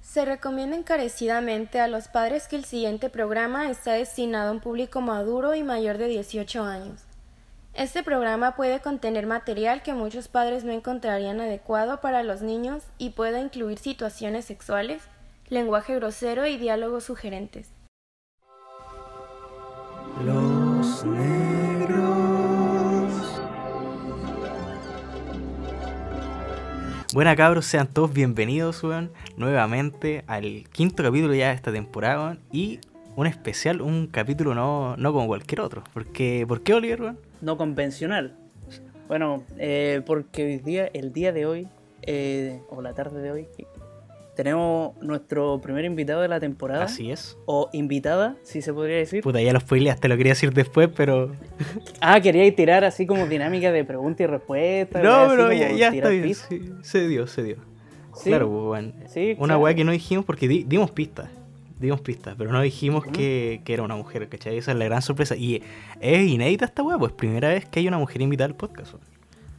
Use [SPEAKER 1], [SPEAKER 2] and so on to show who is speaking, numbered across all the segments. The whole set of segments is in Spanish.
[SPEAKER 1] Se recomienda encarecidamente a los padres que el siguiente programa está destinado a un público maduro y mayor de 18 años. Este programa puede contener material que muchos padres no encontrarían adecuado para los niños y puede incluir situaciones sexuales, lenguaje grosero y diálogos sugerentes.
[SPEAKER 2] Los negros.
[SPEAKER 3] Buenas cabros, sean todos bienvenidos, weón, nuevamente al quinto capítulo ya de esta temporada, weón, y un especial, un capítulo no, no como cualquier otro. Porque, ¿Por qué, Oliver, weón?
[SPEAKER 4] no convencional. Bueno, eh, porque hoy día, el día de hoy, eh, o la tarde de hoy, tenemos nuestro primer invitado de la temporada.
[SPEAKER 3] Así es.
[SPEAKER 4] O invitada, si se podría decir.
[SPEAKER 3] Puta, ya los spoileas, te lo quería decir después, pero...
[SPEAKER 4] Ah, quería tirar así como dinámica de pregunta y respuesta.
[SPEAKER 3] No,
[SPEAKER 4] así
[SPEAKER 3] pero
[SPEAKER 4] como
[SPEAKER 3] ya, ya está
[SPEAKER 4] tirar
[SPEAKER 3] bien.
[SPEAKER 4] pis.
[SPEAKER 3] sí, se dio, se dio.
[SPEAKER 4] Sí.
[SPEAKER 3] Claro, pues, weón.
[SPEAKER 4] Sí,
[SPEAKER 3] Una
[SPEAKER 4] claro.
[SPEAKER 3] weá que no dijimos porque di- dimos pistas. Dimos pistas, pero no dijimos que, que era una mujer, ¿cachai? Esa es la gran sorpresa. Y es inédita esta weá, pues primera vez que hay una mujer invitada al podcast. weón.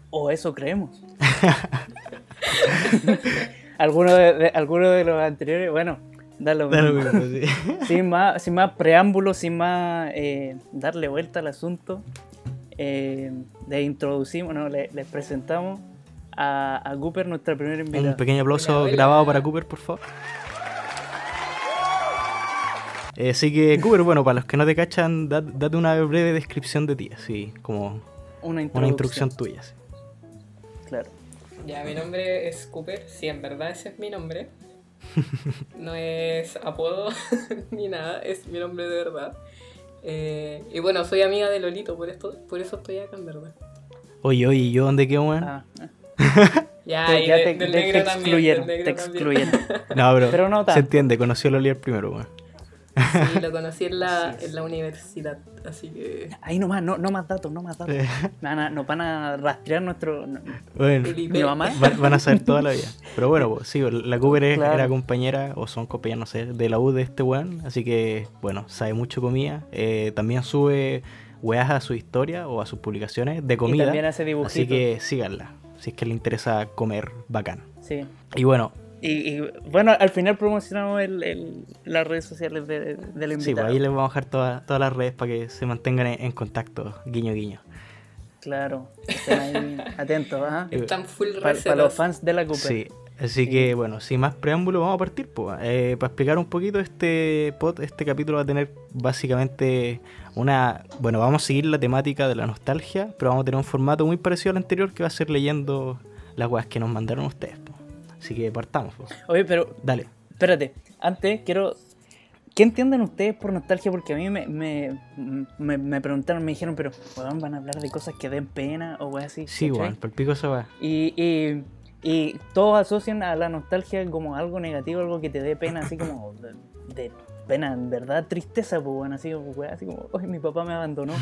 [SPEAKER 4] O eso creemos. algunos de, de- alguno de los anteriores, bueno, da lo
[SPEAKER 3] Da lo
[SPEAKER 4] mismo.
[SPEAKER 3] mismo, sí.
[SPEAKER 4] sin más, sin más preámbulos, sin más eh, darle vuelta al asunto, eh, le introducimos, no, le- les presentamos a, a Cooper, nuestra primera
[SPEAKER 3] Un
[SPEAKER 4] invitada.
[SPEAKER 3] pequeño aplauso grabado para Cooper, por favor. Eh, Así que, Cooper, bueno, para los que no te cachan, da- date una breve descripción de ti, así como
[SPEAKER 4] Una
[SPEAKER 3] una introducción tuya. así.
[SPEAKER 4] Claro.
[SPEAKER 5] Ya, mi nombre es Cooper, sí, en verdad ese es mi nombre. No es apodo ni nada, es mi nombre de verdad. Eh, y bueno, soy amiga de Lolito, por, esto, por eso estoy acá en verdad.
[SPEAKER 3] Oye, oye, ¿y yo dónde quedo, weón?
[SPEAKER 4] Ah,
[SPEAKER 5] Ya,
[SPEAKER 4] te,
[SPEAKER 5] Ah, y
[SPEAKER 4] ya
[SPEAKER 5] de-
[SPEAKER 4] te-
[SPEAKER 5] del
[SPEAKER 4] te- te
[SPEAKER 5] negro también. del
[SPEAKER 4] excluyeron,
[SPEAKER 5] negro
[SPEAKER 4] te
[SPEAKER 5] también.
[SPEAKER 4] excluyeron.
[SPEAKER 3] No, pero,
[SPEAKER 4] Pero no
[SPEAKER 3] se
[SPEAKER 4] tanto.
[SPEAKER 3] entiende, conocí a Lolier primero, weón.
[SPEAKER 5] Sí, lo conocí en la, en la universidad, así que.
[SPEAKER 4] Ahí nomás, no, no más datos, no más datos.
[SPEAKER 3] Eh.
[SPEAKER 4] Nos van a- nos van a rastrear nuestro... no-
[SPEAKER 3] Bueno,
[SPEAKER 4] mi mamá.
[SPEAKER 3] van, van a saber toda la vida. Pero bueno, pues, sí, la Cooper es-
[SPEAKER 4] Claro.
[SPEAKER 3] era compañera, o son compañeras, no sé, de la U de este weón. Así que, bueno, sabe mucho comida. Eh, también sube weas a su historia o a sus publicaciones de comida.
[SPEAKER 4] Y también hace dibujitos.
[SPEAKER 3] Así que síganla, si es que le interesa comer bacán.
[SPEAKER 4] Sí.
[SPEAKER 3] Y bueno,
[SPEAKER 4] Y, y, bueno, al final promocionamos el- el- las redes sociales de, de la
[SPEAKER 3] sí, pues
[SPEAKER 4] invitada.
[SPEAKER 3] ahí les vamos a dejar toda- todas las redes para que se mantengan en, en contacto, guiño guiño.
[SPEAKER 4] Claro. Estén ahí atentos, ¿ah?
[SPEAKER 3] Eh,
[SPEAKER 5] Están full
[SPEAKER 4] Para los
[SPEAKER 5] recetas.
[SPEAKER 4] fans de la Cooper.
[SPEAKER 3] Sí, así que bueno, sin más preámbulo vamos a partir. po. Eh, para explicar un poquito este pod, este capítulo va a tener básicamente una... Bueno, vamos a seguir la temática de la nostalgia, pero vamos a tener un formato muy parecido al anterior que va a ser leyendo las weas que nos mandaron ustedes. po. Así que partamos. po.
[SPEAKER 4] Oye, pero
[SPEAKER 3] Dale.
[SPEAKER 4] espérate, antes quiero. ¿Qué entienden ustedes por nostalgia? Porque a mí me, me, me- me preguntaron, me dijeron, pero weón, van a hablar de cosas que den pena o weón así.
[SPEAKER 3] Sí,
[SPEAKER 4] ¿cachai?
[SPEAKER 3] weón, palpico esa wea.
[SPEAKER 4] Y, y, y todos asocian a la nostalgia como algo negativo, algo que te dé pena, así como de, de pena, en verdad, tristeza, pues weón, así como, weón, así como, "Ay, mi papá me abandonó.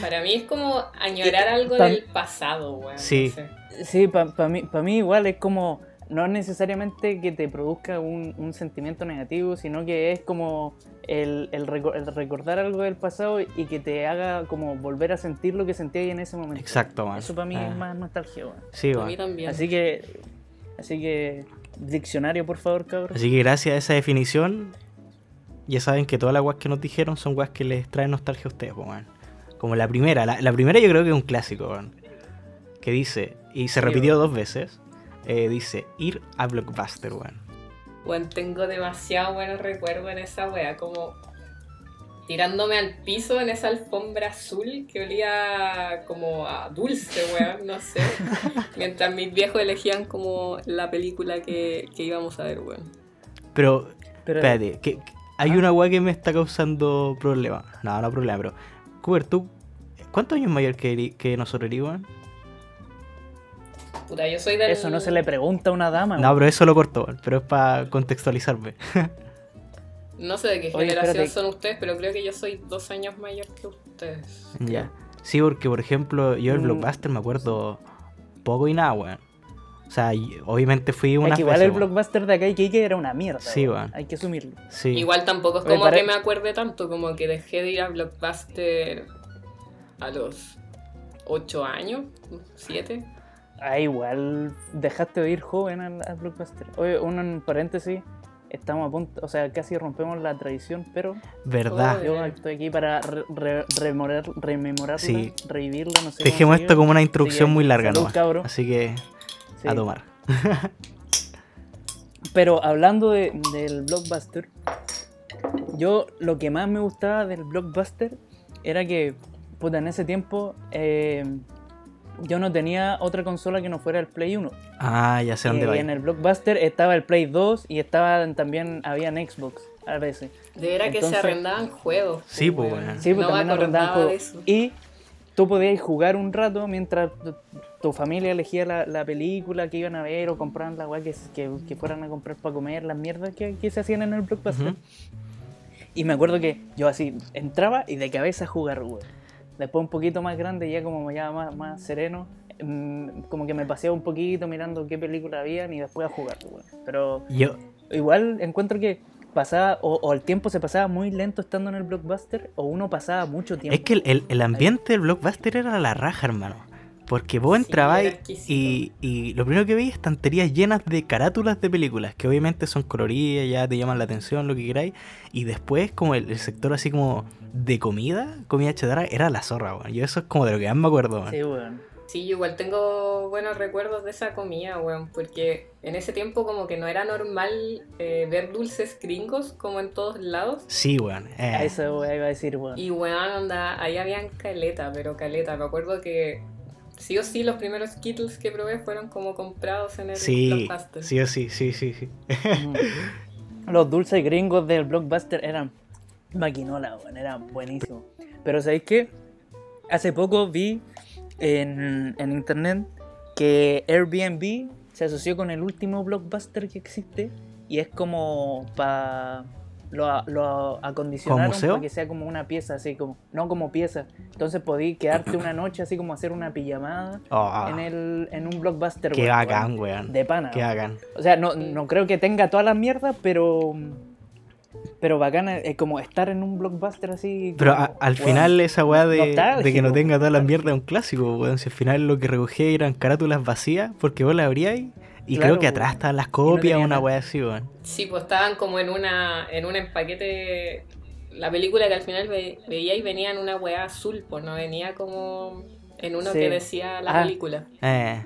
[SPEAKER 5] Para mí es como añorar algo
[SPEAKER 4] Tam-
[SPEAKER 5] del pasado, weón. no
[SPEAKER 3] Sí.
[SPEAKER 5] sé.
[SPEAKER 4] Sí, para mí, pa' mí igual es como, no es necesariamente que te produzca un, un sentimiento negativo, sino que es como el, el reco- el recordar algo del pasado y que te haga como volver a sentir lo que sentías en ese momento.
[SPEAKER 3] Exacto, weón.
[SPEAKER 4] Eso para mí
[SPEAKER 3] Ah,
[SPEAKER 4] es más nostalgia, weón.
[SPEAKER 3] Sí,
[SPEAKER 5] A mí
[SPEAKER 3] weón.
[SPEAKER 5] también.
[SPEAKER 4] Así que, así que, diccionario, por favor, cabrón.
[SPEAKER 3] Así que gracias a esa definición, ya saben que todas las guas que nos dijeron son guas que les traen nostalgia a ustedes, po, man. Como la primera, la, la primera yo creo que es un clásico, man. Que dice, y se repitió dos veces, eh, dice, ir a Blockbuster, weón.
[SPEAKER 5] Bueno, tengo demasiado buenos recuerdos en esa wea, como tirándome al piso en esa alfombra azul que olía como a dulce, weón, no sé. Mientras mis viejos elegían como la película que, que íbamos a ver, weón.
[SPEAKER 3] Pero,
[SPEAKER 4] Pero-
[SPEAKER 3] espérate, que, que hay una gua que me está causando problemas. No, no problema, pero... Cooper, ¿tú cuántos años mayor que, eri- que nosotros eres, weón?
[SPEAKER 5] Puta, yo soy del...
[SPEAKER 4] Eso no se le pregunta a una dama.
[SPEAKER 3] No, pero eso lo corto, weón, pero es para contextualizarme.
[SPEAKER 5] No sé de qué
[SPEAKER 4] Oye,
[SPEAKER 5] generación
[SPEAKER 4] espérate.
[SPEAKER 5] son ustedes, pero creo que yo soy dos años mayor que ustedes.
[SPEAKER 3] Ya. Sí, porque por ejemplo, yo el
[SPEAKER 4] Mm.
[SPEAKER 3] Blockbuster me acuerdo poco y nada, weón. O sea, y- obviamente fui
[SPEAKER 4] weón.
[SPEAKER 3] una
[SPEAKER 4] Es que igual el blockbuster de acá y que era una mierda.
[SPEAKER 3] Sí,
[SPEAKER 4] weón.
[SPEAKER 3] weón.
[SPEAKER 4] Hay que asumirlo.
[SPEAKER 3] Sí.
[SPEAKER 5] Igual tampoco es
[SPEAKER 4] Oye,
[SPEAKER 5] como
[SPEAKER 4] para-
[SPEAKER 5] que me acuerde tanto, como que dejé de ir a Blockbuster a los ocho años, siete.
[SPEAKER 4] Ah, igual dejaste de ir joven al, al Blockbuster. Oye, un un paréntesis. estamos a punto, o sea, casi rompemos la tradición, pero
[SPEAKER 3] ¿Verdad?
[SPEAKER 5] Obvio.
[SPEAKER 4] yo estoy aquí para re- re- remorar- rememorarla,
[SPEAKER 3] Sí.
[SPEAKER 4] revivirla, no sé.
[SPEAKER 3] Dejemos
[SPEAKER 4] cómo se
[SPEAKER 3] esto como una
[SPEAKER 4] Así
[SPEAKER 3] introducción
[SPEAKER 4] que,
[SPEAKER 3] muy larga,
[SPEAKER 4] salud,
[SPEAKER 3] ¿no?
[SPEAKER 4] cabro.
[SPEAKER 3] Así que
[SPEAKER 4] diga. Sí.
[SPEAKER 3] a tomar.
[SPEAKER 4] Pero hablando de- del blockbuster, yo lo que más me gustaba del blockbuster era que, puta, en ese tiempo eh, yo no tenía otra consola que no fuera el Play 1.
[SPEAKER 3] Ah, ya sé
[SPEAKER 4] Y
[SPEAKER 3] dónde va.
[SPEAKER 4] Eh, en el blockbuster estaba el Play 2 y estaban también habían Xbox a veces.
[SPEAKER 5] De veras que se
[SPEAKER 4] Entonces-
[SPEAKER 5] arrendaban juegos.
[SPEAKER 3] Sí,
[SPEAKER 5] po,
[SPEAKER 3] po,
[SPEAKER 5] weón.
[SPEAKER 3] weón.
[SPEAKER 4] Sí, pues
[SPEAKER 5] no me
[SPEAKER 4] también arrendaban
[SPEAKER 5] acordaba de
[SPEAKER 4] juegos.
[SPEAKER 5] eso.
[SPEAKER 4] Y tú podías jugar un rato mientras tu, tu familia elegía la, la película que iban a ver o compraban la weá que, se- que, que fueran a comprar para comer, las mierdas que, que se hacían en el blockbuster.
[SPEAKER 3] Ujú.
[SPEAKER 4] Y me acuerdo que yo así entraba y de cabeza a jugar, weón. Después un poquito más grande, ya como ya más, más sereno, mm, como que me paseaba un poquito mirando qué película habían y después a jugar, weón. Pero
[SPEAKER 3] Yo,
[SPEAKER 4] igual encuentro que pasaba, o, o el tiempo se pasaba muy lento estando en el blockbuster, o uno pasaba mucho tiempo.
[SPEAKER 3] es que el, el- el ambiente del blockbuster era la raja, hermano. Porque vos
[SPEAKER 5] Sí,
[SPEAKER 3] entrabas
[SPEAKER 5] era
[SPEAKER 3] y,
[SPEAKER 5] exquisito.
[SPEAKER 3] y lo primero que veías estanterías llenas de carátulas de películas, que obviamente son coloridas, ya te llaman la atención, lo que queráis. Y después, como el, el sector así como de comida, comida chatarra, era la zorra, weón. Yo eso es como de lo que más me acuerdo, weón.
[SPEAKER 4] Sí, weón.
[SPEAKER 5] Sí, yo igual tengo buenos recuerdos de esa comida, weón, porque en ese tiempo como que no era normal eh, ver dulces gringos como en todos lados.
[SPEAKER 3] Sí, weón. eh.
[SPEAKER 4] A eso weón, iba a decir, weón.
[SPEAKER 5] Y weón, onda, ahí habían caleta, pero caleta. Me acuerdo que sí o sí los primeros Skittles que probé fueron como comprados en el
[SPEAKER 3] Sí,
[SPEAKER 5] Blockbuster.
[SPEAKER 3] sí, o sí, sí, sí, sí.
[SPEAKER 4] Mm. Los dulces gringos del blockbuster eran maquinola, weón, eran buenísimos. Pero ¿sabéis qué? Hace poco vi en, en internet que Airbnb se asoció con el último blockbuster que existe y es como para... Lo, a- lo acondicionaron
[SPEAKER 3] ¿Como museo?
[SPEAKER 4] para que sea como una pieza, así como... No como pieza. Entonces podí quedarte una noche así como hacer una pijamada
[SPEAKER 3] Oh,
[SPEAKER 4] en, el, en un blockbuster.
[SPEAKER 3] qué
[SPEAKER 4] weón, weón.
[SPEAKER 3] bacán, weón.
[SPEAKER 4] De pana.
[SPEAKER 3] Qué
[SPEAKER 4] weón.
[SPEAKER 3] bacán.
[SPEAKER 4] O sea, no, no creo que tenga todas las mierdas, pero. Pero bacana, es como estar en un blockbuster así.
[SPEAKER 3] Pero
[SPEAKER 4] como,
[SPEAKER 3] a- al
[SPEAKER 4] weón,
[SPEAKER 3] final esa weá de,
[SPEAKER 4] Nostálgico,
[SPEAKER 3] de que no tenga toda la
[SPEAKER 4] nostálgico.
[SPEAKER 3] mierda es un clásico, weón. Si al final lo que recogía eran carátulas vacías, porque vos la abríais y
[SPEAKER 4] Claro,
[SPEAKER 3] creo que atrás
[SPEAKER 4] weón.
[SPEAKER 3] estaban las
[SPEAKER 4] no
[SPEAKER 3] copias
[SPEAKER 4] tenía
[SPEAKER 3] una
[SPEAKER 4] nada.
[SPEAKER 3] weá así, weón.
[SPEAKER 5] Sí, pues estaban como en una en un empaquete la película que al final ve- veía y venía en una weá azul, pues no venía como en uno
[SPEAKER 4] Sí.
[SPEAKER 5] que decía la
[SPEAKER 4] Ah.
[SPEAKER 5] película.
[SPEAKER 3] Eh,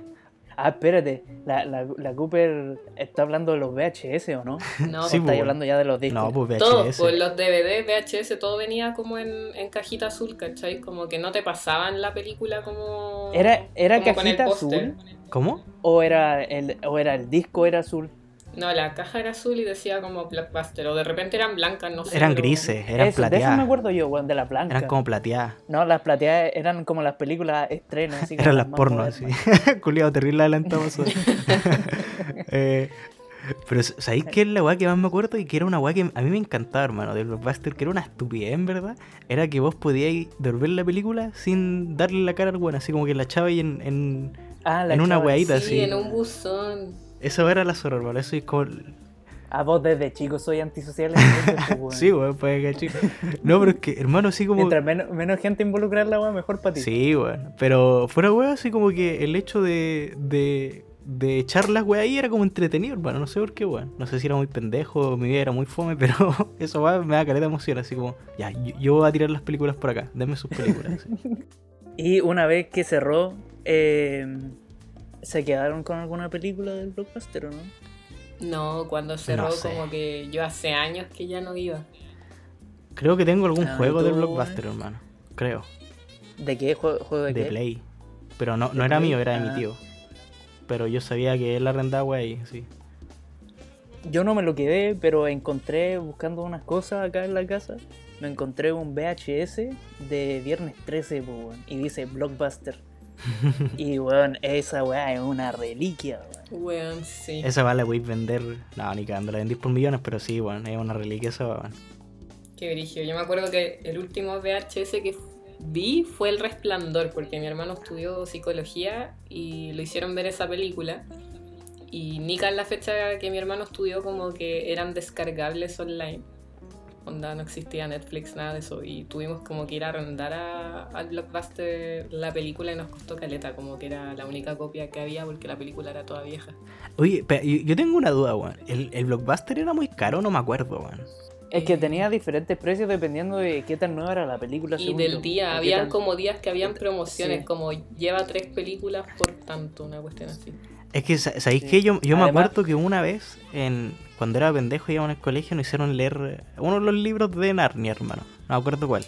[SPEAKER 4] Ah, espérate, la, la, la Cooper está hablando de los VHS o no?
[SPEAKER 5] No,
[SPEAKER 3] Sí,
[SPEAKER 4] ¿O
[SPEAKER 3] pues,
[SPEAKER 4] está hablando ya de los
[SPEAKER 3] no,
[SPEAKER 4] discos.
[SPEAKER 3] pues
[SPEAKER 5] Todos,
[SPEAKER 3] VHS.
[SPEAKER 5] pues los DVD, VHS, todo venía como en, en cajita azul, ¿cachai? Como que no te pasaban la película como.
[SPEAKER 4] ¿Era- era
[SPEAKER 5] como con el
[SPEAKER 4] cajita
[SPEAKER 5] póster.
[SPEAKER 4] azul?
[SPEAKER 3] ¿Cómo?
[SPEAKER 4] o, era el, o era el disco, era azul.
[SPEAKER 5] No, la caja era azul y decía como blockbuster, o de repente eran blancas, no sé.
[SPEAKER 3] Eran
[SPEAKER 5] pero-
[SPEAKER 3] grises, eran
[SPEAKER 4] Eso, De eso me
[SPEAKER 3] plateadas.
[SPEAKER 4] acuerdo yo, weón, de las blancas.
[SPEAKER 3] Eran como plateadas.
[SPEAKER 4] No, las plateadas eran como las películas estrenas. Así como
[SPEAKER 3] Eran las
[SPEAKER 4] más
[SPEAKER 3] pornos,
[SPEAKER 4] modernas.
[SPEAKER 3] así. Culiado, terrible adelantado eso. Eh, pero s- ¿sabéis qué es la weá que más me acuerdo? Y que era una weá que a mí me encantaba, hermano, del blockbuster, que era una estupidez, en verdad. Era que vos podíais devolver la película sin darle la cara al weón, así como que la echaba y en, en-
[SPEAKER 4] Ah, la
[SPEAKER 3] en una
[SPEAKER 4] chava.
[SPEAKER 5] Sí,
[SPEAKER 3] weadita así.
[SPEAKER 5] en un buzón.
[SPEAKER 3] Eso era la zorra, hermano. Eso es como.
[SPEAKER 4] Ah, vos desde chico soy antisocial. entonces, pues, weón.
[SPEAKER 3] Sí, weón, pues cachai. No, pero es que, hermano, así como.
[SPEAKER 4] Mientras menos, menos gente involucrada en la weá, mejor para ti.
[SPEAKER 3] Sí, weón. Pero fuera weón, así como que el hecho de, de, de echar las weas ahí era como entretenido, hermano. No sé por qué, weón. No sé si era muy pendejo, mi vida era muy fome, pero eso va, me da caleta de emoción. Así como, ya, yo, yo voy a tirar las películas por acá, denme sus películas. así.
[SPEAKER 4] Y una vez que cerró, eh, se quedaron con alguna película del blockbuster, ¿o no?
[SPEAKER 5] No, cuando cerró,
[SPEAKER 3] No sé.
[SPEAKER 5] como que yo hace años que ya no iba.
[SPEAKER 3] Creo que tengo algún
[SPEAKER 4] Ah,
[SPEAKER 3] juego
[SPEAKER 4] ¿y
[SPEAKER 3] del
[SPEAKER 4] tú,
[SPEAKER 3] blockbuster, hermano. Creo,
[SPEAKER 4] ¿De qué juego, juego de,
[SPEAKER 3] de
[SPEAKER 4] qué?
[SPEAKER 3] Play. Pero no,
[SPEAKER 4] ¿De
[SPEAKER 3] no era
[SPEAKER 4] Play?
[SPEAKER 3] mío, era de mi
[SPEAKER 4] Ah.
[SPEAKER 3] tío. Pero yo sabía que él arrendaba wea ahí, sí.
[SPEAKER 4] Yo no me lo quedé, pero encontré buscando unas cosas acá en la casa. Me encontré un VHS de viernes 13, po, weón, y dice blockbuster. y weón, esa weá es una reliquia, weón.
[SPEAKER 5] Weón, sí.
[SPEAKER 3] Esa va la voy a vender. No, ni cagando, la vendí por millones, pero sí, weón. Es una reliquia esa, weón.
[SPEAKER 5] Qué brillo. Yo me acuerdo que el último VHS que vi fue El Resplandor, porque mi hermano estudió psicología y lo hicieron ver esa película. Y Nika en la fecha que mi hermano estudió como que eran descargables online. onda no existía Netflix, nada de eso, y tuvimos como que ir a arrendar a, al Blockbuster la película y nos costó caleta, como que era la única copia que había porque la película era toda vieja.
[SPEAKER 3] Oye, pero yo yo tengo una duda, weón. ¿El, el blockbuster era muy caro? No me acuerdo, weón.
[SPEAKER 4] Es que tenía diferentes precios dependiendo de qué tan nueva era la película.
[SPEAKER 5] Y
[SPEAKER 4] según yo,
[SPEAKER 5] del
[SPEAKER 4] o
[SPEAKER 5] día,
[SPEAKER 4] qué
[SPEAKER 5] habían
[SPEAKER 4] tan-
[SPEAKER 5] como días que habían promociones,
[SPEAKER 4] Sí.
[SPEAKER 5] como lleva tres películas por tanto, una cuestión así.
[SPEAKER 3] Es que, sa- ¿sabéis
[SPEAKER 4] Sí.
[SPEAKER 3] qué? Yo, yo me
[SPEAKER 4] Además-
[SPEAKER 3] acuerdo que una vez, en, cuando era pendejo, íbamos al colegio, nos hicieron leer eh, uno de los libros de Narnia, hermano. No me acuerdo cuál.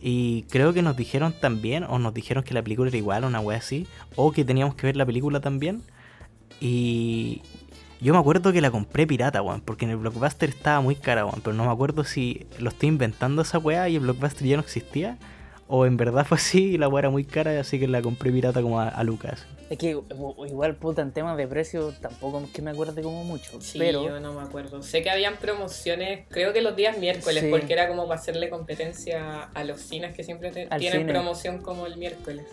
[SPEAKER 3] Y creo que nos dijeron también, o nos dijeron que la película era igual, una wea así, o que teníamos que ver la película también. Y yo me acuerdo que la compré pirata, weón, porque en el Blockbuster estaba muy cara, weón, pero no me acuerdo si lo estoy inventando esa wea y el Blockbuster ya no existía, o en verdad fue así y la wea era muy cara, así que la compré pirata como a, a Lucas.
[SPEAKER 4] Es que u- igual, puta, en temas de precio tampoco es que me acuerde como mucho.
[SPEAKER 5] Sí,
[SPEAKER 4] pero
[SPEAKER 5] yo no me acuerdo. Sé que habían promociones, creo que los días miércoles,
[SPEAKER 4] Sí.
[SPEAKER 5] porque era como para hacerle competencia a los cines que siempre te-
[SPEAKER 4] Al
[SPEAKER 5] tienen
[SPEAKER 4] cine.
[SPEAKER 5] promoción como el miércoles.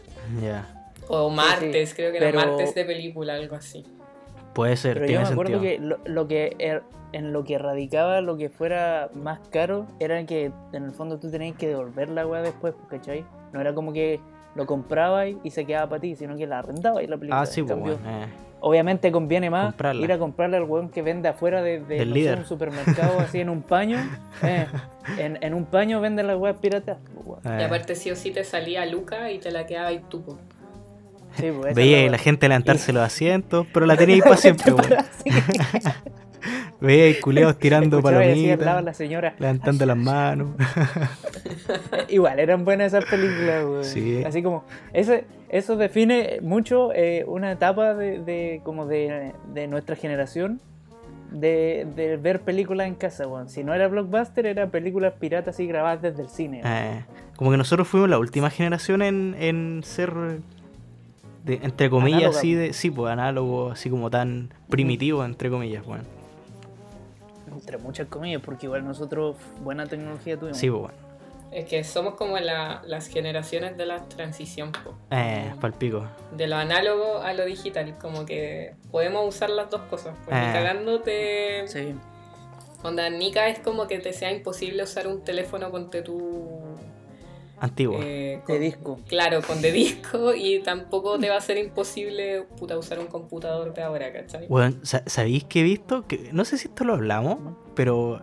[SPEAKER 3] Ya.
[SPEAKER 5] O martes, creo que era
[SPEAKER 4] pero-
[SPEAKER 5] martes de película, algo así.
[SPEAKER 3] Puede ser,
[SPEAKER 4] Pero yo
[SPEAKER 3] tiene
[SPEAKER 4] me acuerdo
[SPEAKER 3] sentido.
[SPEAKER 4] que lo, lo que er- en lo que radicaba lo que fuera más caro era que en el fondo tú tenías que devolver la weá después, pues, ¿cachai? No era como que lo comprabas y se quedaba para ti, sino que la arrendabas y la película.
[SPEAKER 3] Ah, sí,
[SPEAKER 4] En
[SPEAKER 3] pues,
[SPEAKER 4] cambio,
[SPEAKER 3] bueno, eh.
[SPEAKER 4] Obviamente conviene más
[SPEAKER 3] Comprarla.
[SPEAKER 4] ir a comprarle al weón que vende afuera de, de,
[SPEAKER 3] Del
[SPEAKER 4] no sé,
[SPEAKER 3] líder.
[SPEAKER 4] un supermercado así en un paño. eh, en, en un paño venden las weas piratas. pues, weón.
[SPEAKER 5] Y
[SPEAKER 3] Eh.
[SPEAKER 5] aparte sí o sí te salía Luca y te la quedaba y tú. po.
[SPEAKER 4] Sí, pues, esa es
[SPEAKER 3] Veía a
[SPEAKER 4] weá.
[SPEAKER 3] la gente levantarse los asientos, pero la tenía ahí para siempre, weón.
[SPEAKER 4] Así que-
[SPEAKER 3] Veía culeos tirando
[SPEAKER 4] escuchaba y así al lado
[SPEAKER 3] palomitas,
[SPEAKER 4] la señora.
[SPEAKER 3] levantando las manos.
[SPEAKER 4] Igual, eran buenas esas películas, güey.
[SPEAKER 3] Sí.
[SPEAKER 4] Así como, ese, eso define mucho eh, una etapa de, de- como de, de nuestra generación de, de ver películas en casa, güey. Si no era blockbuster, era películas piratas y grabadas desde el cine. güey.
[SPEAKER 3] Eh, Como que nosotros fuimos la última generación en, en ser, de- entre comillas,
[SPEAKER 4] Análoga,
[SPEAKER 3] así de, sí, pues análogo, así como tan primitivo, entre comillas, bueno.
[SPEAKER 4] Entre muchas comillas, porque igual nosotros buena tecnología tuvimos.
[SPEAKER 3] Sí, pues bueno.
[SPEAKER 5] Es que somos como la- las generaciones de la transición, po.
[SPEAKER 3] Eh, palpico.
[SPEAKER 5] de lo análogo a lo digital, como que podemos usar las dos cosas. Porque
[SPEAKER 3] Ah.
[SPEAKER 5] cagándote
[SPEAKER 4] Sí.
[SPEAKER 5] Onda, Nika es como que te sea imposible usar un teléfono ponte tú.
[SPEAKER 3] Antiguo.
[SPEAKER 5] eh,
[SPEAKER 4] De
[SPEAKER 5] con-
[SPEAKER 4] disco.
[SPEAKER 5] Claro, con de disco y tampoco te va a ser imposible puta, usar un computador de ahora, ¿cachai?
[SPEAKER 3] Bueno, sa- ¿sabéis que he visto? Que, no sé si esto lo hablamos, pero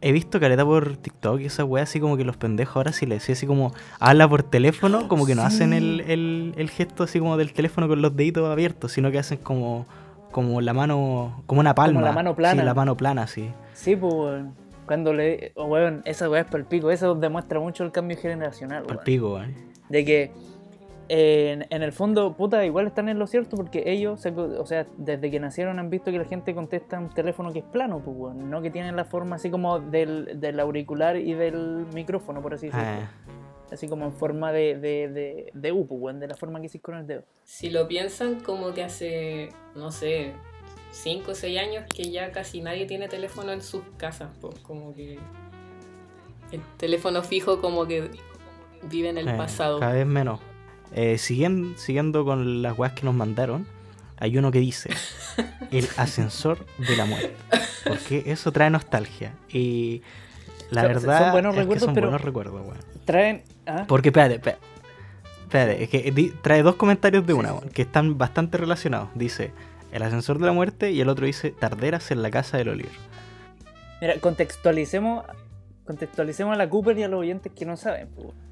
[SPEAKER 3] he visto caleta por TikTok y esa wea así como que los pendejos ahora si le decís así como habla por teléfono, como que no hacen el, el- el gesto así como del teléfono con los deditos abiertos, sino que hacen como, como la mano, como una palma.
[SPEAKER 4] la mano plana.
[SPEAKER 3] Sí, la mano plana, sí.
[SPEAKER 4] Sí, pues, güey. Cuando le. Oh, güey, esa weá es palpico. Eso demuestra mucho el cambio generacional, güey.
[SPEAKER 3] Por pico, weón.
[SPEAKER 4] De que eh, en, en el fondo, puta, igual están en lo cierto porque ellos, se co- o sea, desde que nacieron han visto que la gente contesta un teléfono que es plano, pues, weón, no que tienen la forma así como del, del auricular y del micrófono, por así decirlo.
[SPEAKER 3] Eh,
[SPEAKER 4] Así como en forma de, de, de, de U, pues, weón, de la forma que hiciste con el dedo.
[SPEAKER 5] Si lo piensan, como que hace, no sé, 5 o 6 años que ya casi nadie tiene teléfono en sus casas, po, como que. El teléfono fijo, como que vive en el
[SPEAKER 3] eh,
[SPEAKER 5] pasado.
[SPEAKER 3] Cada vez menos. Eh, siguien- siguiendo con las weas que nos mandaron, hay uno que dice el ascensor de la muerte. Porque eso trae nostalgia. Y la
[SPEAKER 4] Son-
[SPEAKER 3] verdad
[SPEAKER 4] son buenos
[SPEAKER 3] es que
[SPEAKER 4] recuerdos,
[SPEAKER 3] son
[SPEAKER 4] pero-
[SPEAKER 3] buenos recuerdos, weón.
[SPEAKER 4] Traen. ¿ah?
[SPEAKER 3] Porque, espérate, espérate. Espérate, es que di- trae dos comentarios de
[SPEAKER 4] Sí,
[SPEAKER 3] una,
[SPEAKER 4] sí,
[SPEAKER 3] weón,
[SPEAKER 4] sí.
[SPEAKER 3] que están bastante relacionados. Dice el ascensor de la muerte y el otro dice tarderas en la casa del Oliver.
[SPEAKER 4] Mira, contextualicemos, contextualicemos a la Cooper y a los oyentes que no saben, pues, weón.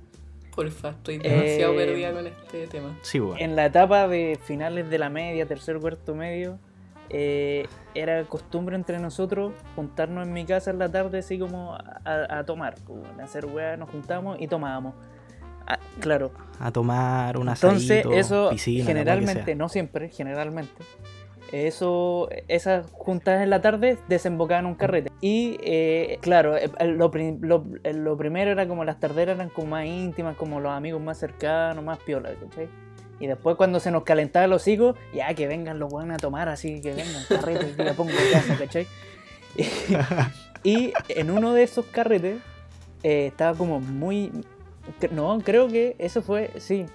[SPEAKER 5] Porfa, estoy demasiado
[SPEAKER 4] Eh,
[SPEAKER 5] perdida con este tema.
[SPEAKER 3] Sí, weón.
[SPEAKER 4] En la etapa de finales de la media, tercer cuarto medio, eh, era costumbre entre nosotros juntarnos en mi casa en la tarde así como a, a tomar, pues, bueno, a hacer weá, nos juntamos y tomábamos. Ah, claro,
[SPEAKER 3] A tomar un asadito,
[SPEAKER 4] entonces eso
[SPEAKER 3] piscina, la weá que
[SPEAKER 4] generalmente,
[SPEAKER 3] sea.
[SPEAKER 4] no siempre, generalmente, eso, esas juntas en la tarde desembocaban en un carrete. Y eh, claro, eh, lo, pri- lo- eh, lo primero era como las tarderas eran como más íntimas, como los amigos más cercanos, más piolas, ¿cachai? Y después cuando se nos calentaba los hocico, ya que vengan los buenos a tomar, así que vengan, carretes, que la pongo en casa, ¿cachai? Y, en uno de esos carretes eh, estaba como muy... cre- No, creo que eso fue, sí.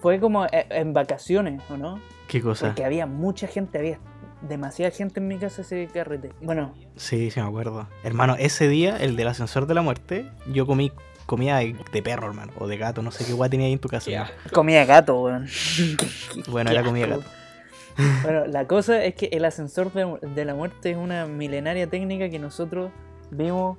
[SPEAKER 4] Fue como eh, en vacaciones, ¿o no?
[SPEAKER 3] ¿Qué cosa?
[SPEAKER 4] Porque había mucha gente, había demasiada gente en mi casa ese carrete. Bueno,
[SPEAKER 3] Sí, sí me acuerdo. Hermano, ese día, el del ascensor de la muerte, yo comí comida de, de perro, hermano, o de gato, no sé qué guay tenía ahí en tu casa.
[SPEAKER 5] Qué
[SPEAKER 3] hermano.
[SPEAKER 5] asco.
[SPEAKER 4] comida de gato, weón.
[SPEAKER 3] Bueno,
[SPEAKER 4] Qué
[SPEAKER 3] era comida de
[SPEAKER 4] asco.
[SPEAKER 3] gato.
[SPEAKER 4] Bueno, la cosa es que el ascensor de, de la muerte es una milenaria técnica que nosotros vimos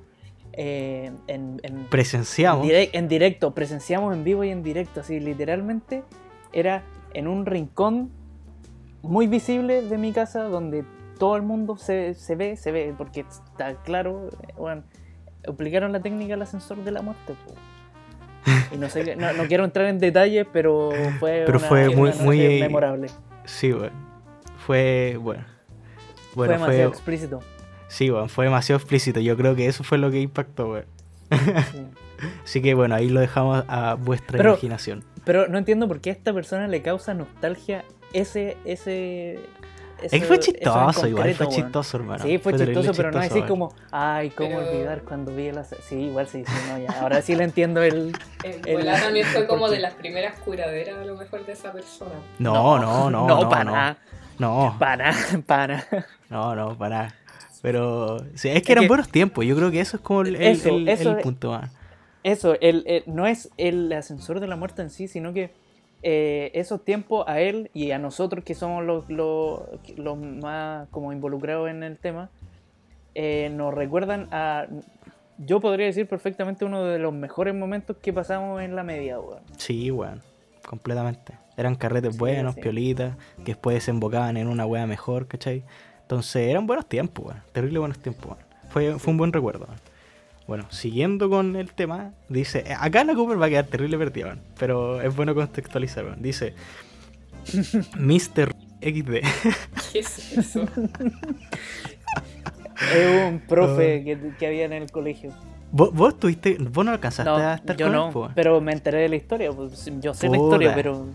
[SPEAKER 4] eh, en, en-
[SPEAKER 3] Presenciamos.
[SPEAKER 4] direc- en directo, presenciamos en vivo y en directo, así literalmente era en un rincón muy visible de mi casa donde todo el mundo se, se ve, se ve, porque está claro, eh, bueno, aplicaron la técnica del ascensor de la muerte. po. Y no, sé, qué- no, no quiero entrar en detalles, pero fue,
[SPEAKER 3] Pero
[SPEAKER 4] una-
[SPEAKER 3] fue
[SPEAKER 4] una
[SPEAKER 5] muy-
[SPEAKER 4] noche
[SPEAKER 3] muy-
[SPEAKER 4] memorable.
[SPEAKER 3] Sí, weón. Fue, bueno. Bueno,
[SPEAKER 4] fue demasiado
[SPEAKER 3] fue,
[SPEAKER 4] explícito.
[SPEAKER 3] sí, weón, fue demasiado explícito. Yo creo que eso fue lo que impactó, weón.
[SPEAKER 4] Sí.
[SPEAKER 3] Así que bueno, ahí lo dejamos a vuestra
[SPEAKER 4] Pero-
[SPEAKER 3] imaginación.
[SPEAKER 4] Pero no entiendo por qué a esta persona le causa nostalgia ese. ese,
[SPEAKER 3] Es
[SPEAKER 4] ese
[SPEAKER 3] que fue
[SPEAKER 4] eso en
[SPEAKER 3] chistoso, igual fue
[SPEAKER 4] concreto, weón.
[SPEAKER 3] chistoso, hermano.
[SPEAKER 4] Sí, fue,
[SPEAKER 3] terrible
[SPEAKER 4] chistoso, pero no decís
[SPEAKER 3] weón.
[SPEAKER 4] como, ay, cómo
[SPEAKER 5] Pero-
[SPEAKER 4] olvidar cuando vi el as-". Sí, igual sí, sí, no, ya. Ahora sí le entiendo el.
[SPEAKER 5] En
[SPEAKER 4] El-
[SPEAKER 5] volada también fue como
[SPEAKER 4] porque-
[SPEAKER 5] de las primeras curaderas a lo mejor de esa persona.
[SPEAKER 3] No, no, no. No,
[SPEAKER 4] para
[SPEAKER 3] no.
[SPEAKER 4] nada,
[SPEAKER 3] No,
[SPEAKER 4] para nada, para nada.
[SPEAKER 3] no, no, para nada. Pero sí, es
[SPEAKER 4] que-
[SPEAKER 3] que eran buenos tiempos. Yo creo que eso es como el, el-
[SPEAKER 4] Eso,
[SPEAKER 3] el-
[SPEAKER 4] eso
[SPEAKER 3] el
[SPEAKER 4] es-
[SPEAKER 3] punto más.
[SPEAKER 4] Eso, el, el- no es el ascensor de la muerte en sí, sino que eh, esos tiempos a él y a nosotros que somos los, los, los más como involucrados en el tema, eh, nos recuerdan a, yo podría decir perfectamente uno de los mejores momentos que pasamos en la media, weón.
[SPEAKER 3] Sí, weón. Completamente. Eran carretes
[SPEAKER 4] Sí,
[SPEAKER 3] buenos,
[SPEAKER 4] sí.
[SPEAKER 3] piolitas, que después desembocaban en una wea mejor, ¿cachai? Entonces eran buenos tiempos, weón. Terrible buenos tiempos, weón. Fue, fue un buen recuerdo, weón. Bueno, siguiendo con el tema, dice. eh, Acá la Cooper va a quedar terrible perdida, weón. Pero es bueno contextualizar, weón. Dice. Mr. XD.
[SPEAKER 5] ¿Qué es eso?
[SPEAKER 4] Es un
[SPEAKER 3] Ah.
[SPEAKER 4] profe que, que había en el colegio.
[SPEAKER 3] ¿Vos, vos tuviste. Vos no alcanzaste
[SPEAKER 4] No,
[SPEAKER 3] a estar
[SPEAKER 4] yo
[SPEAKER 3] con él,
[SPEAKER 4] no,
[SPEAKER 3] po, weón?
[SPEAKER 4] pero me enteré de la historia, pues, yo sé la historia,
[SPEAKER 3] Puta.
[SPEAKER 4] pero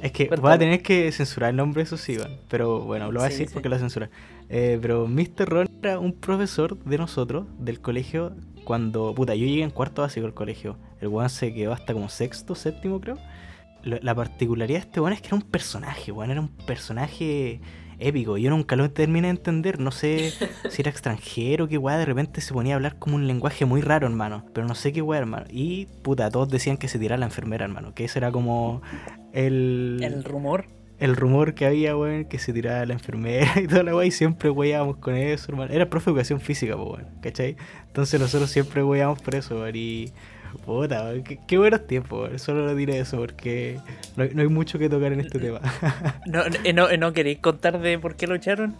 [SPEAKER 3] Es que
[SPEAKER 4] Cuéntame.
[SPEAKER 3] voy a tener que censurar el nombre, eso sí, weón. Pero bueno, lo voy a
[SPEAKER 4] Sí,
[SPEAKER 3] decir
[SPEAKER 4] sí.
[SPEAKER 3] porque lo censura. Eh, pero Mr. Ron era un profesor de nosotros, del colegio, cuando. Puta, yo llegué en cuarto básico al colegio. El weón se quedó hasta como sexto, séptimo, creo. Lo- La particularidad de este weón es que era un personaje, weón. Era un personaje épico. Yo nunca lo terminé de entender. No sé si era extranjero, qué weá. De repente se ponía a hablar como un lenguaje muy raro, hermano. Pero no sé qué weá, hermano. Y puta, todos decían que se tirara la enfermera, hermano. Que ese era como. El,
[SPEAKER 4] el rumor...
[SPEAKER 3] el rumor que había, weón, que se tiraba a la enfermera y toda la weá, y siempre weábamos con eso, hermano. Era profe de educación física, pues, weón, ¿cachai? Entonces nosotros siempre weábamos por eso, weón, y. Puta, weón, qué, qué buenos tiempos, weón. Solo lo diré eso, porque no, hay- no hay mucho que tocar en este tema.
[SPEAKER 4] ¿No, eh, no, eh, no queréis contar de por qué lo echaron?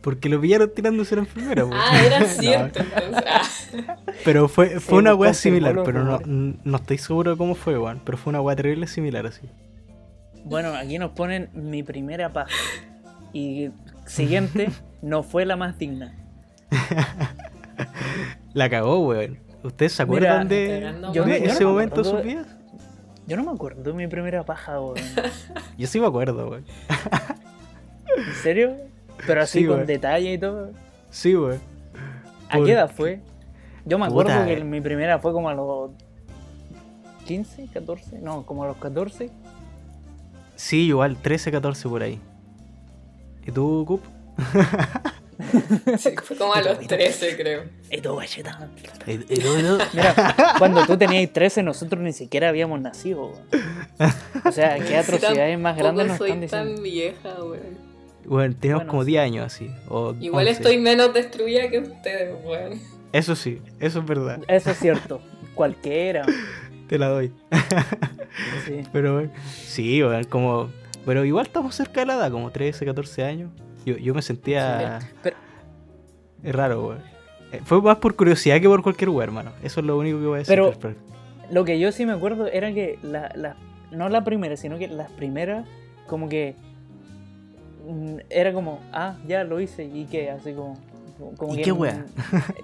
[SPEAKER 3] Porque lo pillaron tirándose a la enfermera, weón.
[SPEAKER 5] Ah, era
[SPEAKER 3] No,
[SPEAKER 5] cierto, entonces. Ah,
[SPEAKER 3] pero fue,
[SPEAKER 4] Sí,
[SPEAKER 3] fue una
[SPEAKER 4] pues,
[SPEAKER 3] weá
[SPEAKER 4] confirmó
[SPEAKER 3] similar,
[SPEAKER 4] los
[SPEAKER 3] pero no,
[SPEAKER 4] rumores.
[SPEAKER 3] no estoy seguro de cómo fue, weón. Pero fue una weá terrible similar así.
[SPEAKER 4] Bueno, aquí nos ponen mi primera paja. Y siguiente, no fue la más digna.
[SPEAKER 3] La cagó, weón. ¿Ustedes se acuerdan
[SPEAKER 4] Mira,
[SPEAKER 3] de,
[SPEAKER 5] cagando,
[SPEAKER 3] de
[SPEAKER 5] weón. Yo no- yo
[SPEAKER 3] ese
[SPEAKER 4] no me
[SPEAKER 3] momento de sus
[SPEAKER 4] acuerdo.
[SPEAKER 3] vidas?
[SPEAKER 4] Yo no me acuerdo de mi primera paja, weón.
[SPEAKER 3] Yo sí me acuerdo, weón.
[SPEAKER 4] ¿En serio? Pero así
[SPEAKER 3] Sí,
[SPEAKER 4] con
[SPEAKER 3] weón.
[SPEAKER 4] detalle y todo.
[SPEAKER 3] Sí, weón.
[SPEAKER 4] ¿A
[SPEAKER 3] Por-
[SPEAKER 4] qué edad fue? Yo me acuerdo
[SPEAKER 3] Puta,
[SPEAKER 4] que
[SPEAKER 3] eh.
[SPEAKER 4] mi primera fue como a los 15, 14, no, como a los 14.
[SPEAKER 3] Sí, igual, 13, 14 por ahí. ¿Y tú, Cup?
[SPEAKER 5] sí, fue como a los 13, creo.
[SPEAKER 4] Y todo galleta.
[SPEAKER 3] Yo
[SPEAKER 4] Mira, cuando tú tenías 13 nosotros ni siquiera habíamos nacido. weón. O sea, qué atrocidades más grandes nos
[SPEAKER 5] Tampoco
[SPEAKER 4] están
[SPEAKER 5] soy
[SPEAKER 4] diciendo. Ah,
[SPEAKER 5] tan vieja, weón.
[SPEAKER 3] Bueno, teníamos
[SPEAKER 4] Bueno,
[SPEAKER 3] como
[SPEAKER 4] sí.
[SPEAKER 3] 10 años así. o
[SPEAKER 5] Igual
[SPEAKER 3] 11.
[SPEAKER 5] estoy menos destruida que ustedes, weón.
[SPEAKER 3] Eso sí, eso es verdad.
[SPEAKER 4] Eso es cierto. Cualquiera.
[SPEAKER 3] Te la doy.
[SPEAKER 4] Sí.
[SPEAKER 3] Pero bueno, sí, bueno, como. Pero igual estamos cerca de la edad, como 13, 14 años. Yo, yo me sentía.
[SPEAKER 4] Pero,
[SPEAKER 3] Es raro, weón. Eh, Fue más por curiosidad que por cualquier weón, hermano. Eso es lo único que voy a decir.
[SPEAKER 4] Pero-
[SPEAKER 3] al respecto.
[SPEAKER 4] lo que yo sí me acuerdo era que la, la- no la primera, sino que las primeras como que mm, era como, ah, ya lo hice y qué, así como... como
[SPEAKER 3] ¿Y
[SPEAKER 4] que,
[SPEAKER 3] qué wea?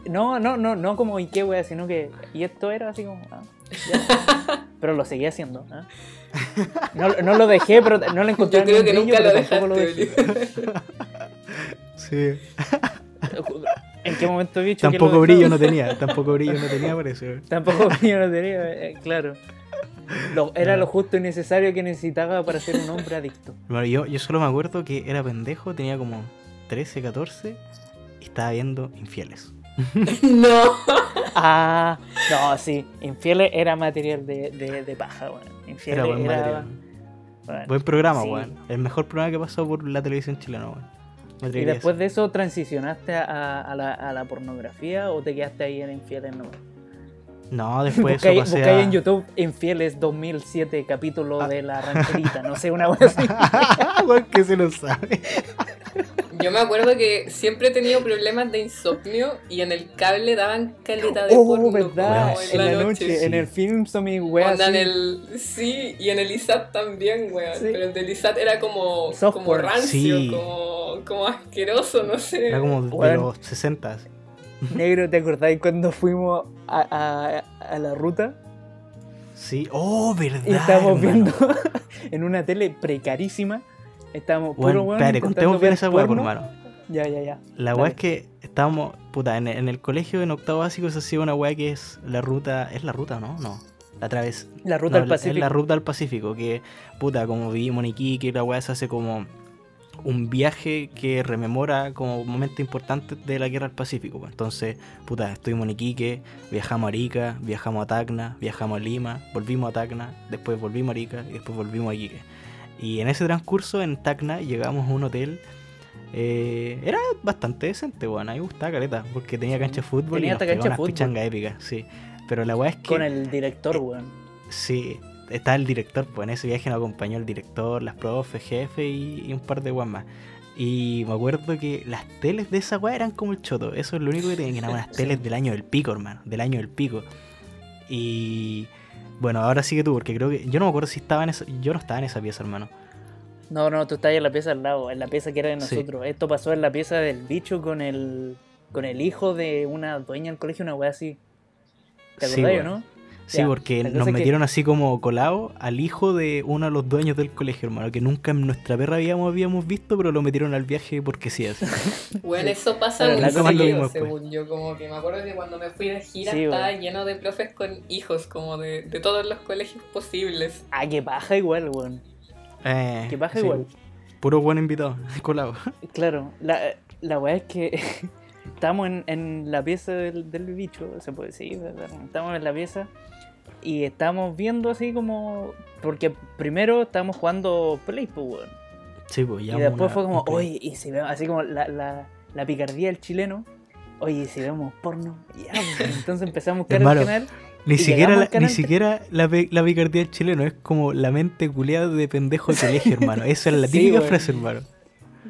[SPEAKER 4] mm, No, no, no, no como y qué wea, sino que... Y esto era así como... Ah, ya. pero lo seguí haciendo. ¿ah? No, no lo dejé, pero no lo encontré.
[SPEAKER 5] Yo creo que
[SPEAKER 4] brillo,
[SPEAKER 5] nunca
[SPEAKER 4] pero
[SPEAKER 5] lo
[SPEAKER 4] tampoco
[SPEAKER 5] dejaste, Oli.
[SPEAKER 3] Sí.
[SPEAKER 4] ¿En qué momento he dicho que lo
[SPEAKER 3] Tampoco
[SPEAKER 4] dejaba?
[SPEAKER 3] brillo no tenía. Tampoco brillo no tenía, parece, weón.
[SPEAKER 4] Tampoco brillo no tenía, eh, claro. Lo- era lo justo y necesario que necesitaba para ser un hombre adicto.
[SPEAKER 3] Bueno, yo, yo solo me acuerdo que era pendejo, tenía como 13, 14 y estaba viendo Infieles.
[SPEAKER 5] No.
[SPEAKER 4] Ah, no, sí. Infieles era material de, de, de paja, weón. Infieles
[SPEAKER 3] Era
[SPEAKER 4] era.
[SPEAKER 3] buen material.
[SPEAKER 4] bueno.
[SPEAKER 3] Buen programa,
[SPEAKER 4] Sí.
[SPEAKER 3] weón. El mejor programa que pasó por la televisión chilena, weón. Me
[SPEAKER 4] ¿Y
[SPEAKER 3] atrevería a
[SPEAKER 4] después de eso transicionaste a, a la, a la pornografía o te quedaste ahí en Infieles nomás?
[SPEAKER 3] decir. No, después
[SPEAKER 4] Buscáis
[SPEAKER 3] Pues eso pasé
[SPEAKER 4] buscáis
[SPEAKER 3] a-
[SPEAKER 4] en YouTube Infieles 2007, capítulo
[SPEAKER 3] Ah.
[SPEAKER 4] de la rancherita, no sé, una cosa así.
[SPEAKER 3] Weón, que se lo sabe.
[SPEAKER 5] Yo me acuerdo que siempre he tenido problemas de insomnio y en el cable daban caleta de
[SPEAKER 4] Oh,
[SPEAKER 5] porno
[SPEAKER 4] verdad,
[SPEAKER 5] como
[SPEAKER 3] sí.
[SPEAKER 4] en la noche,
[SPEAKER 3] sí.
[SPEAKER 4] en el film Somi, wea,
[SPEAKER 5] Onda en
[SPEAKER 4] así.
[SPEAKER 5] el, sí, y en el ISAT también, weón.
[SPEAKER 4] Sí.
[SPEAKER 5] Pero el del ISAT era como,
[SPEAKER 4] Software.
[SPEAKER 5] como rancio,
[SPEAKER 3] Sí.
[SPEAKER 5] como, como asqueroso, no sé.
[SPEAKER 3] Era como de
[SPEAKER 4] Weón.
[SPEAKER 3] los 60.
[SPEAKER 4] Negro, ¿te acordáis cuando fuimos a, a- a la ruta?
[SPEAKER 3] Sí. Oh, verdad.
[SPEAKER 4] Y estábamos
[SPEAKER 3] hermano.
[SPEAKER 4] viendo en una tele precarísima. Estábamos
[SPEAKER 3] Weón,
[SPEAKER 4] puro weón
[SPEAKER 3] espérate,
[SPEAKER 4] intentando
[SPEAKER 3] contemos bien
[SPEAKER 4] ver
[SPEAKER 3] esa weá, pues,
[SPEAKER 4] porno.
[SPEAKER 3] hermano.
[SPEAKER 4] Ya, ya, ya.
[SPEAKER 3] La weá
[SPEAKER 4] Dale.
[SPEAKER 3] es que estábamos, puta, en, en el colegio en octavo básico se hacía una weá que es la ruta, es la ruta, ¿no? No, la través.
[SPEAKER 4] La ruta
[SPEAKER 3] no,
[SPEAKER 4] al
[SPEAKER 3] la-
[SPEAKER 4] Pacífico.
[SPEAKER 3] Es la ruta al Pacífico, que, puta, como vivimos en Iquique, la weá se hace como un viaje que rememora como momentos importantes de la guerra al Pacífico. pues. Entonces, puta, estuvimos en Iquique, viajamos a Arica, viajamos a Tacna, viajamos a Lima, volvimos a Tacna, después volvimos a Arica y después volvimos a Iquique. Y en ese transcurso en Tacna llegamos a un hotel. eh, era bastante decente, weón. A mí me gustaba caleta, porque tenía
[SPEAKER 4] Sí.
[SPEAKER 3] cancha de fútbol
[SPEAKER 4] Tenía
[SPEAKER 3] y nos
[SPEAKER 4] hasta
[SPEAKER 3] pegó
[SPEAKER 4] cancha de
[SPEAKER 3] unas
[SPEAKER 4] fútbol.
[SPEAKER 3] pichangas épicas, sí. Pero la weá es que.
[SPEAKER 4] Con el director, weón.
[SPEAKER 3] Sí, estaba el director, pues en ese viaje nos acompañó el director, las profes, jefe y, y un par de guas más. Y me acuerdo que las teles de esa weá eran como el choto. Eso es lo único que tenían que eran unas teles del año del pico, hermano. Del año del pico. Y bueno, ahora sigue tú, porque creo que. Yo no me acuerdo si estaba en esa. Yo no estaba en esa pieza, hermano.
[SPEAKER 4] No, no, tú estás en la pieza al lado, en la pieza que era de
[SPEAKER 3] Sí.
[SPEAKER 4] nosotros. Esto pasó en la pieza del bicho con el con el hijo de una dueña del colegio, una weá así. ¿Te
[SPEAKER 3] Sí,
[SPEAKER 4] acordás, o
[SPEAKER 3] weón.
[SPEAKER 4] no?
[SPEAKER 3] Sí,
[SPEAKER 4] Ya,
[SPEAKER 3] porque
[SPEAKER 4] la cosa
[SPEAKER 3] nos
[SPEAKER 4] es que-
[SPEAKER 3] metieron así como colado al hijo de uno de los dueños del colegio, hermano, que nunca en nuestra perra habíamos, habíamos visto, pero lo metieron al viaje porque sí, así.
[SPEAKER 5] Bueno, eso pasa
[SPEAKER 4] Pero
[SPEAKER 5] muy
[SPEAKER 4] la cosa es lo
[SPEAKER 5] seguido,
[SPEAKER 3] mismo después.
[SPEAKER 5] según yo. Como que me acuerdo que cuando me fui de gira
[SPEAKER 4] Sí,
[SPEAKER 5] estaba
[SPEAKER 4] bueno.
[SPEAKER 5] lleno de profes con hijos, como de, de todos los colegios posibles.
[SPEAKER 4] Ah, que paja igual, weón.
[SPEAKER 3] Eh,
[SPEAKER 4] Que paja
[SPEAKER 3] sí,
[SPEAKER 4] igual.
[SPEAKER 3] Puro buen invitado, colado.
[SPEAKER 4] Claro, la, la weá es que estamos en, en la pieza del, del bicho, se puede decir, ¿verdad? estamos en la pieza y estamos viendo así como... Porque primero estábamos jugando Play, pues, weón.
[SPEAKER 3] Sí, pues,
[SPEAKER 4] Y
[SPEAKER 3] llevamos
[SPEAKER 4] después
[SPEAKER 3] una-
[SPEAKER 4] fue como,
[SPEAKER 3] un play.
[SPEAKER 4] oye, y si vemos, así como la, la, la picardía del chileno, oye, ¿y si vemos porno, ya, pues. entonces empezamos a buscar
[SPEAKER 3] Hermano,
[SPEAKER 4] el canal.
[SPEAKER 3] Ni
[SPEAKER 4] y
[SPEAKER 3] siquiera,
[SPEAKER 4] llegamos
[SPEAKER 3] la,
[SPEAKER 4] al
[SPEAKER 3] ni
[SPEAKER 4] canal.
[SPEAKER 3] siquiera la, pe- la picardía del chileno, es como la mente culeada de pendejo de colegio, hermano. Esa es la
[SPEAKER 4] Sí,
[SPEAKER 3] típica
[SPEAKER 4] güey.
[SPEAKER 3] frase, hermano.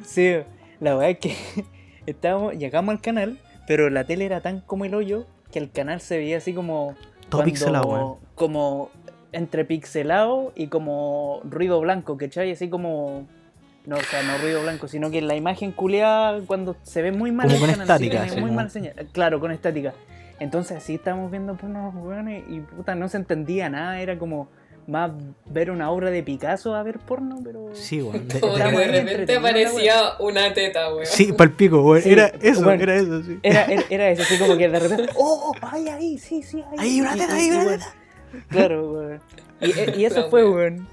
[SPEAKER 4] Sí, la verdad es que estábamos, llegamos al canal, pero la tele era tan como el hoyo que el canal se veía así como.
[SPEAKER 3] Todo pixelado, weón.
[SPEAKER 4] Como entre pixelado y como ruido blanco, ¿cachai? Así como. No, o sea, no ruido blanco, sino que la imagen culeada cuando se ve muy mal
[SPEAKER 3] Como con
[SPEAKER 4] el canal, así,
[SPEAKER 3] estática,
[SPEAKER 4] tiene
[SPEAKER 3] así
[SPEAKER 4] muy
[SPEAKER 3] como-
[SPEAKER 4] mala señal. Claro, con estática. Entonces así estábamos viendo unos weones y puta, no se entendía nada, era como más ver una obra de Picasso a ver porno, pero.
[SPEAKER 3] Sí, weón. De-
[SPEAKER 5] Como
[SPEAKER 3] de-
[SPEAKER 4] Estamos
[SPEAKER 5] que de
[SPEAKER 4] ahí
[SPEAKER 5] repente
[SPEAKER 4] entretenidos, la
[SPEAKER 5] aparecía una teta, weón.
[SPEAKER 3] Sí, palpico, güey.
[SPEAKER 4] Sí,
[SPEAKER 3] era eso,
[SPEAKER 4] bueno.
[SPEAKER 3] era eso, sí.
[SPEAKER 4] Era, era, era eso, así como que de repente, ¡oh! ¡Ay, ahí! Sí, sí, ahí.
[SPEAKER 3] Ahí, una
[SPEAKER 4] Y-
[SPEAKER 3] teta,
[SPEAKER 4] y-
[SPEAKER 3] ahí,
[SPEAKER 4] y
[SPEAKER 3] una
[SPEAKER 4] bueno, Claro, weón. Y, e- y eso
[SPEAKER 5] La
[SPEAKER 4] fue,
[SPEAKER 5] wea.
[SPEAKER 4] weón.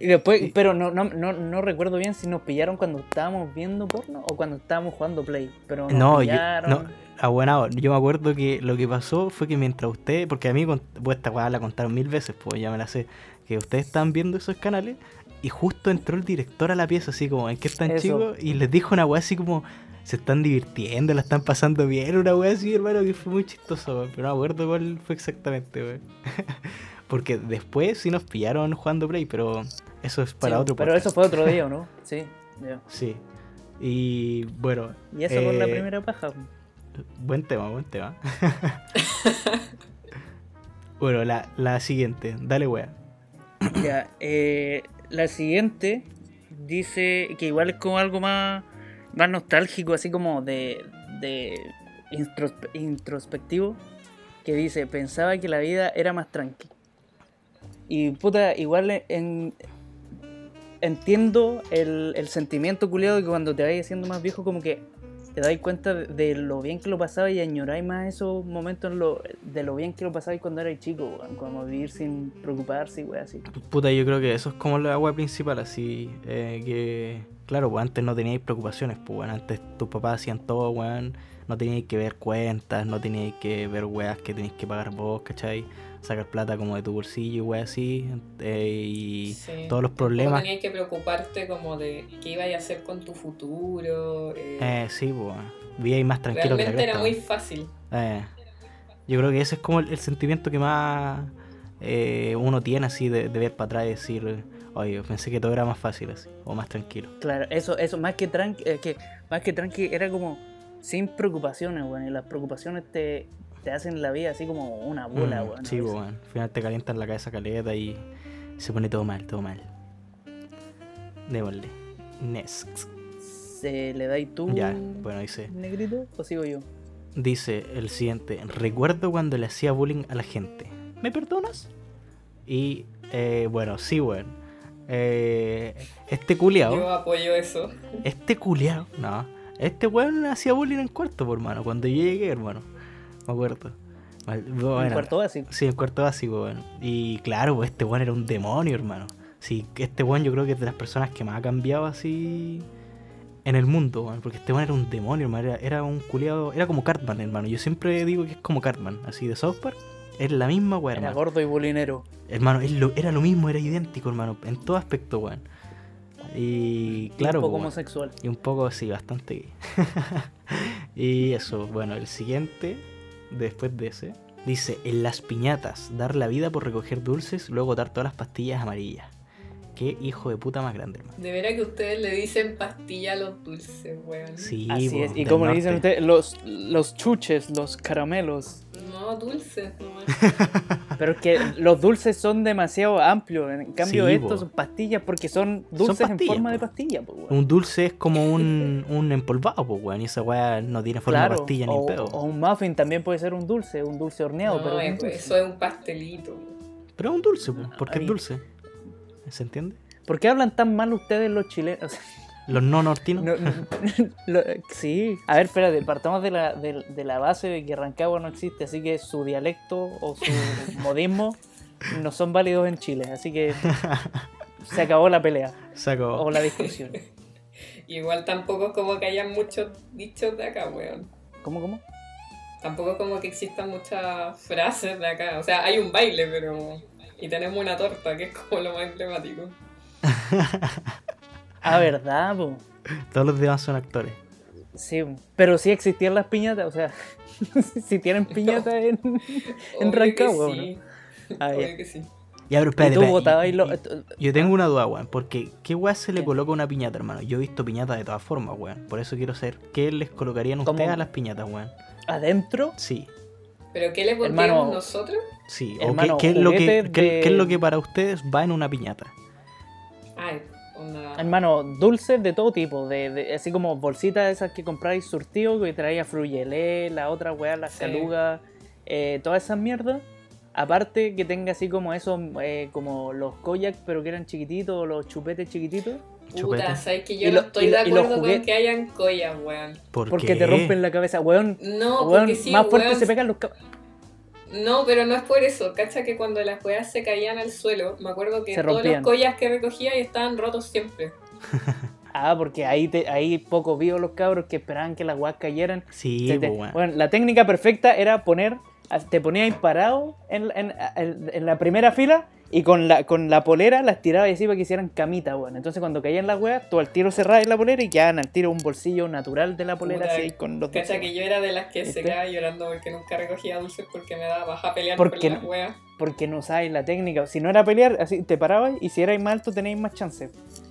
[SPEAKER 4] Y después, pero no, no, no, no recuerdo bien si nos pillaron cuando estábamos viendo porno o cuando estábamos jugando Play. Pero nos
[SPEAKER 3] No, yo,
[SPEAKER 4] pillaron.
[SPEAKER 3] no, a buena hora. Yo me acuerdo que lo que pasó fue que mientras usted, porque a mí, con- pues esta weá la contaron mil veces, pues ya me la sé, que ustedes estaban viendo esos canales y justo entró el director a la pieza, así como, ¿en qué están
[SPEAKER 4] Eso.
[SPEAKER 3] chicos? Y les dijo una weá así como, se están divirtiendo, la están pasando bien, una weá así, hermano, que fue muy chistoso, weón, pero no me acuerdo cuál fue exactamente, weón. porque después sí nos pillaron jugando play, pero eso es para
[SPEAKER 4] Sí,
[SPEAKER 3] otro
[SPEAKER 4] Pero
[SPEAKER 3] podcast.
[SPEAKER 4] eso fue otro día, ¿o ¿no? Sí. ya.
[SPEAKER 3] Sí. Y bueno,
[SPEAKER 4] Y eso por la
[SPEAKER 3] eh,
[SPEAKER 4] primera paja.
[SPEAKER 3] Buen tema, buen tema. bueno, la, la siguiente. Dale, wea.
[SPEAKER 4] Ya, eh, la siguiente dice que igual es como algo más, más nostálgico, así como de, de introspe- introspectivo, que dice, pensaba que la vida era más tranqui. Y puta, igual en- entiendo el, el sentimiento culiado de que cuando te vayas siendo más viejo, como que te dais cuenta de- de lo bien que lo pasaba y añoráis más esos momentos lo- de lo bien que lo pasabais cuando erais chico, weón, como vivir sin preocuparse y weón, así.
[SPEAKER 3] Puta, yo creo que eso es como la agua principal, así eh, que, claro, pues antes no teníais preocupaciones, pues bueno, antes tus papás hacían todo, weón, no teníais que ver cuentas, no teníais que ver weas que tenéis que pagar vos, ¿cachai? Sacar plata como de tu bolsillo, weón, así, eh, y
[SPEAKER 5] Sí.
[SPEAKER 3] todos los problemas.
[SPEAKER 5] Tenías que preocuparte como de qué ibas a hacer con tu futuro. eh,
[SPEAKER 3] Eh, sí, pues, vivíais más tranquilo que la
[SPEAKER 5] realmente era
[SPEAKER 3] cresta,
[SPEAKER 5] muy
[SPEAKER 3] weón.
[SPEAKER 5] fácil.
[SPEAKER 3] Eh, yo creo que ese es como el, el sentimiento que más eh, uno tiene así de, de ver para atrás y decir, oye, pensé que todo era más fácil así, o más tranquilo.
[SPEAKER 4] Claro, eso, eso, más que tranqui, eh, que, más que tranqui, era como sin preocupaciones, weón, y las preocupaciones te, te hacen la vida así como una bola,
[SPEAKER 3] Mm,
[SPEAKER 4] weón.
[SPEAKER 3] Sí,
[SPEAKER 4] a veces.
[SPEAKER 3] pues, weón. Al final te calientan la cabeza caleta y se pone todo mal, todo mal. Démosle. Next.
[SPEAKER 4] ¿Se le dais tú,
[SPEAKER 3] Ya, pues. bueno, dice.
[SPEAKER 4] negrito, o sigo yo?
[SPEAKER 3] Dice el siguiente. Recuerdo cuando le hacía bullying a la gente. ¿Me perdonas? Y, eh, bueno, sí, weón. Eh, este culiao.
[SPEAKER 5] Yo apoyo eso.
[SPEAKER 3] Este culiao, no. Este weón hacía bullying en cuarto, por hermano. Cuando yo llegué, hermano. Me acuerdo. Mal-
[SPEAKER 4] En
[SPEAKER 3] bueno,
[SPEAKER 4] cuarto básico.
[SPEAKER 3] Sí, en cuarto básico, weón. Y claro, pues, este weón era un demonio, hermano. Sí, este weón yo creo que es de las personas que más ha cambiado así en el mundo, weón. Porque este weón era un demonio, hermano. Era, era un culiado. Era como Cartman, hermano. Yo siempre digo que es como Cartman, así de South Park. Es la misma weón,
[SPEAKER 4] Era
[SPEAKER 3] hermano.
[SPEAKER 4] gordo y bolinero.
[SPEAKER 3] Hermano, es lo- era lo mismo, era idéntico, hermano. En todo aspecto, weón. Y claro,
[SPEAKER 4] Un
[SPEAKER 3] pues,
[SPEAKER 4] poco
[SPEAKER 3] weón.
[SPEAKER 4] homosexual.
[SPEAKER 3] Y un poco así, bastante gay. y eso, bueno, el siguiente, después de ese, dice, en las piñatas, dar la vida por recoger dulces, luego dar todas las pastillas amarillas. Qué hijo de puta más grande, hermano.
[SPEAKER 5] De veras que ustedes le dicen pastilla a los dulces, weón.
[SPEAKER 3] Sí,
[SPEAKER 4] Así
[SPEAKER 3] po,
[SPEAKER 4] es. Y
[SPEAKER 3] del
[SPEAKER 4] como le dicen
[SPEAKER 3] norte.
[SPEAKER 4] ustedes, los, los chuches, los caramelos.
[SPEAKER 5] No, dulces nomás.
[SPEAKER 4] Pero es que los dulces son demasiado amplios. En cambio,
[SPEAKER 3] Sí,
[SPEAKER 4] estos
[SPEAKER 3] po.
[SPEAKER 4] son pastillas porque son dulces en
[SPEAKER 3] pastillas, pues.
[SPEAKER 4] forma
[SPEAKER 3] po.
[SPEAKER 4] de pastilla. po, weón.
[SPEAKER 3] Un dulce es como un, un empolvado, pues, weón. Y esa weá no tiene forma de pastilla ni
[SPEAKER 4] o,
[SPEAKER 3] el pedo.
[SPEAKER 4] o un muffin también puede ser un dulce, un dulce horneado,
[SPEAKER 5] No,
[SPEAKER 4] pero es un
[SPEAKER 5] es-
[SPEAKER 4] dulce.
[SPEAKER 5] eh, pues, eso es un pastelito.
[SPEAKER 3] Pero es un dulce, pues, porque
[SPEAKER 4] Ah, ahí.
[SPEAKER 3] es dulce. ¿Se entiende?
[SPEAKER 4] ¿Por qué hablan tan mal ustedes los chilenos?
[SPEAKER 3] Los no nortinos.
[SPEAKER 4] No, no, lo- sí. A ver, espérate, partamos de la, de, de la base de que Rancagua no existe, así que su dialecto o su modismo no son válidos en Chile, así que se acabó la pelea
[SPEAKER 3] Saco.
[SPEAKER 4] o la discusión.
[SPEAKER 5] Y igual tampoco es como que hayan muchos dichos de acá, weón.
[SPEAKER 4] ¿Cómo, cómo?
[SPEAKER 5] Tampoco es como que existan muchas frases de acá. O sea, hay un baile, pero... Y tenemos una torta, que es como lo más emblemático.
[SPEAKER 4] Ah, ¿verdad? po?
[SPEAKER 3] Todos los demás son actores.
[SPEAKER 4] Sí, pero sí existían las piñatas, o sea, si tienen piñatas en... En
[SPEAKER 5] Obvio que
[SPEAKER 4] Rancagua,
[SPEAKER 5] sí.
[SPEAKER 4] Ah, ya.
[SPEAKER 5] Obvio que sí.
[SPEAKER 3] Ya, pero
[SPEAKER 4] Y
[SPEAKER 3] espérate.
[SPEAKER 4] tú
[SPEAKER 3] espérate,
[SPEAKER 4] votabas y
[SPEAKER 3] y-
[SPEAKER 4] lo- eh,
[SPEAKER 3] y- Yo tengo una duda, weón, porque ¿qué weá se le
[SPEAKER 4] Ah. ¿Qué?
[SPEAKER 3] coloca a una piñata, hermano? Yo he visto piñatas de todas formas, weón. Por eso quiero saber qué les colocarían
[SPEAKER 4] ¿Cómo?
[SPEAKER 3] ustedes a las piñatas, weón.
[SPEAKER 4] adentro
[SPEAKER 3] Sí,
[SPEAKER 5] ¿Pero qué le pondríamos
[SPEAKER 4] Hermano,
[SPEAKER 5] nosotros?
[SPEAKER 3] sí.
[SPEAKER 4] Hermano,
[SPEAKER 3] o qué, qué es lo que,
[SPEAKER 4] juguetes
[SPEAKER 3] qué-
[SPEAKER 4] de-
[SPEAKER 3] qué es lo que para ustedes va en una piñata.
[SPEAKER 5] Ay, onda...
[SPEAKER 4] Hermano, dulces de todo tipo, de, de- así como bolsitas esas que compráis surtido, que traía frugelé, la otra weá, las
[SPEAKER 5] Sí.
[SPEAKER 4] calugas, eh, todas esas mierdas. Aparte que tenga así como esos, eh, como los koyak, pero que eran chiquititos, los chupetes chiquititos,
[SPEAKER 3] Chupete.
[SPEAKER 5] Puta, sabes que yo
[SPEAKER 4] Y
[SPEAKER 5] no
[SPEAKER 4] lo-
[SPEAKER 5] estoy
[SPEAKER 4] y
[SPEAKER 5] de
[SPEAKER 4] lo- y los
[SPEAKER 5] acuerdo con
[SPEAKER 4] juguetes.
[SPEAKER 5] que hayan collas, weón.
[SPEAKER 3] ¿Por
[SPEAKER 4] porque
[SPEAKER 3] qué?
[SPEAKER 4] te rompen la cabeza, weón.
[SPEAKER 5] No,
[SPEAKER 4] weón,
[SPEAKER 5] porque sí,
[SPEAKER 4] más fuerte
[SPEAKER 5] weón,
[SPEAKER 4] se pegan los cab-
[SPEAKER 5] No, pero no es por eso. Cacha que cuando las weas se caían al suelo, me acuerdo que
[SPEAKER 4] Se
[SPEAKER 5] todos los
[SPEAKER 4] rompían.
[SPEAKER 5] collas que recogía estaban rotos siempre.
[SPEAKER 4] Ah, porque ahí, te, ahí poco vio los cabros que esperaban que las weas cayeran
[SPEAKER 3] Sí,
[SPEAKER 4] Te- te-
[SPEAKER 3] po, weón.
[SPEAKER 4] bueno, la técnica perfecta era poner, te ponías parado en, en- en- en la primera fila y con la, con la polera las tirabas así para que hicieran camita, weón. Entonces cuando caían las weas, tú al tiro cerrabas la polera y quedaban al tiro un bolsillo natural de la polera
[SPEAKER 5] Puta,
[SPEAKER 4] así ahí con los
[SPEAKER 5] Cacha
[SPEAKER 4] dulces.
[SPEAKER 5] que yo era de las que
[SPEAKER 4] ¿Viste?
[SPEAKER 5] se quedaba llorando porque nunca recogía dulces porque me daba baja pelear
[SPEAKER 4] ¿Por
[SPEAKER 5] por,
[SPEAKER 4] qué
[SPEAKER 5] las
[SPEAKER 4] no?
[SPEAKER 5] weas.
[SPEAKER 4] Porque no sabes la técnica. Si no era pelear, así te parabas y si erais más alto tenéis más chance.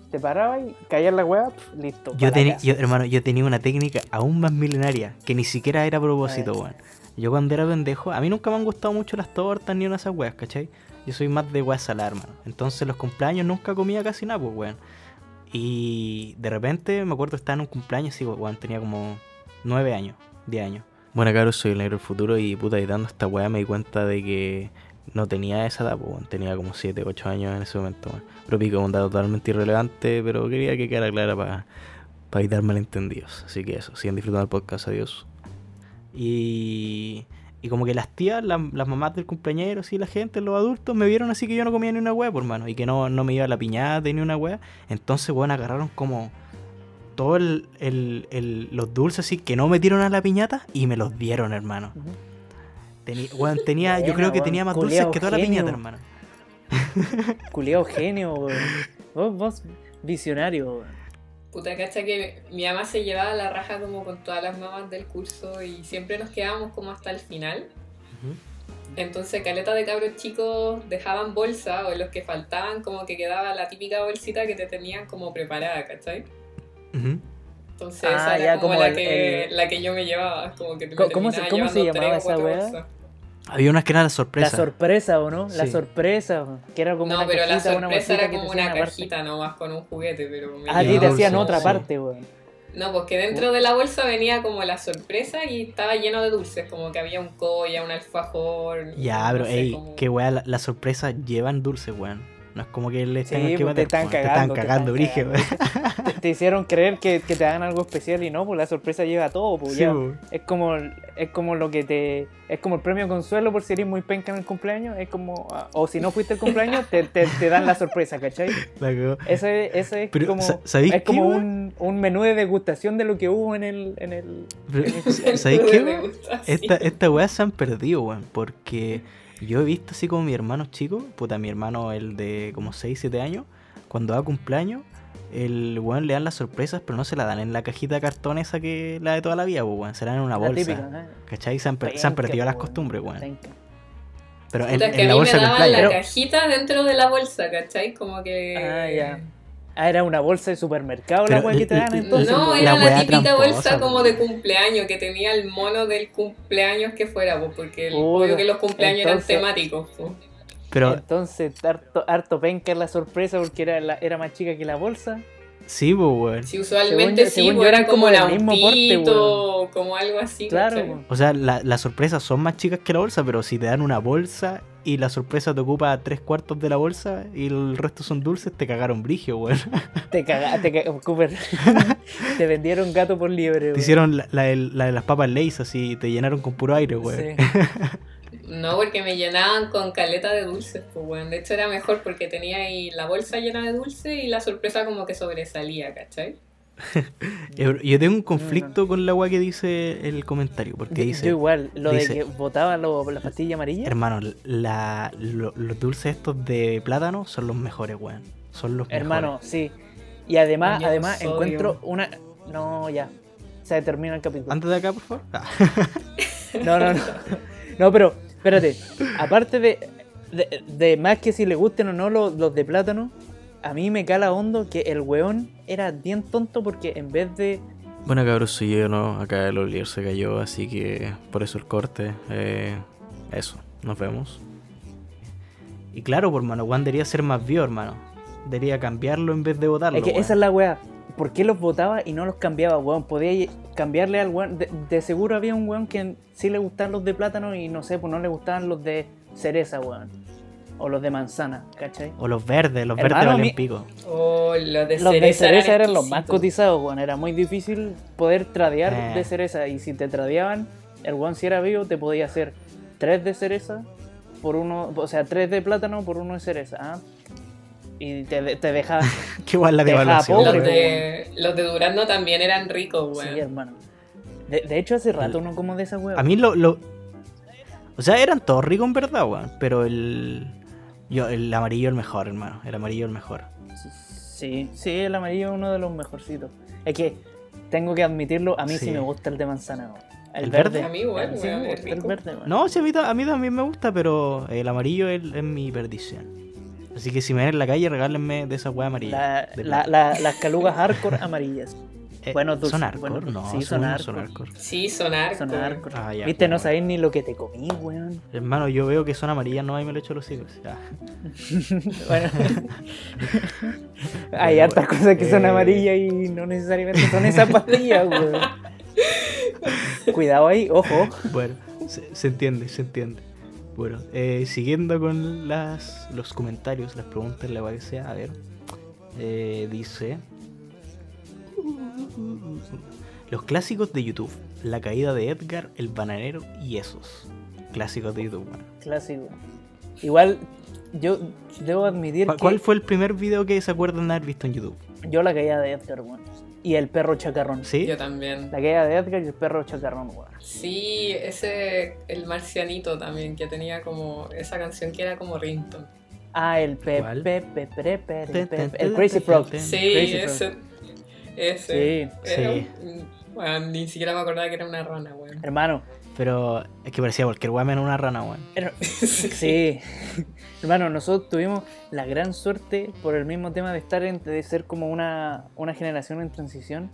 [SPEAKER 4] Te parabas y caías la wea, pf, listo. pa'
[SPEAKER 3] Yo,
[SPEAKER 4] la
[SPEAKER 3] teni-
[SPEAKER 4] casa.
[SPEAKER 3] yo, hermano, yo tenía una técnica aún más milenaria, que ni siquiera era a propósito,
[SPEAKER 4] ver.
[SPEAKER 3] weón. Yo cuando era pendejo, a mí nunca me han gustado mucho las tortas ni una de esas weas, ¿cachai? Yo soy más de weas saladas, hermano. Entonces los cumpleaños nunca comía casi nada, pues, weón. Y de repente me acuerdo estaba en un cumpleaños, sí, weón, tenía como 9 años, 10 años. Bueno, cabros, soy el negro del futuro y puta, editando esta wea me di cuenta de que no tenía esa edad, pues, weón. Tenía como 7, 8 años en ese momento, weón. Pero pico, un dato totalmente irrelevante, pero quería que quedara clara para para evitar malentendidos. Así que eso, sigan disfrutando el podcast, adiós. Y, y como que las tías, las, las mamás del cumpleañero, sí, la gente, los adultos, me vieron así que yo no comía ni una hueá, por mano, y que no, no me iba a la piñata ni una hueá. Entonces, bueno, agarraron como todos el, el- el- los dulces así que no metieron a la piñata y me los dieron, hermano.
[SPEAKER 4] Ujú.
[SPEAKER 3] Teni- weón, tenía, yo
[SPEAKER 4] Buena,
[SPEAKER 3] creo que
[SPEAKER 4] weón,
[SPEAKER 3] tenía más
[SPEAKER 4] culiao
[SPEAKER 3] dulces que toda la
[SPEAKER 4] genio.
[SPEAKER 3] piñata, hermano.
[SPEAKER 4] Culeado genio, weón. Vos, vos, visionario, weón.
[SPEAKER 5] Puta cacha que mi mamá se llevaba la raja como con todas las mamás del curso y siempre nos quedábamos como hasta el final.
[SPEAKER 3] Ujú.
[SPEAKER 5] Entonces caleta de cabros chicos dejaban bolsa o los que faltaban como que quedaba la típica bolsita que te tenían como preparada, ¿cachai?
[SPEAKER 3] Ujú.
[SPEAKER 5] Entonces
[SPEAKER 4] Ah,
[SPEAKER 5] esa era
[SPEAKER 4] ya,
[SPEAKER 5] como,
[SPEAKER 4] como
[SPEAKER 5] la,
[SPEAKER 4] el-
[SPEAKER 5] que,
[SPEAKER 4] el-
[SPEAKER 5] la que yo me llevaba, como que me
[SPEAKER 4] ¿Cómo- cómo se-
[SPEAKER 5] terminaba
[SPEAKER 4] cómo se
[SPEAKER 5] llevando
[SPEAKER 4] llamaba
[SPEAKER 5] tres o
[SPEAKER 4] esa
[SPEAKER 5] cuatro
[SPEAKER 4] weá?
[SPEAKER 5] bolsas.
[SPEAKER 3] Había unas que eran la
[SPEAKER 4] La
[SPEAKER 3] sorpresa.
[SPEAKER 4] sorpresa, ¿o no? La
[SPEAKER 3] Sí.
[SPEAKER 4] sorpresa, weón. que era como
[SPEAKER 5] No,
[SPEAKER 4] una
[SPEAKER 5] pero la
[SPEAKER 4] cajita, una
[SPEAKER 5] sorpresa
[SPEAKER 4] bolsita
[SPEAKER 5] era
[SPEAKER 4] que te
[SPEAKER 5] como
[SPEAKER 4] hacían
[SPEAKER 5] una
[SPEAKER 4] aparte.
[SPEAKER 5] cajita nomás con un juguete,
[SPEAKER 4] Ah, a
[SPEAKER 5] pero... me
[SPEAKER 4] ti
[SPEAKER 5] llevaba
[SPEAKER 4] te
[SPEAKER 3] Llevaba
[SPEAKER 4] hacían
[SPEAKER 5] como-
[SPEAKER 4] otra
[SPEAKER 3] sí.
[SPEAKER 4] parte, weón.
[SPEAKER 5] No, pues que dentro de la bolsa venía como la sorpresa y estaba lleno de dulces, como que había un colla, un alfajor.
[SPEAKER 3] Ya,
[SPEAKER 5] no
[SPEAKER 3] pero,
[SPEAKER 5] sé,
[SPEAKER 3] ey,
[SPEAKER 5] como-
[SPEAKER 3] qué weá, la, la sorpresa llevan dulce, weón. No es como que les
[SPEAKER 4] Sí,
[SPEAKER 3] tengan que
[SPEAKER 4] pues, te
[SPEAKER 3] meter,
[SPEAKER 4] están
[SPEAKER 3] weón, te
[SPEAKER 4] cagando, te
[SPEAKER 3] están cagando,
[SPEAKER 4] están
[SPEAKER 3] brígido,
[SPEAKER 4] cagando. Te, te hicieron creer que, que te hagan algo especial y no, pues la sorpresa lleva todo, pues
[SPEAKER 3] Sí,
[SPEAKER 4] ya.
[SPEAKER 3] weón.
[SPEAKER 4] Es como, es como lo que te. Es como el premio consuelo por si eres muy penca en el cumpleaños. Es como. ah, O si no fuiste el cumpleaños, te, te, te dan la sorpresa, ¿cachai?
[SPEAKER 3] La cagó.
[SPEAKER 4] Ese, ese es
[SPEAKER 3] Pero,
[SPEAKER 4] como.
[SPEAKER 3] sa- ¿sabéis
[SPEAKER 4] Es como
[SPEAKER 3] qué, weón?
[SPEAKER 4] un, un menú de degustación de lo que hubo en el. En el
[SPEAKER 3] Pero,
[SPEAKER 5] Me
[SPEAKER 3] ¿Sabéis qué, weón?
[SPEAKER 5] gusta, sí.
[SPEAKER 3] Esta, esta weá se han perdido, weón. Porque yo he visto así como mi hermano chico, puta, mi hermano, el de como 6, 7 años, cuando da cumpleaños, el weón le dan las sorpresas, pero no se la dan en la cajita de cartón esa que la de toda la vida, po, weón. Se la dan en una
[SPEAKER 4] la
[SPEAKER 3] bolsa.
[SPEAKER 4] típica, ¿eh?
[SPEAKER 3] ¿Cachai? Se han, per- se han
[SPEAKER 4] Penca,
[SPEAKER 3] perdido las
[SPEAKER 4] weón,
[SPEAKER 3] costumbres, weón.
[SPEAKER 4] penca.
[SPEAKER 3] Pero en,
[SPEAKER 5] Puta, es que
[SPEAKER 3] en la
[SPEAKER 5] a mí
[SPEAKER 3] bolsa
[SPEAKER 5] me
[SPEAKER 3] de
[SPEAKER 5] daban
[SPEAKER 3] cumpleaños.
[SPEAKER 5] la
[SPEAKER 3] Pero-
[SPEAKER 5] cajita dentro de la bolsa, ¿cachai? Como que...
[SPEAKER 4] Ah, ya. Ah, era una bolsa de supermercado la
[SPEAKER 3] Pero eh,
[SPEAKER 4] weá que te
[SPEAKER 3] el-
[SPEAKER 4] dan
[SPEAKER 3] el-
[SPEAKER 4] entonces.
[SPEAKER 5] no,
[SPEAKER 4] pues.
[SPEAKER 5] era
[SPEAKER 3] la
[SPEAKER 5] la,
[SPEAKER 3] weá
[SPEAKER 5] típica
[SPEAKER 3] tramposa,
[SPEAKER 5] bolsa como
[SPEAKER 3] weón.
[SPEAKER 5] de cumpleaños que tenía el mono del cumpleaños que fuera, pues, porque el,
[SPEAKER 4] Puta,
[SPEAKER 5] obvio que los cumpleaños
[SPEAKER 4] entonces-
[SPEAKER 5] eran temáticos. pues.
[SPEAKER 3] pero
[SPEAKER 4] Entonces, harto, harto penca la sorpresa porque era, la- era más chica que la bolsa.
[SPEAKER 3] Sí, pues, weón.
[SPEAKER 5] Si usualmente
[SPEAKER 4] yo-
[SPEAKER 5] sí,
[SPEAKER 4] según
[SPEAKER 5] pues,
[SPEAKER 4] yo
[SPEAKER 5] era
[SPEAKER 4] eran
[SPEAKER 5] como
[SPEAKER 4] como
[SPEAKER 5] la
[SPEAKER 4] del mismo porte,
[SPEAKER 5] umpito, como algo así.
[SPEAKER 4] Claro,
[SPEAKER 5] ¿cachai?
[SPEAKER 4] weón.
[SPEAKER 3] O sea, la- las sorpresas son más chicas que la bolsa, pero si te dan una bolsa y la sorpresa te ocupa tres cuartos de la bolsa y el resto son dulces, te cagaron brigio, weón.
[SPEAKER 4] pues, Te cagaste, te, caga- oh, Cooper. te vendieron gato por liebre,
[SPEAKER 3] Te
[SPEAKER 4] weón.
[SPEAKER 3] hicieron la, la del- la de las papas Lay's así, te llenaron con puro aire, weón.
[SPEAKER 4] Sí.
[SPEAKER 5] No, porque me llenaban con caleta de dulces, pues weón. De hecho era mejor porque tenía ahí la bolsa llena de dulces y la sorpresa como que sobresalía, ¿cachai?
[SPEAKER 3] Yo- Eh, Yo tengo un conflicto con la weá que dice el comentario, porque
[SPEAKER 4] Yo-
[SPEAKER 3] dice,
[SPEAKER 4] Yo igual, lo
[SPEAKER 3] dice-
[SPEAKER 4] de que botaba lo- la pastilla amarilla.
[SPEAKER 3] hermano, la- lo- los dulces estos de plátano son los mejores, weón. Son los
[SPEAKER 4] Hermano, sí. Y además,
[SPEAKER 5] Yo no
[SPEAKER 4] además
[SPEAKER 5] soy,
[SPEAKER 4] encuentro
[SPEAKER 5] weón.
[SPEAKER 4] una. No, ya. Se termina el capítulo.
[SPEAKER 3] mejores. Antes de acá, por favor. Ah,
[SPEAKER 4] No, no, no. No, pero, espérate. Aparte de, de, de más que si le gusten o no los, los de plátano, a mí me cala hondo que el weón era bien tonto porque en vez de.
[SPEAKER 3] Bueno, cabros, soy yo, ¿no? Acá el Olier se cayó, así que por eso el corte. eh, eso, nos vemos. Y claro, por mano, Juan debería ser más vivo, hermano. Debería cambiarlo en vez de votarlo.
[SPEAKER 4] es que
[SPEAKER 3] weón.
[SPEAKER 4] esa es la weá. ¿Por qué los votaba y no los cambiaba, weón? Podía ye- cambiarle al weón. De, de seguro había un weón que sí le gustaban los de plátano y no sé, pues no le gustaban los de cereza, weón. O los de manzana, ¿cachai?
[SPEAKER 3] O los verdes, los
[SPEAKER 4] Hermano,
[SPEAKER 3] verdes
[SPEAKER 4] a
[SPEAKER 3] valen
[SPEAKER 4] mí-
[SPEAKER 3] pico.
[SPEAKER 5] Oh, los de
[SPEAKER 4] Los de
[SPEAKER 5] cereza,
[SPEAKER 4] cereza eran los más
[SPEAKER 5] exquisitos.
[SPEAKER 4] cotizados, weón. Era muy difícil poder tradear
[SPEAKER 3] Eh.
[SPEAKER 4] de cereza. Y si te tradeaban, el weón si era vivo te podía hacer tres de cereza por uno, o sea, tres de plátano por uno de cereza. ¿ah? Y te, te dejaba.
[SPEAKER 3] Qué guay la
[SPEAKER 4] Te deja
[SPEAKER 3] devaluación.
[SPEAKER 4] pobre,
[SPEAKER 5] Los
[SPEAKER 3] weón.
[SPEAKER 4] po.
[SPEAKER 5] de, los de durazno también eran ricos,
[SPEAKER 4] sí,
[SPEAKER 5] weón.
[SPEAKER 4] hermano. De, de hecho, hace rato no como de esa weón.
[SPEAKER 3] A mí lo, lo- O sea, eran todos ricos en verdad, weón. Pero el. Yo, el amarillo el mejor, hermano. El amarillo el mejor.
[SPEAKER 4] Sí, sí, el amarillo es uno de los mejorcitos. Es que tengo que admitirlo, a mí sí,
[SPEAKER 3] Sí.
[SPEAKER 4] me gusta el de manzana, weón.
[SPEAKER 3] ¿El verde?
[SPEAKER 5] A mí igual,
[SPEAKER 4] sí
[SPEAKER 5] weón,
[SPEAKER 4] me
[SPEAKER 5] es
[SPEAKER 4] gusta el
[SPEAKER 5] rico.
[SPEAKER 4] verde, weón.
[SPEAKER 3] No, sí, a mí, ta- a mí también me gusta, pero el amarillo es, es mi perdición. Así que si me ven en la calle, regálenme de esa weá amarilla.
[SPEAKER 4] La-
[SPEAKER 3] de
[SPEAKER 4] la-
[SPEAKER 3] plata.
[SPEAKER 4] la- las calugas hardcore amarillas.
[SPEAKER 3] Eh,
[SPEAKER 4] bueno, dulce,
[SPEAKER 3] ¿Son hardcore?
[SPEAKER 4] bueno,
[SPEAKER 3] no, según
[SPEAKER 4] sí, son
[SPEAKER 3] yo son
[SPEAKER 4] hardcore.
[SPEAKER 3] hardcore.
[SPEAKER 5] Sí, son arcos.
[SPEAKER 4] Son hardcore.
[SPEAKER 3] Ah, ya,
[SPEAKER 4] Viste,
[SPEAKER 3] pues,
[SPEAKER 4] no
[SPEAKER 3] bueno.
[SPEAKER 4] sabéis ni lo que te comí, weón.
[SPEAKER 3] Hermano, yo veo que son amarillas, no, ahí me lo echo los hijos. Ah,
[SPEAKER 4] Bueno. Hay
[SPEAKER 3] Bueno,
[SPEAKER 4] hartas
[SPEAKER 3] bueno.
[SPEAKER 4] cosas que son
[SPEAKER 3] Eh.
[SPEAKER 4] amarillas y no necesariamente son esas pastillas, weón. Cuidado ahí, ojo.
[SPEAKER 3] Bueno, se, se entiende, se entiende. Bueno, eh, siguiendo con las, los comentarios, las preguntas, la weá que sea, a ver. Eh, dice. Los clásicos de YouTube. La caída de Edgar, el bananero y esos. Clásicos de YouTube, weón.
[SPEAKER 4] Clásico. Igual, yo debo admitir
[SPEAKER 3] ¿Cuál-
[SPEAKER 4] que
[SPEAKER 3] ¿Cuál fue el primer video que se acuerdan de haber visto en YouTube?
[SPEAKER 4] yo la caída de Edgar, weón. Y el perro chacarrón.
[SPEAKER 3] ¿Sí?
[SPEAKER 5] Yo también.
[SPEAKER 4] La caída de Edgar y el perro chacarrón, weón.
[SPEAKER 5] Sí, ese, el marcianito también, que tenía como esa canción que era como Rington.
[SPEAKER 4] Ah, el pe,
[SPEAKER 3] ¿Cuál?
[SPEAKER 4] pe, pe, pre, pe, re,
[SPEAKER 3] Ten,
[SPEAKER 4] pe,
[SPEAKER 3] ten,
[SPEAKER 4] pe.
[SPEAKER 3] ten,
[SPEAKER 4] El Crazy
[SPEAKER 3] ten,
[SPEAKER 4] Frog.
[SPEAKER 3] ten, ten.
[SPEAKER 5] Sí,
[SPEAKER 4] Crazy
[SPEAKER 5] ese. Ese.
[SPEAKER 4] Sí,
[SPEAKER 5] Era
[SPEAKER 3] Sí.
[SPEAKER 5] un- bueno, ni siquiera me acordaba que era una rana, weón.
[SPEAKER 4] hermano. er,
[SPEAKER 3] Pero es que parecía cualquier weón menos una rana, weón.
[SPEAKER 4] her-
[SPEAKER 5] Sí.
[SPEAKER 4] Sí. Hermano, nosotros tuvimos la gran suerte por el mismo tema de estar en- de ser como una, una generación en transición.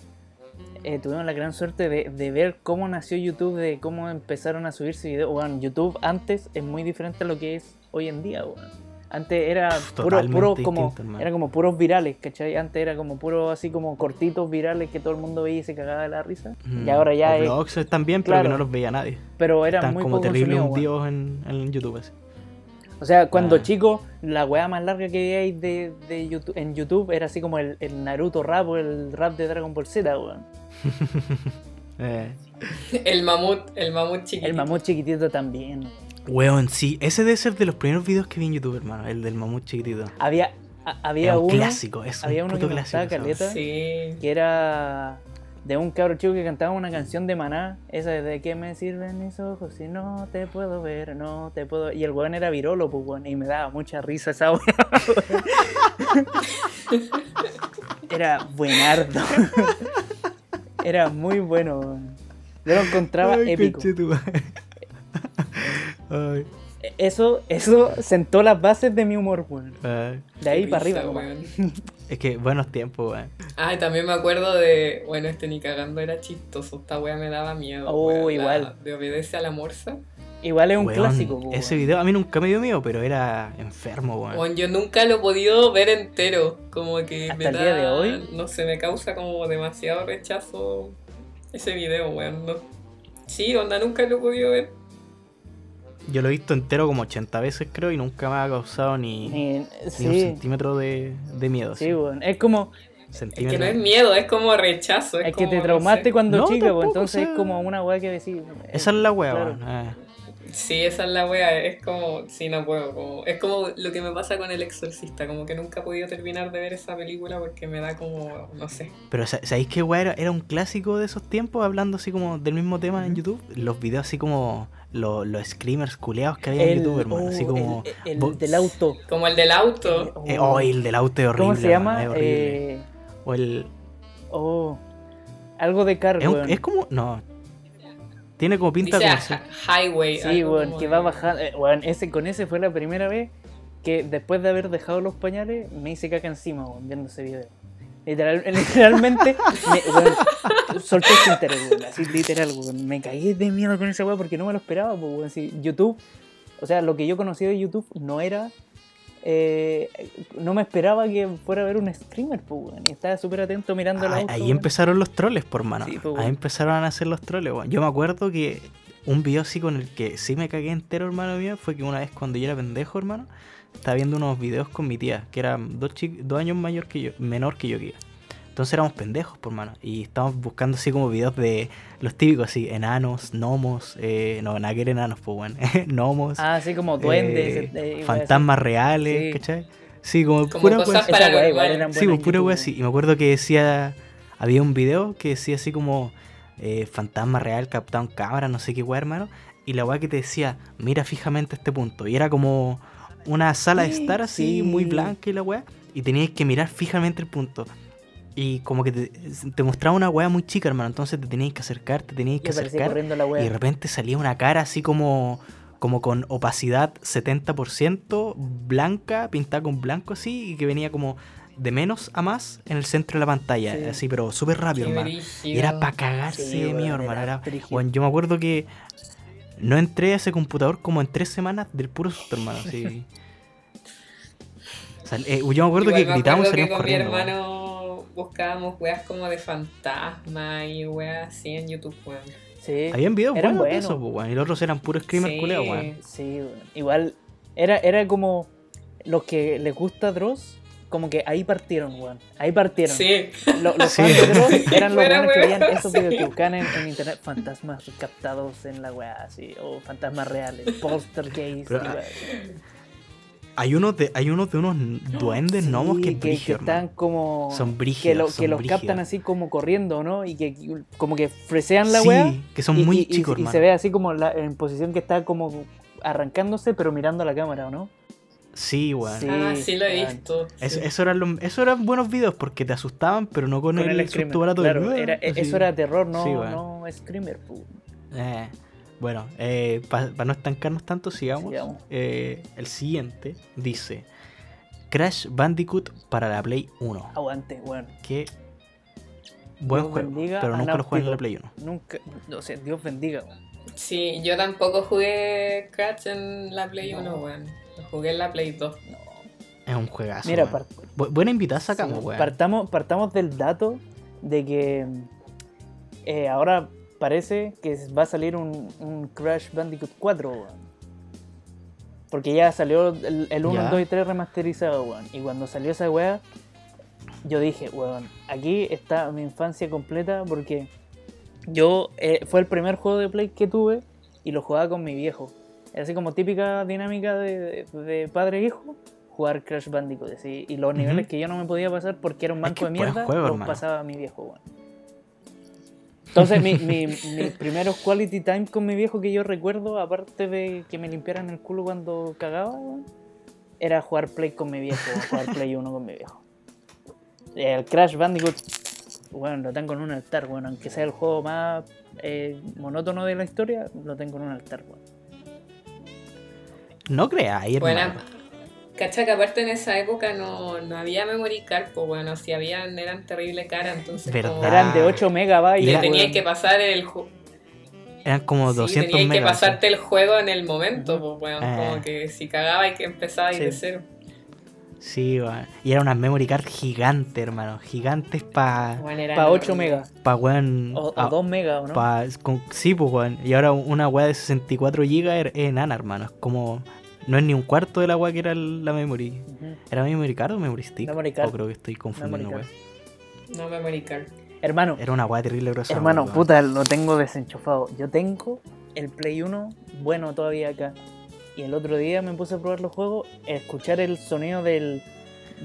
[SPEAKER 4] Eh, tuvimos la gran suerte de, de ver cómo nació YouTube, de cómo empezaron a subirse videos. Bueno, YouTube antes es muy diferente a lo que es hoy en día, weón. Antes era puro,
[SPEAKER 3] Totalmente
[SPEAKER 4] puro como,
[SPEAKER 3] distinto, hermano.
[SPEAKER 4] era como puros virales, ¿cachai? Antes era como puro así como cortitos virales que todo el mundo veía y se cagaba de la risa.
[SPEAKER 3] Mm,
[SPEAKER 4] Y ahora ya
[SPEAKER 3] o
[SPEAKER 4] es,
[SPEAKER 3] blogs están bien, pero que
[SPEAKER 4] claro.
[SPEAKER 3] no los veía nadie.
[SPEAKER 4] pero era
[SPEAKER 3] Están
[SPEAKER 4] muy
[SPEAKER 3] como
[SPEAKER 4] poco
[SPEAKER 3] terribles
[SPEAKER 4] consumido, weón.
[SPEAKER 3] hundidos en, en YouTube. Así.
[SPEAKER 4] O sea, cuando
[SPEAKER 3] Ah.
[SPEAKER 4] chico, la weá más larga que veíais de, de YouTube, en YouTube era así como el, el Naruto rap o el rap de Dragon Ball Z, weón.
[SPEAKER 3] Eh,
[SPEAKER 5] El mamut, el mamut chiquito.
[SPEAKER 4] El mamut chiquitito también.
[SPEAKER 3] Weón, sí, ese debe ser de los primeros videos que vi en YouTube, hermano, el del mamut chiquitito.
[SPEAKER 4] Había, a- había
[SPEAKER 3] Era un
[SPEAKER 4] uno,
[SPEAKER 3] clásico, es un
[SPEAKER 4] había uno
[SPEAKER 3] puto
[SPEAKER 4] que me
[SPEAKER 3] clásico.
[SPEAKER 4] gustaba
[SPEAKER 3] esa weá.
[SPEAKER 4] caleta.
[SPEAKER 5] Sí.
[SPEAKER 4] que era de un cabro chico que cantaba una canción de Maná, esa de ¿De qué me sirven mis ojos si no te puedo ver, no te puedo... Y el weón era virolo, pues, weón, y me daba mucha risa esa weá. weón. era buenardo. era muy bueno, weón. Yo lo encontraba
[SPEAKER 3] Ay,
[SPEAKER 4] épico.
[SPEAKER 3] conchetumare. Ay,
[SPEAKER 4] E-, Eso, eso sentó las bases de mi humor, weón.
[SPEAKER 3] ay.
[SPEAKER 4] De ahí
[SPEAKER 5] Qué
[SPEAKER 4] para
[SPEAKER 5] risa,
[SPEAKER 4] arriba, nomás.
[SPEAKER 5] weón.
[SPEAKER 3] Es que buenos tiempos, weón.
[SPEAKER 5] Ay, también me acuerdo de. Bueno, este ni cagando era chistoso. Esta wea me daba miedo.
[SPEAKER 4] Oh,
[SPEAKER 5] weón, la-
[SPEAKER 4] igual.
[SPEAKER 5] de obedece a la morsa.
[SPEAKER 4] Igual es un
[SPEAKER 3] Weón,
[SPEAKER 4] clásico, pues,
[SPEAKER 3] Ese
[SPEAKER 4] weón.
[SPEAKER 3] video a mí nunca me dio miedo, pero era enfermo, weón.
[SPEAKER 5] Bueno, yo nunca lo he podido ver entero. Como que
[SPEAKER 4] Hasta el día de hoy.
[SPEAKER 5] No sé, me causa como demasiado rechazo ese video, weón. no. Sí, onda, nunca lo he podido ver.
[SPEAKER 3] Yo lo he visto entero como 80 veces, creo, y nunca me ha causado ni, ni
[SPEAKER 4] Y-
[SPEAKER 3] un
[SPEAKER 4] sí,
[SPEAKER 3] centímetro de, de miedo.
[SPEAKER 4] sí,
[SPEAKER 3] así.
[SPEAKER 4] weón. Es como...
[SPEAKER 5] Es
[SPEAKER 3] Centímetro.
[SPEAKER 5] que no es miedo, es como rechazo. Es,
[SPEAKER 4] Es que
[SPEAKER 5] como,
[SPEAKER 4] te
[SPEAKER 5] no
[SPEAKER 4] traumaste
[SPEAKER 5] sé.
[SPEAKER 4] cuando
[SPEAKER 3] No,
[SPEAKER 4] chica, pues
[SPEAKER 3] tampoco,
[SPEAKER 4] entonces
[SPEAKER 3] o sea,
[SPEAKER 4] es como una weá que decís. eh,
[SPEAKER 3] Esa es la weá,
[SPEAKER 4] claro.
[SPEAKER 3] weón. Ah,
[SPEAKER 5] Sí, esa es la wea. Es como. Sí, no puedo. como- es como lo que me pasa con El Exorcista. Como que nunca he podido terminar de ver esa película porque me da como. No sé.
[SPEAKER 3] Pero sa- ¿sabéis qué weá era, era un clásico de esos tiempos? Hablando así como del mismo tema en YouTube. Los videos así como lo- los screamers culeados que había en
[SPEAKER 4] El-
[SPEAKER 3] YouTube, hermano.
[SPEAKER 4] oh,
[SPEAKER 3] Así como...
[SPEAKER 4] El, el
[SPEAKER 3] bo-
[SPEAKER 4] del auto.
[SPEAKER 5] Como el del auto.
[SPEAKER 3] eh, oh, el del auto es horrible.
[SPEAKER 4] ¿Cómo se llama?
[SPEAKER 3] hermano, es horrible.
[SPEAKER 4] Eh,
[SPEAKER 3] O el...
[SPEAKER 4] oh, algo de carro.
[SPEAKER 3] Es, un-
[SPEAKER 4] weón.
[SPEAKER 3] es como... No. Tiene como pinta
[SPEAKER 5] Dice
[SPEAKER 3] como...
[SPEAKER 5] a-
[SPEAKER 3] si-
[SPEAKER 5] Highway.
[SPEAKER 4] Sí,
[SPEAKER 5] algo
[SPEAKER 4] weón,
[SPEAKER 5] como
[SPEAKER 4] que
[SPEAKER 5] de-
[SPEAKER 4] va bajando. eh, weón, ese, con ese fue la primera vez que después de haber dejado los pañales me hice caca encima, weón, viendo ese video. Literal- literalmente, me, weón, solté sin interés, weón, así literal, weón. Me caí de miedo con esa weón porque no me lo esperaba, pues, weón. Si YouTube, o sea, lo que yo conocía de YouTube no era. eh, no me esperaba que fuera a ver un streamer, pues, weón. Y estaba súper atento mirando la
[SPEAKER 3] Ah, ahí empezaron los troles, por mano.
[SPEAKER 4] Sí, pues,
[SPEAKER 3] ahí
[SPEAKER 4] weón.
[SPEAKER 3] empezaron a hacer los troles, weón. Yo me acuerdo que un video así con el que sí me cagué entero, hermano mío, fue que una vez cuando yo era pendejo, hermano, estaba viendo unos videos con mi tía, que era dos, chi- dos años mayor que yo, menor que yo que yo. Entonces éramos pendejos, por mano. Y estábamos buscando así como videos de los típicos, así, enanos, gnomos, eh, no, nada que ver enanos, pues, weón. gnomos,
[SPEAKER 4] Ah, así como duendes.
[SPEAKER 3] eh,
[SPEAKER 4] eh, weón,
[SPEAKER 3] fantasmas reales,
[SPEAKER 4] Sí.
[SPEAKER 3] ¿cachai? Sí, como,
[SPEAKER 5] Como
[SPEAKER 3] pura
[SPEAKER 5] cosas
[SPEAKER 3] weá así.
[SPEAKER 4] Esa weá igual
[SPEAKER 5] paranormales.
[SPEAKER 4] eran
[SPEAKER 3] Sí,
[SPEAKER 4] buenas
[SPEAKER 3] pues
[SPEAKER 4] en
[SPEAKER 3] pura
[SPEAKER 4] YouTube,
[SPEAKER 3] wea
[SPEAKER 4] weón.
[SPEAKER 3] así. Y me acuerdo que decía. Había un video que decía así como. eh, fantasma real captado en cámara, no sé qué wea, hermano. Y la wea que te decía, mira fijamente este punto. Y era como una sala de estar así,
[SPEAKER 4] Sí.
[SPEAKER 3] muy blanca y la wea. Y tenías que mirar fijamente el punto. Y como que te, te mostraba una wea muy chica, hermano. Entonces te tenías que acercar, te tenías
[SPEAKER 4] Y
[SPEAKER 3] que
[SPEAKER 4] aparecía
[SPEAKER 3] acercar.
[SPEAKER 4] corriendo la
[SPEAKER 3] Y de
[SPEAKER 4] wea.
[SPEAKER 3] repente salía una cara así como, como con opacidad 70%, blanca, pintada con blanco así, y que venía como de menos a más en el centro de la pantalla,
[SPEAKER 4] Sí.
[SPEAKER 3] así, pero súper rápido,
[SPEAKER 5] Qué
[SPEAKER 3] hermano. Y
[SPEAKER 5] brígido.
[SPEAKER 3] era para cagarse
[SPEAKER 4] Sí,
[SPEAKER 3] de
[SPEAKER 4] weón,
[SPEAKER 3] miedo,
[SPEAKER 4] era
[SPEAKER 3] hermano. Era,
[SPEAKER 4] brígido.
[SPEAKER 3] weón, yo me acuerdo que no entré a ese computador como en tres semanas del puro susto, hermano. sí. Sal- eh, yo me acuerdo
[SPEAKER 5] Igual
[SPEAKER 3] que
[SPEAKER 5] me
[SPEAKER 3] gritábamos y
[SPEAKER 5] acuerdo
[SPEAKER 3] salíamos
[SPEAKER 5] que con mi
[SPEAKER 3] corriendo. weón.
[SPEAKER 5] hermano buscábamos weas como de fantasma y weas así en YouTube, weón.
[SPEAKER 4] Sí.
[SPEAKER 3] Habían videos
[SPEAKER 4] Eran
[SPEAKER 3] buenos de
[SPEAKER 4] buenos.
[SPEAKER 3] eso, po, weón, Y los otros eran puro screamer
[SPEAKER 5] Sí.
[SPEAKER 3] culeado, weón.
[SPEAKER 4] Sí, weón. igual era, era como los que les gusta Dross, como que ahí partieron, weón. Ahí partieron.
[SPEAKER 5] Sí.
[SPEAKER 4] Lo- los
[SPEAKER 3] Sí.
[SPEAKER 4] fans de Dross eran los
[SPEAKER 5] Fuera,
[SPEAKER 4] weones que
[SPEAKER 5] weón,
[SPEAKER 4] veían esos
[SPEAKER 5] sí.
[SPEAKER 4] videos que buscaban en, en internet. Fantasmas captados en la weá, así. O fantasmas reales. Poltergeist.
[SPEAKER 3] Pero,
[SPEAKER 4] y
[SPEAKER 3] ah,
[SPEAKER 4] weá.
[SPEAKER 3] Hay unos de, hay unos de unos duendes
[SPEAKER 4] Sí,
[SPEAKER 3] gnomos que, es
[SPEAKER 4] que,
[SPEAKER 3] brígido,
[SPEAKER 4] están
[SPEAKER 3] hermano.
[SPEAKER 4] como.
[SPEAKER 3] Son brígidos,
[SPEAKER 4] Que, lo-
[SPEAKER 3] son
[SPEAKER 4] que los
[SPEAKER 3] brígidos.
[SPEAKER 4] captan así como corriendo, ¿no? Y que como que fresean la
[SPEAKER 3] Sí,
[SPEAKER 4] weá.
[SPEAKER 3] que son
[SPEAKER 4] y-
[SPEAKER 3] muy
[SPEAKER 4] y- y-
[SPEAKER 3] chicos,
[SPEAKER 4] y,
[SPEAKER 3] hermano.
[SPEAKER 4] se ve así como la, en posición que está como arrancándose, pero mirando a la cámara, ¿o no?
[SPEAKER 3] Sí, weón.
[SPEAKER 4] Sí,
[SPEAKER 5] ah, sí lo he
[SPEAKER 4] weón.
[SPEAKER 5] visto.
[SPEAKER 3] Es-
[SPEAKER 5] sí.
[SPEAKER 3] eso, eran los- eso eran buenos videos porque te asustaban, pero no con,
[SPEAKER 4] Con
[SPEAKER 3] el,
[SPEAKER 4] el
[SPEAKER 3] susto
[SPEAKER 4] screamer.
[SPEAKER 3] barato
[SPEAKER 4] claro,
[SPEAKER 3] de...
[SPEAKER 4] era- e,
[SPEAKER 3] Así.
[SPEAKER 4] eso era terror, no,
[SPEAKER 3] Sí, weón.
[SPEAKER 4] no screamer. pu.
[SPEAKER 3] Eh, bueno, para no estancarnos tanto, sigamos.
[SPEAKER 4] Sigamos.
[SPEAKER 3] Eh, el siguiente dice: Crash Bandicoot para la Play 1.
[SPEAKER 4] Aguante, weón.
[SPEAKER 3] Que buen juego,
[SPEAKER 4] Dios bendiga
[SPEAKER 3] pero
[SPEAKER 4] a
[SPEAKER 3] nunca lo jugué en la
[SPEAKER 4] Naughty
[SPEAKER 3] Play 1.
[SPEAKER 4] Nunca, o sea, Dios bendiga, weón.
[SPEAKER 5] Sí, yo tampoco jugué Crash en la Play 1, weón. Lo jugué en la Play 2.
[SPEAKER 3] Es un juegazo.
[SPEAKER 4] Mira,
[SPEAKER 3] weón.
[SPEAKER 4] par-
[SPEAKER 3] Bu- buena invitada sacamos,
[SPEAKER 4] sí,
[SPEAKER 3] pues, weón.
[SPEAKER 4] partamos, partamos del dato de que eh, ahora parece que va a salir un, un Crash Bandicoot 4, weón. Porque ya salió el, el 1,
[SPEAKER 3] Ya.
[SPEAKER 4] 2 y 3 remasterizado, weón. Y cuando salió esa weá, yo dije, weón, aquí está mi infancia completa porque yo eh, fue el primer juego de Play que tuve y lo jugaba con mi viejo. Era así como típica dinámica de, de- de padre e hijo, jugar Crash Bandicoot. así, y los
[SPEAKER 3] Ujú.
[SPEAKER 4] niveles que yo no me podía pasar porque era un
[SPEAKER 3] Es
[SPEAKER 4] banco
[SPEAKER 3] que
[SPEAKER 4] de
[SPEAKER 3] buen
[SPEAKER 4] mierda,
[SPEAKER 3] juego,
[SPEAKER 4] los
[SPEAKER 3] hermano.
[SPEAKER 4] pasaba a mi viejo, weón. Entonces, mi- mi- mis primeros quality time con mi viejo que yo recuerdo, aparte de que me limpiaran el culo cuando cagaba, weón, era jugar Play con mi viejo, weón, jugar Play 1 con mi viejo. El Crash Bandicoot, bueno, lo tengo en un altar, bueno, aunque sea el juego más eh, monótono de la historia, lo tengo en un altar, weón.
[SPEAKER 3] No creáis, hermano.
[SPEAKER 5] Buena. Cacha que aparte en esa época no, no había memory card, pues bueno, si habían eran terrible cara, entonces como
[SPEAKER 3] Verdad.
[SPEAKER 4] Eran de 8 megabytes.
[SPEAKER 5] le
[SPEAKER 3] Ah. Mira.
[SPEAKER 5] tenías
[SPEAKER 4] weón.
[SPEAKER 5] que pasar el ju-
[SPEAKER 3] Eran como
[SPEAKER 5] sí,
[SPEAKER 3] 200
[SPEAKER 5] tenías que
[SPEAKER 3] megas. así.
[SPEAKER 5] pasarte el juego en el momento, pues bueno,
[SPEAKER 3] Ah.
[SPEAKER 5] como que si cagaba y que empezaba y
[SPEAKER 4] Sí.
[SPEAKER 5] de cero.
[SPEAKER 3] Sí, weón. Y era una memory card gigante, hermano. Gigantes para
[SPEAKER 5] Bueno, era
[SPEAKER 4] Para 8
[SPEAKER 5] enorme.
[SPEAKER 4] megas.
[SPEAKER 3] pa, weón.
[SPEAKER 4] O,
[SPEAKER 3] a-
[SPEAKER 4] 2 megas, ¿o no?
[SPEAKER 3] Ah. pa- con- sí, pues, weón. Y ahora una weá de 64 GB er, es enana, hermano. Es como. No es ni un cuarto de la weá que era el- la memory.
[SPEAKER 4] Ujú.
[SPEAKER 3] ¿Era memory card o memory stick?
[SPEAKER 4] Memory card.
[SPEAKER 3] O creo que estoy confundiendo,
[SPEAKER 4] Memory
[SPEAKER 3] weón.
[SPEAKER 4] card.
[SPEAKER 5] No memory card.
[SPEAKER 4] Hermano,
[SPEAKER 3] Era una weá terrible gruesa.
[SPEAKER 4] hermano,
[SPEAKER 3] weón.
[SPEAKER 4] puta, lo tengo desenchufado. Yo tengo el Play 1 bueno todavía acá. Y el otro día me puse a probar los juegos, escuchar el sonido del.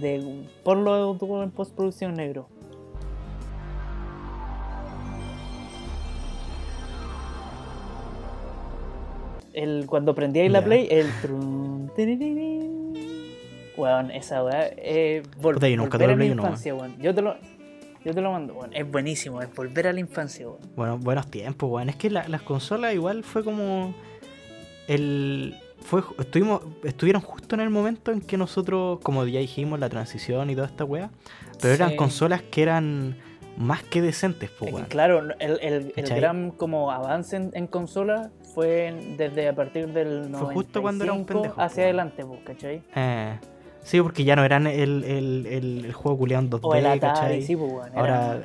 [SPEAKER 4] del ponlo tú en postproducción negro. El, cuando prendí ahí la
[SPEAKER 3] Ya.
[SPEAKER 4] play, el trun, tiririrín. Weón, esa weá. Eh, vol-
[SPEAKER 3] Puta, yo nunca
[SPEAKER 4] volver
[SPEAKER 3] tuve
[SPEAKER 4] a mi
[SPEAKER 3] Play uno,
[SPEAKER 4] infancia, weón. Yo te lo, yo te lo mando, weón. Es buenísimo, es volver a la infancia, weón.
[SPEAKER 3] Bueno, buenos tiempos, weón. Es que la- las consolas igual fue como. El. Fue, estuvimos, estuvieron justo en el momento en que nosotros, como ya dijimos, la transición y toda esta weá. Pero eran
[SPEAKER 5] Sí.
[SPEAKER 3] consolas que eran más que decentes,
[SPEAKER 4] Es
[SPEAKER 3] pues,
[SPEAKER 4] que,
[SPEAKER 3] weón.
[SPEAKER 4] claro, el, el- el
[SPEAKER 3] ¿Cachai?
[SPEAKER 4] gran como avance en, en consola fue en- desde a partir del 95
[SPEAKER 3] Fue justo cuando era un pendejo,
[SPEAKER 4] hacia
[SPEAKER 3] weón.
[SPEAKER 4] adelante, pues, ¿cachai?
[SPEAKER 3] Eh, sí, porque ya no eran el, el, el, el juego culeado en 2D,
[SPEAKER 4] O el Atari,
[SPEAKER 3] ¿cachai?
[SPEAKER 4] sí, pues, weón. era-
[SPEAKER 3] Ahora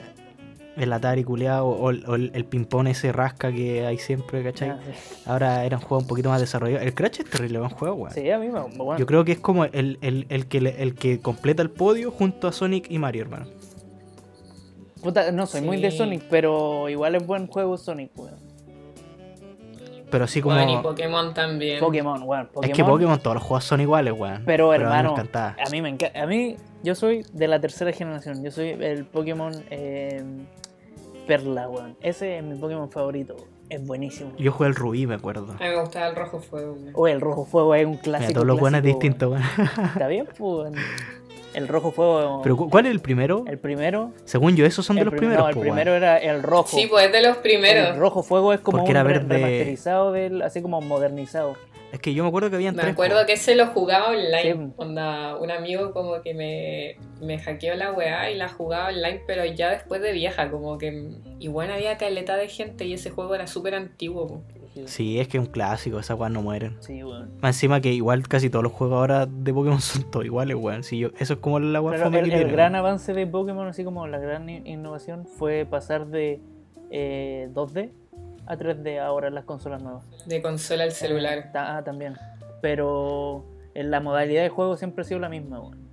[SPEAKER 3] el Atari culeado o, o el, el ping-pong ese rasca que hay siempre, ¿cachai?
[SPEAKER 4] Ah, sí.
[SPEAKER 3] Ahora era un juego un poquito más desarrollado. El Crash es terrible, buen juego, weón.
[SPEAKER 4] Sí, a mí me bueno,
[SPEAKER 3] Yo creo que es como el, el- el que, le- el que completa el podio junto a Sonic y Mario, hermano.
[SPEAKER 4] puta, no soy muy de
[SPEAKER 5] Sí.
[SPEAKER 4] Sonic, pero igual es buen juego Sonic, weón.
[SPEAKER 3] Pero así como.
[SPEAKER 5] Bueno, y Pokémon también.
[SPEAKER 4] Pokémon, weón. Pokémon,
[SPEAKER 3] Es que Pokémon todos los juegos son iguales, weón.
[SPEAKER 4] Pero,
[SPEAKER 3] a mí me
[SPEAKER 4] hermano,
[SPEAKER 3] encantaba.
[SPEAKER 4] a mí me encanta. A mí, yo soy de la tercera generación. Yo soy el Pokémon eh, Perla, weón. Ese es mi Pokémon favorito. weón. Es buenísimo.
[SPEAKER 3] Yo jugué el Rubí, me acuerdo.
[SPEAKER 5] A mí me gustaba el rojo fuego. weón.
[SPEAKER 4] O el Rojo Fuego es un
[SPEAKER 3] Mira,
[SPEAKER 4] clásico.
[SPEAKER 3] todos los buenos es
[SPEAKER 4] clásico,
[SPEAKER 3] distinto, weón.
[SPEAKER 4] weón. Está bien, pues. weón. El Rojo Fuego.
[SPEAKER 3] Pero cu- ¿cuál es el primero?
[SPEAKER 4] el primero.
[SPEAKER 3] Según yo, esos son de
[SPEAKER 4] el
[SPEAKER 3] los
[SPEAKER 4] prim-
[SPEAKER 3] primeros,
[SPEAKER 4] no, el
[SPEAKER 3] po, weón.
[SPEAKER 4] primero era el Rojo.
[SPEAKER 5] Sí, pues es de los primeros.
[SPEAKER 4] El Rojo Fuego es como
[SPEAKER 3] Porque
[SPEAKER 4] un
[SPEAKER 3] era
[SPEAKER 4] re-
[SPEAKER 3] verde.
[SPEAKER 4] remasterizado, del, así como modernizado.
[SPEAKER 3] Es que yo me acuerdo que habían
[SPEAKER 5] Me
[SPEAKER 3] tres. pues,
[SPEAKER 5] acuerdo
[SPEAKER 3] po.
[SPEAKER 5] que se lo jugaba online.
[SPEAKER 4] pues. Sí.
[SPEAKER 5] Onda, un amigo como que me, me hackeó la weá y la jugaba online, pero ya después de vieja, como que. Igual había caleta de gente y ese juego era súper antiguo. po.
[SPEAKER 3] Sí, es que es un clásico, esas weas no mueren.
[SPEAKER 4] Sí, weón.
[SPEAKER 3] Más encima que igual casi todos los juegos ahora de Pokémon son todos iguales, weón. Si yo, eso es como la wea
[SPEAKER 4] Pero
[SPEAKER 3] fome
[SPEAKER 4] el,
[SPEAKER 3] que
[SPEAKER 4] el
[SPEAKER 3] tiene,
[SPEAKER 4] gran
[SPEAKER 3] weón.
[SPEAKER 4] avance de Pokémon, así como la gran in- innovación, fue pasar de eh, 2D a 3D ahora en las consolas nuevas.
[SPEAKER 5] De consola al celular.
[SPEAKER 4] Ta- ah, también. Pero en la modalidad de juego siempre ha sido la misma. weón.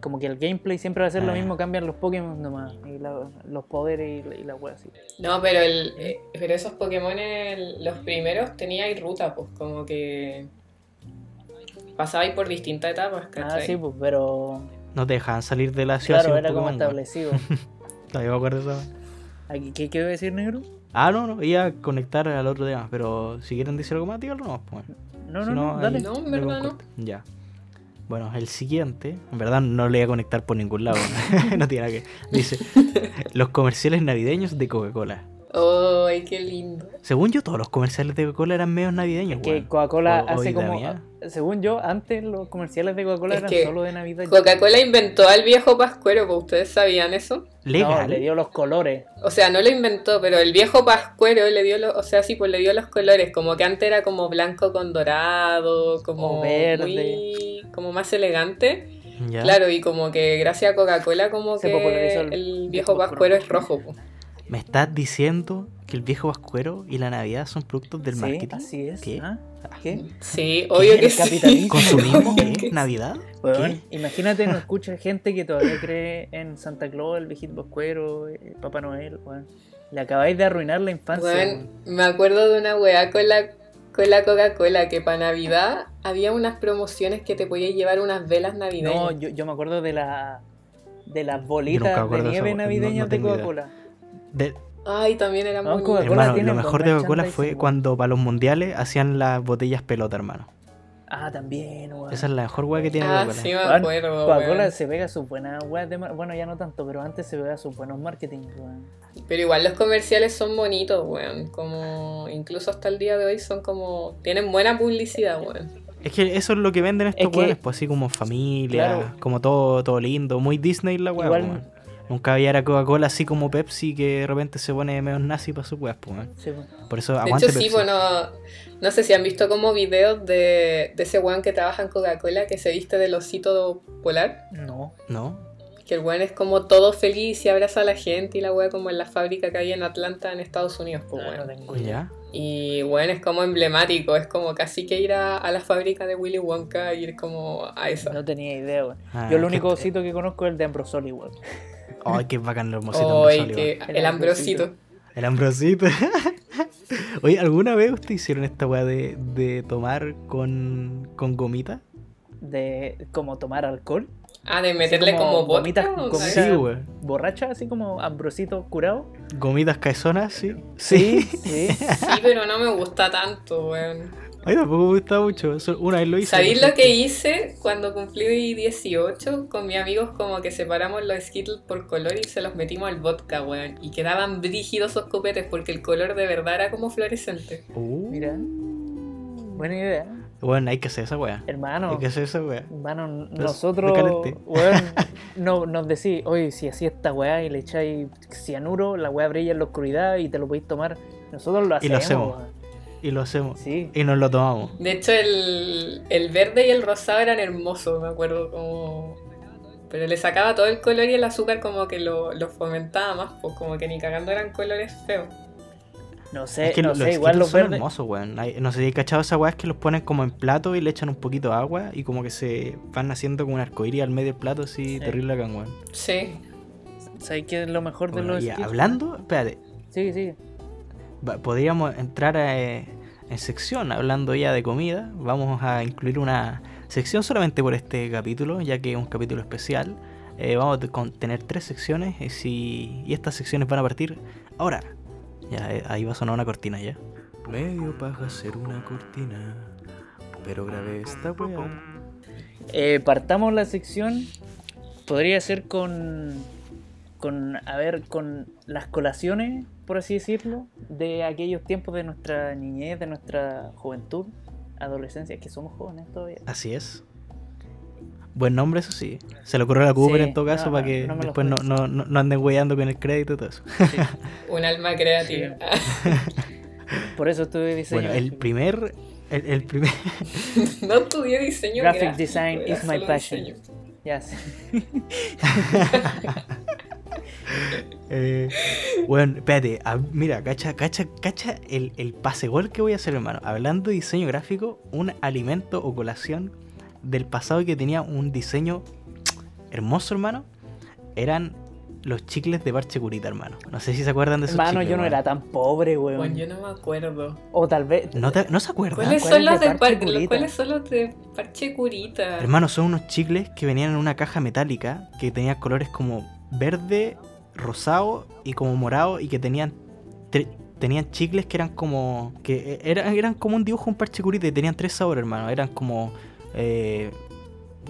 [SPEAKER 4] como que el gameplay siempre va a ser lo
[SPEAKER 3] Ah.
[SPEAKER 4] mismo, cambian los Pokémon nomás, y la- los poderes y, la- y la wea así.
[SPEAKER 5] No, pero, el, eh, pero esos Pokémon, el- los primeros, teníais ruta, pues como que pasabais por distintas etapas,
[SPEAKER 4] Ah,
[SPEAKER 5] ¿cachai?
[SPEAKER 4] sí, pues, pero
[SPEAKER 3] No te dejaban salir de la ciudad
[SPEAKER 4] claro,
[SPEAKER 3] sin
[SPEAKER 4] era como
[SPEAKER 3] Pokémon, weón.
[SPEAKER 4] establecido.
[SPEAKER 3] Todavía me acuerdo de eso.
[SPEAKER 4] Aquí, ¿Qué quiero decir, negro?
[SPEAKER 3] Ah, no, no, iba a conectar al otro tema, pero si quieren decir algo más, díganlo nomás, pues.
[SPEAKER 4] No,
[SPEAKER 3] Si
[SPEAKER 4] no, no,
[SPEAKER 3] ahí
[SPEAKER 4] dale.
[SPEAKER 5] No, en
[SPEAKER 3] yo
[SPEAKER 5] verdad
[SPEAKER 3] concuerdo. Ya. Bueno, el siguiente, en verdad no le voy a conectar por ningún lado, no tiene nada que. Dice, los comerciales navideños de Coca-Cola.
[SPEAKER 5] ¡Ay, qué lindo!
[SPEAKER 3] Según yo, todos los comerciales de Coca-Cola eran medios navideños.
[SPEAKER 4] Que
[SPEAKER 3] weón.
[SPEAKER 4] Coca-Cola
[SPEAKER 3] O- o
[SPEAKER 4] hace como. eh,
[SPEAKER 3] vitamina.
[SPEAKER 4] Según yo, antes los comerciales de Coca-Cola
[SPEAKER 5] Es
[SPEAKER 4] eran
[SPEAKER 5] que
[SPEAKER 4] solo de Navidad.
[SPEAKER 5] Coca-Cola inventó al viejo Pascuero, pues ustedes sabían eso.
[SPEAKER 4] No,
[SPEAKER 3] Legal.
[SPEAKER 4] le dio los colores.
[SPEAKER 5] O sea, no lo inventó, pero el viejo Pascuero le dio los, o sea, sí, pues le dio los colores, como que antes era como blanco con dorado, como
[SPEAKER 4] O verde.
[SPEAKER 5] muy- como más elegante.
[SPEAKER 3] Ya.
[SPEAKER 5] Claro, y como que gracias a Coca-Cola como
[SPEAKER 4] Se
[SPEAKER 5] que
[SPEAKER 4] popularizó el
[SPEAKER 5] el, viejo
[SPEAKER 4] viejo Pascuero.
[SPEAKER 5] Pascuero es rojo. pues. po.
[SPEAKER 3] ¿Me estás diciendo que el viejo vascuero y la Navidad son productos del
[SPEAKER 4] sí,
[SPEAKER 3] marketing?
[SPEAKER 4] así es.
[SPEAKER 3] ¿Qué?
[SPEAKER 4] ¿ah? ¿Qué?
[SPEAKER 5] Sí, obvio que
[SPEAKER 4] ¿El
[SPEAKER 5] sí.
[SPEAKER 4] capitalismo?
[SPEAKER 3] ¿Consumismo? ¿Qué? ¿Navidad?
[SPEAKER 4] Weón, imagínate, no escucha gente que todavía cree en Santa Claus, el viejito Boscuero, el Papá Noel. weón. Le acabáis de arruinar la infancia.
[SPEAKER 5] Weón,
[SPEAKER 4] weón.
[SPEAKER 5] me acuerdo de una weá con la, con la Coca-Cola que para Navidad había unas promociones que te podías llevar unas velas navideñas.
[SPEAKER 4] No, yo, yo me acuerdo de la de las
[SPEAKER 3] Yo nunca
[SPEAKER 4] bolitas de
[SPEAKER 3] acuerdo de esa
[SPEAKER 4] nieve
[SPEAKER 3] weón, no-
[SPEAKER 4] navideñas
[SPEAKER 3] no
[SPEAKER 4] de
[SPEAKER 3] tengo idea.
[SPEAKER 4] Coca-Cola.
[SPEAKER 3] De-
[SPEAKER 5] Ay, también era
[SPEAKER 4] No,
[SPEAKER 5] muy
[SPEAKER 4] Coca-Cola
[SPEAKER 3] hermano,
[SPEAKER 4] tiene
[SPEAKER 3] lo
[SPEAKER 4] buen
[SPEAKER 3] mejor de Coca-Cola
[SPEAKER 4] merchandising,
[SPEAKER 3] fue
[SPEAKER 4] weón.
[SPEAKER 3] cuando para los mundiales hacían las botellas pelota, hermano.
[SPEAKER 4] Ah, también, weón.
[SPEAKER 3] Esa es la mejor weá que tiene
[SPEAKER 5] Ah,
[SPEAKER 3] Coca-Cola.
[SPEAKER 5] sí, me
[SPEAKER 4] Weón,
[SPEAKER 5] acuerdo.
[SPEAKER 4] Coca-Cola
[SPEAKER 5] weón.
[SPEAKER 4] se pega sus buenas weas de mar- Bueno, ya no tanto, pero antes se pega sus buenos marketing, weón.
[SPEAKER 5] Pero igual los comerciales son bonitos, weón. Como incluso hasta el día de hoy son como. Tienen buena publicidad, weón.
[SPEAKER 3] Es que eso es lo que venden estos
[SPEAKER 4] Es que-
[SPEAKER 3] weones, pues así como familia,
[SPEAKER 4] Claro.
[SPEAKER 3] como todo, todo lindo, muy Disney la weá.
[SPEAKER 4] Igual-
[SPEAKER 3] pues, weón. Nunca había era Coca-Cola así como Pepsi que de repente se pone medio nazi para su weas, pues, weón.
[SPEAKER 4] Sí, weón.
[SPEAKER 3] Por eso
[SPEAKER 5] De
[SPEAKER 3] aguante
[SPEAKER 5] hecho, sí,
[SPEAKER 3] Pepsi.
[SPEAKER 5] bueno. No sé si han visto como videos de, de ese weón que trabaja en Coca-Cola que se viste del osito polar.
[SPEAKER 4] No.
[SPEAKER 3] ¿No?
[SPEAKER 5] Que el weón es como todo feliz y abraza a la gente y la weá como en la fábrica que hay en Atlanta, en Estados Unidos, pues,
[SPEAKER 4] Ah, no, no
[SPEAKER 5] weón.
[SPEAKER 4] tengo idea.
[SPEAKER 3] Ah, Ya.
[SPEAKER 5] Y bueno, es como emblemático, es como casi que ir a, a la fábrica de Willy Wonka y ir como a esa.
[SPEAKER 4] No tenía idea, weón.
[SPEAKER 3] Ah,
[SPEAKER 4] Yo el
[SPEAKER 3] qué
[SPEAKER 4] único
[SPEAKER 3] te-
[SPEAKER 4] osito que conozco es el de Ambrosoli, weón.
[SPEAKER 3] Ay, qué bacán el hermosito.
[SPEAKER 5] Ay,
[SPEAKER 3] Ambrosoli,
[SPEAKER 5] que
[SPEAKER 3] weón.
[SPEAKER 5] el ambrosito.
[SPEAKER 3] El ambrosito. Oye, ¿alguna vez ustedes hicieron esta weá de, de tomar con, con gomita?
[SPEAKER 4] De como tomar alcohol.
[SPEAKER 5] Ah, de meterle
[SPEAKER 4] como
[SPEAKER 5] como,
[SPEAKER 4] gomitas
[SPEAKER 5] vodka,
[SPEAKER 4] con
[SPEAKER 5] o sea,
[SPEAKER 4] Gomita.
[SPEAKER 3] Sí, weón.
[SPEAKER 4] Borracha, así como Ambrosito curado.
[SPEAKER 3] Gomitas caezonas, sí. Sí.
[SPEAKER 4] Sí.
[SPEAKER 5] Sí, pero no me gusta tanto, weón.
[SPEAKER 3] Ay, tampoco me gusta mucho. Eso una vez lo hice.
[SPEAKER 5] ¿Sabéis
[SPEAKER 3] no
[SPEAKER 5] lo
[SPEAKER 3] sé.
[SPEAKER 5] que hice cuando cumplí 18? Con mis amigos como que separamos los Skittles por color y se los metimos al vodka, weón. Y quedaban brígidos esos copetes porque el color de verdad era como fluorescente.
[SPEAKER 3] Uh,
[SPEAKER 4] Mira. Buena idea.
[SPEAKER 3] Bueno, hay que hacer esa weá.
[SPEAKER 4] Hermano.
[SPEAKER 3] Hay que hacer esa weá.
[SPEAKER 4] Hermano,
[SPEAKER 3] Pero
[SPEAKER 4] nosotros,
[SPEAKER 3] recalenté.
[SPEAKER 4] weón, no, nos decís, oye, si así esta weá y le echáis cianuro, la weá brilla en la oscuridad y te lo podéis tomar. Nosotros lo
[SPEAKER 3] Y
[SPEAKER 4] hacemos.
[SPEAKER 3] lo hacemos.
[SPEAKER 4] weón.
[SPEAKER 3] Y lo hacemos.
[SPEAKER 4] Sí.
[SPEAKER 3] Y nos lo tomamos.
[SPEAKER 5] De hecho, el, el verde y el rosado eran hermosos, me acuerdo como... Pero le sacaba todo el color y el azúcar como que lo, lo fomentaba más, pues como que ni cagando eran colores feos.
[SPEAKER 4] No sé,
[SPEAKER 3] es que
[SPEAKER 4] no
[SPEAKER 3] los
[SPEAKER 4] sé, igual
[SPEAKER 3] Skittles
[SPEAKER 4] los
[SPEAKER 3] son
[SPEAKER 4] verdes.
[SPEAKER 3] hermosos, weón. Hay- No sé si hay cachado esa weá, es que los ponen como en plato y le echan un poquito de agua y como que se van haciendo como un arcoíris al medio del plato, así
[SPEAKER 4] Sí.
[SPEAKER 3] terrible acá, weón.
[SPEAKER 5] Sí,
[SPEAKER 4] ¿Sabes qué es lo mejor
[SPEAKER 3] Bueno,
[SPEAKER 4] de los
[SPEAKER 3] y
[SPEAKER 4] Skittles?
[SPEAKER 3] hablando, espérate,
[SPEAKER 4] Sí, sí.
[SPEAKER 3] va- podríamos entrar eh, en sección hablando ya de comida. Vamos a incluir una sección solamente por este capítulo, ya que es un capítulo especial. Eh, vamos a te- con- tener tres secciones eh, si- y estas secciones van a partir ahora. Ya, eh, ahí va a sonar una cortina ya. Medio paja ser una cortina, pero grabé esta weá.
[SPEAKER 4] Eh, partamos la sección. Podría ser con. con. a ver, con las colaciones, por así decirlo, de aquellos tiempos de nuestra niñez, de nuestra juventud, adolescencia, que somos jóvenes todavía.
[SPEAKER 3] Así es. Buen nombre, eso sí. Se le ocurrió a la Cooper
[SPEAKER 4] Sí,
[SPEAKER 3] en todo
[SPEAKER 4] no,
[SPEAKER 3] caso para
[SPEAKER 4] no,
[SPEAKER 3] que
[SPEAKER 4] no me lo
[SPEAKER 3] después no,
[SPEAKER 4] juegues.
[SPEAKER 3] no, no- no anden weyando con el crédito y todo eso.
[SPEAKER 5] un alma creativa.
[SPEAKER 4] Por eso estuve diseño.
[SPEAKER 3] Bueno, el
[SPEAKER 4] gráfico.
[SPEAKER 3] primer. El, el primer.
[SPEAKER 5] no estudié diseño
[SPEAKER 4] Graphic
[SPEAKER 5] gráfico,
[SPEAKER 4] design
[SPEAKER 5] era
[SPEAKER 4] is my
[SPEAKER 5] solo
[SPEAKER 4] passion.
[SPEAKER 5] diseño.
[SPEAKER 4] Ya sé.
[SPEAKER 3] eh, bueno, espérate. ah, mira, cacha, cacha, cacha el, el pase gol que voy a hacer, hermano. Hablando de diseño gráfico, un alimento o colación del pasado que tenía un diseño hermoso, hermano, eran los chicles de parche curita, hermano. No sé si se acuerdan de esos
[SPEAKER 4] Hermano,
[SPEAKER 3] chicles,
[SPEAKER 4] yo no
[SPEAKER 3] weón.
[SPEAKER 4] era tan pobre,
[SPEAKER 5] Bueno, yo
[SPEAKER 4] weón.
[SPEAKER 5] no me acuerdo.
[SPEAKER 4] O tal vez.
[SPEAKER 3] ¿No, te- no se acuerdan?
[SPEAKER 5] ¿Cuáles
[SPEAKER 4] ¿Cuál
[SPEAKER 5] son
[SPEAKER 4] es
[SPEAKER 5] los
[SPEAKER 4] de
[SPEAKER 5] de
[SPEAKER 4] parche
[SPEAKER 5] par-
[SPEAKER 4] curita?
[SPEAKER 5] ¿Cuáles son los de parche curita?
[SPEAKER 3] Hermano, son unos chicles que venían en una caja metálica que tenían colores como verde, rosado y como morado y que tenían tre- tenían chicles que eran como que e- eran, eran como un dibujo un parche curita y tenían tres sabores, hermano. Eran como eh,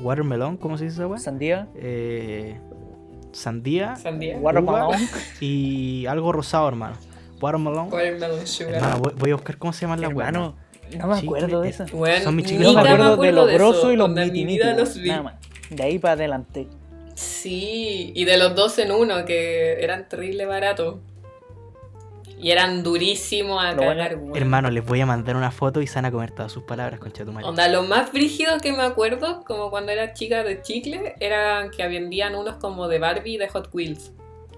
[SPEAKER 3] watermelon, ¿cómo se dice esa weá?
[SPEAKER 4] Sandía.
[SPEAKER 3] Eh, sandía
[SPEAKER 5] Sandía.
[SPEAKER 4] Watermelon.
[SPEAKER 3] y algo rosado, hermano. Watermelon.
[SPEAKER 5] Watermelon sugar.
[SPEAKER 3] Hermano, voy, voy a buscar cómo se llaman las weas.
[SPEAKER 4] Hermano, no me acuerdo de esa.
[SPEAKER 5] Weón,
[SPEAKER 3] Son mis
[SPEAKER 5] ni
[SPEAKER 3] chicles
[SPEAKER 5] tan
[SPEAKER 3] me acuerdo
[SPEAKER 4] de los
[SPEAKER 5] de eso,
[SPEAKER 4] grosos y los
[SPEAKER 5] onda, en mi vida los
[SPEAKER 4] mitinitos.
[SPEAKER 5] vi.
[SPEAKER 4] Nada más. De ahí para adelante.
[SPEAKER 5] Sí, y de los dos en uno, que eran terrible baratos. Y eran durísimos a
[SPEAKER 4] Lo bueno-
[SPEAKER 5] cagar, weón.
[SPEAKER 3] Hermano, les voy a mandar una foto y se van a comer todas sus palabras, concha de tu madre.
[SPEAKER 5] Onda, lo más brígido que me acuerdo, como cuando era chica de chicle, eran que vendían unos como de Barbie y de Hot Wheels.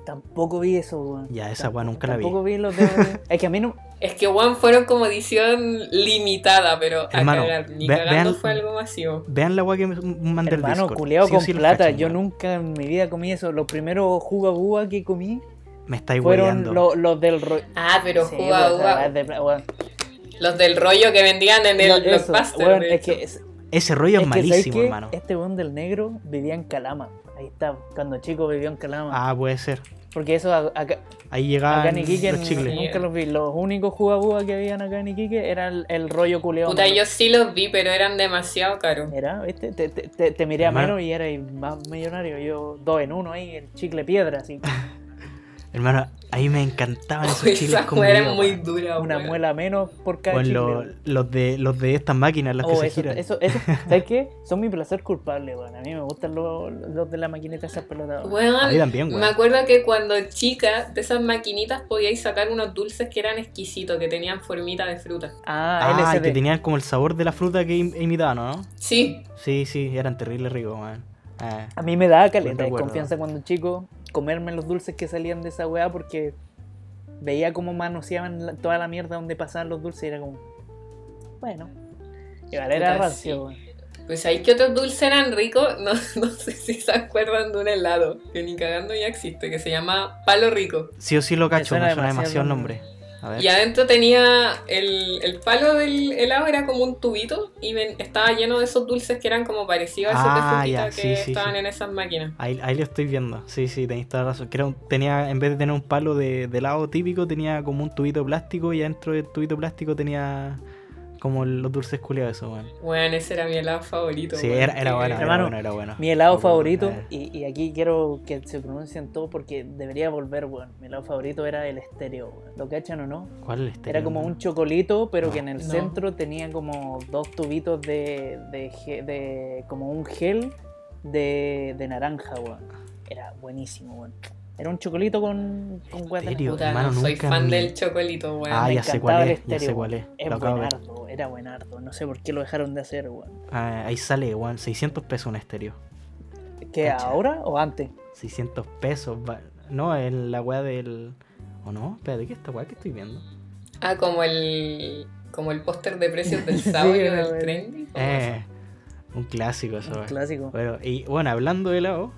[SPEAKER 4] Tampoco vi eso, weón.
[SPEAKER 3] Ya, esa
[SPEAKER 4] Tampoco-
[SPEAKER 3] weá nunca la vi.
[SPEAKER 4] Tampoco vi los de. es que a mí no.
[SPEAKER 5] Es que, weón, fueron como edición limitada, pero a
[SPEAKER 3] Hermano,
[SPEAKER 5] cagar. Ni
[SPEAKER 3] ve-
[SPEAKER 5] cagando
[SPEAKER 3] vean-
[SPEAKER 5] fue algo masivo.
[SPEAKER 3] Vean la weá que me mandé el
[SPEAKER 4] Hermano,
[SPEAKER 3] Discord.
[SPEAKER 4] culeado
[SPEAKER 3] Sí o
[SPEAKER 4] con
[SPEAKER 3] sí los
[SPEAKER 4] plata.
[SPEAKER 3] cachan,
[SPEAKER 4] Yo
[SPEAKER 3] weón.
[SPEAKER 4] nunca en mi vida comí eso. Los primeros jugo uva que comí
[SPEAKER 3] Me estáis
[SPEAKER 4] fueron
[SPEAKER 3] hueveando.
[SPEAKER 4] lo- los del rollo.
[SPEAKER 5] Ah, pero
[SPEAKER 4] Sí, pues,
[SPEAKER 5] juga,
[SPEAKER 4] weón,
[SPEAKER 5] juga.
[SPEAKER 4] esa weá es de pla- weón.
[SPEAKER 5] Los del rollo que vendían en el
[SPEAKER 4] No, eso,
[SPEAKER 5] blockbuster.
[SPEAKER 4] weón,
[SPEAKER 5] de
[SPEAKER 4] es que,
[SPEAKER 5] hecho.
[SPEAKER 4] es,
[SPEAKER 3] Ese rollo es,
[SPEAKER 4] que, ¿sabes
[SPEAKER 3] malísimo,
[SPEAKER 4] qué?
[SPEAKER 3] hermano.
[SPEAKER 4] Este weón del negro vivía en Calama. Ahí está, cuando chico vivió en Calama.
[SPEAKER 3] Ah, puede ser.
[SPEAKER 4] Porque eso a- acá,
[SPEAKER 3] Ahí
[SPEAKER 4] acá
[SPEAKER 3] llegaban
[SPEAKER 4] en Iquique
[SPEAKER 3] los
[SPEAKER 4] n-
[SPEAKER 3] chicles.
[SPEAKER 4] nunca los vi. Los únicos jugabúas que habían acá en Iquique era el, el rollo culeado.
[SPEAKER 5] Puta,
[SPEAKER 4] malo.
[SPEAKER 5] yo sí los vi, pero eran demasiado caros.
[SPEAKER 4] Mira, ¿viste? Te, te, te- te miré a
[SPEAKER 3] Hermano.
[SPEAKER 4] menos y eres más millonario. Yo dos en uno ahí, el chicle piedra, así.
[SPEAKER 3] Hermano, ahí me encantaban esos
[SPEAKER 5] Uy,
[SPEAKER 3] chicles
[SPEAKER 5] Esas
[SPEAKER 3] con
[SPEAKER 5] weas eran
[SPEAKER 3] video,
[SPEAKER 5] muy
[SPEAKER 3] weón.
[SPEAKER 5] duras,
[SPEAKER 4] Una
[SPEAKER 5] weón.
[SPEAKER 4] muela menos por cada
[SPEAKER 3] Con
[SPEAKER 4] chicle.
[SPEAKER 3] lo- los, de, los de estas máquinas, las que
[SPEAKER 4] Oh,
[SPEAKER 3] se
[SPEAKER 4] eso,
[SPEAKER 3] giran.
[SPEAKER 4] eso, eso, ¿sabes qué? Son mi placer culpable, weón. A mí me gustan los, los de la maquinita esas pelotas. weón.
[SPEAKER 5] Weón,
[SPEAKER 3] A mí también,
[SPEAKER 5] Me
[SPEAKER 3] weón.
[SPEAKER 5] acuerdo que cuando chica, de esas maquinitas podíais sacar unos dulces que eran exquisitos, que tenían formita de fruta.
[SPEAKER 4] Ah,
[SPEAKER 3] Ah,
[SPEAKER 4] LSD.
[SPEAKER 3] que tenían como el sabor de la fruta que im- imitaban, ¿o ¿no?
[SPEAKER 5] Sí,
[SPEAKER 3] Sí, sí, eran terribles ricos, weón. Ah.
[SPEAKER 4] A mí me daba
[SPEAKER 3] Buen
[SPEAKER 4] caleta de
[SPEAKER 3] recuerdo.
[SPEAKER 4] confianza cuando chico comerme los dulces que salían de esa weá porque veía cómo manoseaban la- toda la mierda donde pasaban los dulces y era como, bueno, igual era
[SPEAKER 5] Puta,
[SPEAKER 4] rancio. weón.
[SPEAKER 5] pues ahí que otros dulces eran ricos, no, no sé si se acuerdan de un helado, que ni cagando ya existe, que se llama Palo Rico.
[SPEAKER 3] Sí o sí lo cacho,
[SPEAKER 4] suena
[SPEAKER 3] me suena demasiado
[SPEAKER 4] demasiado
[SPEAKER 3] el nombre. A ver.
[SPEAKER 5] Y adentro tenía el, el palo del helado, era como un tubito y ven- estaba lleno de esos dulces que eran como parecidos a esos
[SPEAKER 3] Ah,
[SPEAKER 5] de frutita
[SPEAKER 3] ya,
[SPEAKER 5] que
[SPEAKER 3] sí, sí,
[SPEAKER 5] estaban
[SPEAKER 3] sí.
[SPEAKER 5] en esas máquinas.
[SPEAKER 3] Ahí, ahí lo estoy viendo. Sí, sí, tenéis toda la razón. Que era un- tenía, en vez de tener un palo de, de helado típico, tenía como un tubito de plástico y adentro del tubito de plástico tenía como los dulces culiados, eso, weón.
[SPEAKER 5] Bueno, ese era mi helado favorito.
[SPEAKER 3] Sí,
[SPEAKER 5] weón,
[SPEAKER 3] era, era
[SPEAKER 5] que-
[SPEAKER 3] bueno, era
[SPEAKER 4] Hermano,
[SPEAKER 3] bueno, era bueno.
[SPEAKER 4] Mi helado
[SPEAKER 3] Me acuerdo,
[SPEAKER 4] favorito,
[SPEAKER 3] eh.
[SPEAKER 4] y, y aquí quiero que se pronuncien todos porque debería volver, weón. Mi helado favorito era el estéreo, weón. ¿Lo cachan o no?
[SPEAKER 3] ¿Cuál es este?
[SPEAKER 4] Era como un chocolito, pero que en el
[SPEAKER 5] No.
[SPEAKER 4] centro tenía como dos tubitos de, de, ge- de- como un gel de, de naranja, weón. Era buenísimo, weón. Era un chocolito con, con weá de
[SPEAKER 3] Estéreo,
[SPEAKER 4] naranja.
[SPEAKER 5] Puta,
[SPEAKER 3] hermano,
[SPEAKER 5] no soy
[SPEAKER 3] nunca
[SPEAKER 5] fan
[SPEAKER 3] mi-
[SPEAKER 5] del chocolito, weón.
[SPEAKER 3] Ah,
[SPEAKER 4] Me
[SPEAKER 3] ya sé
[SPEAKER 4] encantaba
[SPEAKER 3] cuál
[SPEAKER 4] el
[SPEAKER 3] es, ya sé
[SPEAKER 4] estéreo,
[SPEAKER 3] cuál es.
[SPEAKER 4] Es
[SPEAKER 3] Lo acabo de ver.
[SPEAKER 4] buenardo, era buenardo. No sé por qué lo dejaron de hacer, weón.
[SPEAKER 3] Ah, ahí sale, weón, 600 pesos un estéreo.
[SPEAKER 4] ¿Qué,
[SPEAKER 3] Cacha.
[SPEAKER 4] ahora o antes?
[SPEAKER 3] 600 pesos. va- No, es la weá del. ¿O no? Espérate, ¿qué es esta weá que estoy viendo?
[SPEAKER 5] Ah, como el como el póster de precios del
[SPEAKER 4] Sí,
[SPEAKER 5] sábado
[SPEAKER 4] a
[SPEAKER 5] del
[SPEAKER 4] ver.
[SPEAKER 5] trendy. como eso.
[SPEAKER 3] Eh, un clásico eso,
[SPEAKER 4] Un
[SPEAKER 3] weón.
[SPEAKER 4] clásico.
[SPEAKER 3] Bueno, y bueno, hablando de helado,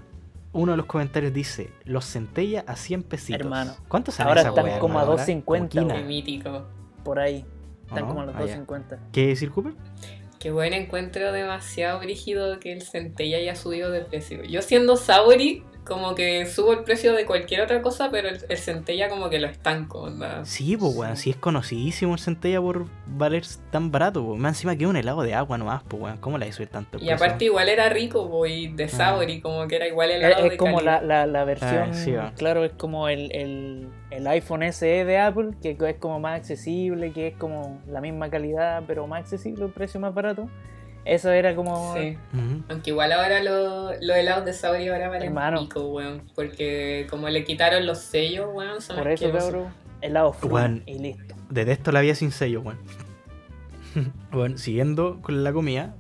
[SPEAKER 3] uno de los comentarios dice, los centella a 100 pesitos.
[SPEAKER 4] Hermano,
[SPEAKER 3] ¿Cuántos sale
[SPEAKER 4] ahora
[SPEAKER 3] esa
[SPEAKER 4] están
[SPEAKER 3] weá,
[SPEAKER 4] como a
[SPEAKER 3] hermano, ahora?
[SPEAKER 4] 2.50,
[SPEAKER 3] Como
[SPEAKER 5] Qué
[SPEAKER 3] quina,
[SPEAKER 5] mítico.
[SPEAKER 4] Por ahí.
[SPEAKER 3] ¿o
[SPEAKER 4] Están
[SPEAKER 3] no?
[SPEAKER 4] como a los
[SPEAKER 3] Ah, ya.
[SPEAKER 4] 2.50.
[SPEAKER 3] ¿Qué decir, Cooper?
[SPEAKER 5] Qué buen encuentro demasiado brígido que el centella haya subido de precio. Yo siendo Sauri, como que subo el precio de cualquier otra cosa, pero el, el centella como que lo estanco, onda.
[SPEAKER 3] Sí, pues, weón,
[SPEAKER 4] Sí.
[SPEAKER 3] si es conocidísimo el centella por valer tan barato, pues. Más encima que un helado de agua nomás, pues, weón. ¿Cómo le subir tanto? el
[SPEAKER 5] Y
[SPEAKER 3] precio?
[SPEAKER 5] aparte igual era rico, po, y de Sauri, como que era igual el
[SPEAKER 4] Ah. Es, es como la, la, la versión,
[SPEAKER 3] Ah, sí, va.
[SPEAKER 4] claro, es como el, el, el iPhone SE de Apple, que es como más accesible, que es como la misma calidad, pero más accesible, un precio más barato. Eso era como...
[SPEAKER 5] Sí.
[SPEAKER 3] Ujú.
[SPEAKER 5] Aunque igual ahora lo- los helados de Sauri ahora valen
[SPEAKER 4] Hermano.
[SPEAKER 5] pico, weón. Porque como le quitaron los sellos, weón, son
[SPEAKER 4] Por eso,
[SPEAKER 5] asquerosos.
[SPEAKER 4] cabrón, helado frío
[SPEAKER 3] Weón.
[SPEAKER 4] y listo.
[SPEAKER 3] Detesto la vida sin sello, weón. bueno, siguiendo con la comida,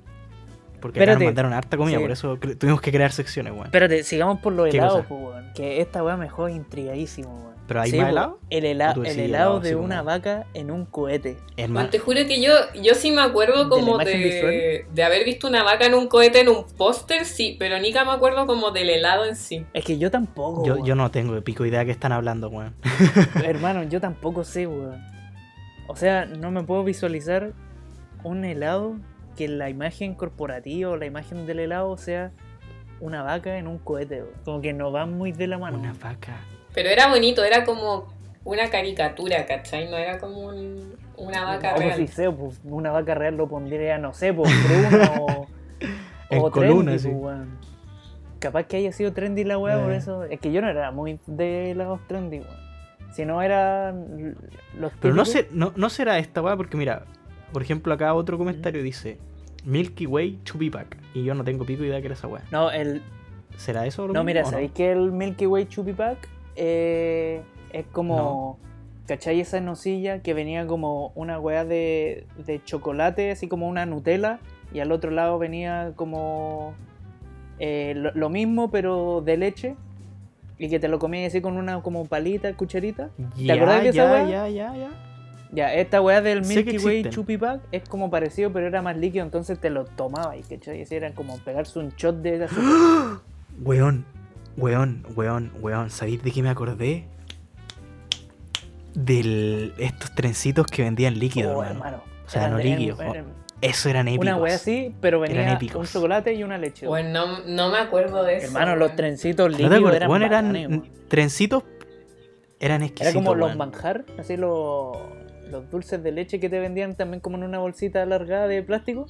[SPEAKER 3] Porque acá
[SPEAKER 4] Espérate.
[SPEAKER 3] nos mandaron harta comida,
[SPEAKER 4] Sí.
[SPEAKER 3] por eso cre- tuvimos que crear secciones, weón.
[SPEAKER 4] Espérate, sigamos por los
[SPEAKER 3] ¿Qué
[SPEAKER 4] helados,
[SPEAKER 3] cosa?
[SPEAKER 4] po, weón, que esta weá me dejó intrigadísimo, weón.
[SPEAKER 3] ¿Pero hay más
[SPEAKER 4] po,
[SPEAKER 3] helado?
[SPEAKER 4] El, hela-
[SPEAKER 3] Tú decís
[SPEAKER 4] el helado
[SPEAKER 3] helado,
[SPEAKER 4] de
[SPEAKER 3] sí,
[SPEAKER 4] una
[SPEAKER 3] como-
[SPEAKER 4] vaca en un cohete.
[SPEAKER 5] Bueno,
[SPEAKER 3] Hermano.
[SPEAKER 5] te juro que yo, yo sí me acuerdo
[SPEAKER 4] ¿De
[SPEAKER 5] como
[SPEAKER 4] la
[SPEAKER 5] de,
[SPEAKER 4] imagen visual?
[SPEAKER 5] de haber visto una vaca en un cohete en un póster, sí, pero nunca me acuerdo como del helado en sí.
[SPEAKER 4] Es que yo tampoco,
[SPEAKER 3] Yo,
[SPEAKER 4] weón.
[SPEAKER 3] yo no tengo de pico idea de qué están hablando, weón.
[SPEAKER 4] hermano, yo tampoco sé, weón. O sea, no me puedo visualizar un helado que la imagen corporativa o la imagen del helado sea una vaca en un cohete, weón. Como que no va muy de la mano.
[SPEAKER 3] Una vaca.
[SPEAKER 5] Pero era bonito, era como una caricatura, ¿cachai? No era como un- una vaca
[SPEAKER 4] No, pues,
[SPEAKER 5] real.
[SPEAKER 4] si sé, pues, una vaca real lo pondría, no sé, pues, por Bruno o,
[SPEAKER 3] En
[SPEAKER 4] o
[SPEAKER 3] columna,
[SPEAKER 4] trendy,
[SPEAKER 3] sí.
[SPEAKER 4] pues, weón. Capaz que haya sido trendy la weá, por
[SPEAKER 3] Eh.
[SPEAKER 4] eso. Es que yo no era muy de los trendy, weón. Si no eran los
[SPEAKER 3] Pero no,
[SPEAKER 4] típicos-
[SPEAKER 3] sé, no, no será esta, weón, porque mira, por ejemplo, acá otro comentario dice Milky Way Chupipac. Y yo no tengo pico idea de qué era esa weón.
[SPEAKER 4] No, el,
[SPEAKER 3] ¿Será eso?
[SPEAKER 4] no mira,
[SPEAKER 3] sabéis
[SPEAKER 4] ¿sabéis que el Milky Way Chupi Pack eh, es como. ¿Cachai esa nocilla que venía como una weá de, de chocolate, así como una Nutella? Y al otro lado venía como. eh, lo, lo mismo, pero de leche. Y que te lo comías así con una como palita, cucharita.
[SPEAKER 3] Ya,
[SPEAKER 4] acordás de esa
[SPEAKER 3] ya,
[SPEAKER 4] weá?
[SPEAKER 3] ya, ya, ya.
[SPEAKER 4] Ya, esta weá del
[SPEAKER 3] Sé que
[SPEAKER 4] Milky Way
[SPEAKER 3] existen.
[SPEAKER 4] Chupi Pack es como parecido, pero era más líquido, entonces te lo tomabas, ¿cachai? Y así era como pegarse un shot de esa
[SPEAKER 3] Weón, weón, weón, weón. ¿Sabéis de qué me acordé? Del estos trencitos que vendían líquido,
[SPEAKER 4] Oh,
[SPEAKER 3] hermano. O sea,
[SPEAKER 4] Eran
[SPEAKER 3] no
[SPEAKER 4] de-
[SPEAKER 3] líquido.
[SPEAKER 4] eran-
[SPEAKER 3] jo- Eso eran épicos.
[SPEAKER 4] Una wea así, pero venía
[SPEAKER 3] épicos.
[SPEAKER 4] un chocolate y una leche.
[SPEAKER 5] Bueno, no, no me acuerdo de eso.
[SPEAKER 4] Hermano, los
[SPEAKER 5] weón.
[SPEAKER 4] trencitos
[SPEAKER 3] ¿No
[SPEAKER 4] líquidos
[SPEAKER 3] te acuerdas?
[SPEAKER 4] eran,
[SPEAKER 3] Bueno, eran
[SPEAKER 4] bacanes, weón.
[SPEAKER 3] trencitos. Eran exquisitos.
[SPEAKER 4] Era como los
[SPEAKER 3] weón.
[SPEAKER 4] manjar, así los, los dulces de leche que te vendían también como en una bolsita alargada de plástico.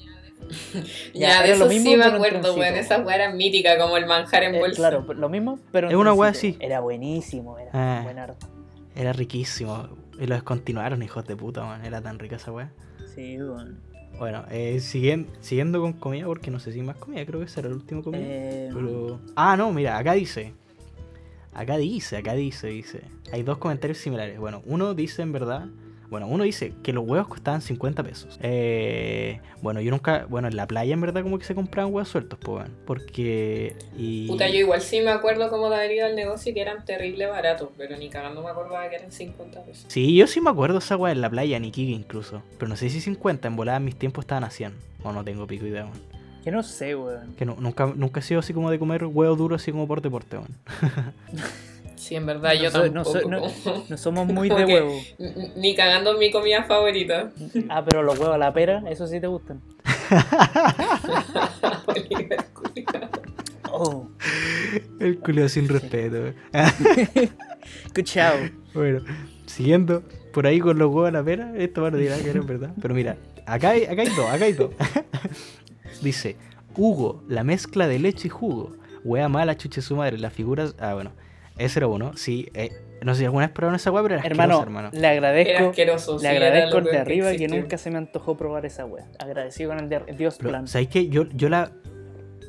[SPEAKER 5] Ya,
[SPEAKER 4] Ya, era
[SPEAKER 5] de eso
[SPEAKER 4] lo mismo,
[SPEAKER 5] sí me
[SPEAKER 4] pero en
[SPEAKER 5] acuerdo,
[SPEAKER 4] trencito,
[SPEAKER 5] weón.
[SPEAKER 4] weón.
[SPEAKER 5] Esa weá era mítica, como el manjar en
[SPEAKER 4] Eh,
[SPEAKER 5] bolsa.
[SPEAKER 4] claro, lo mismo, pero en
[SPEAKER 3] Es una wea
[SPEAKER 4] trencito.
[SPEAKER 3] así.
[SPEAKER 4] Era buenísimo, era
[SPEAKER 3] Ah.
[SPEAKER 4] buen harto.
[SPEAKER 3] Era riquísimo. Y lo descontinuaron, hijos de puta, man. Era tan rica esa weá.
[SPEAKER 4] Sí, weón.
[SPEAKER 3] Bueno, eh, siguen- siguiendo con comida, porque no sé si hay más comida, creo que ese era el último comida.
[SPEAKER 4] Eh,
[SPEAKER 3] Pero- Ah, no, mira, acá dice. Acá dice, acá dice, dice. Hay dos comentarios similares. Bueno, uno dice en verdad. Bueno, uno dice que los huevos costaban 50 pesos. Eh, bueno, yo nunca. Bueno, en la playa en verdad como que se compraban huevos sueltos, pues, weón. Porque. Y...
[SPEAKER 5] Puta, yo igual sí me acuerdo como de haber ido al negocio y que eran terrible baratos, pero ni cagando me acordaba que eran 50 pesos.
[SPEAKER 3] Sí, yo sí me acuerdo esa hueá en la playa, en Iquique incluso. Pero no sé si 50, en volada en mis tiempos estaban a 100. O no tengo pico idea, weón.
[SPEAKER 4] Yo no sé, weón.
[SPEAKER 3] Que nu- nunca, nunca he sido así como de comer huevos duros, así como por deporte, weón.
[SPEAKER 5] Sí, en verdad,
[SPEAKER 4] No
[SPEAKER 5] yo
[SPEAKER 4] soy- no
[SPEAKER 5] tampoco.
[SPEAKER 4] soy- no-
[SPEAKER 5] como-
[SPEAKER 4] No somos muy
[SPEAKER 5] Como
[SPEAKER 4] de
[SPEAKER 5] que-
[SPEAKER 4] huevo.
[SPEAKER 5] N- Ni cagando es mi comida favorita.
[SPEAKER 4] Ah, pero los huevos a la pera, eso sí te gustan.
[SPEAKER 5] Bolívar, culiao.
[SPEAKER 4] Oh,
[SPEAKER 3] El culo sin respeto, weón.
[SPEAKER 4] escuchado.
[SPEAKER 3] Bueno, siguiendo por ahí con los huevos a la pera, esto va a dirá que era en verdad. Pero mira, acá hay, acá hay dos, acá hay dos. Dice, Hugo, la mezcla de leche y jugo. Wea mala, chuche su madre. Las figuras. Ah, bueno. Ese era uno. Sí, eh, no sé si alguna vez probaron esa wea, pero era
[SPEAKER 4] Hermano,
[SPEAKER 3] asquerosa, hermano.
[SPEAKER 4] le
[SPEAKER 5] Era
[SPEAKER 4] agradezco.
[SPEAKER 5] asqueroso.
[SPEAKER 4] Le
[SPEAKER 5] sí, era
[SPEAKER 4] agradezco
[SPEAKER 5] lo
[SPEAKER 4] al de
[SPEAKER 5] peor
[SPEAKER 4] arriba que
[SPEAKER 5] existió.
[SPEAKER 4] nunca se me antojó probar esa wea. Agradecido con el de ar- Dios
[SPEAKER 3] Pero,
[SPEAKER 4] plan.
[SPEAKER 3] ¿Sabéis qué? Yo, yo la.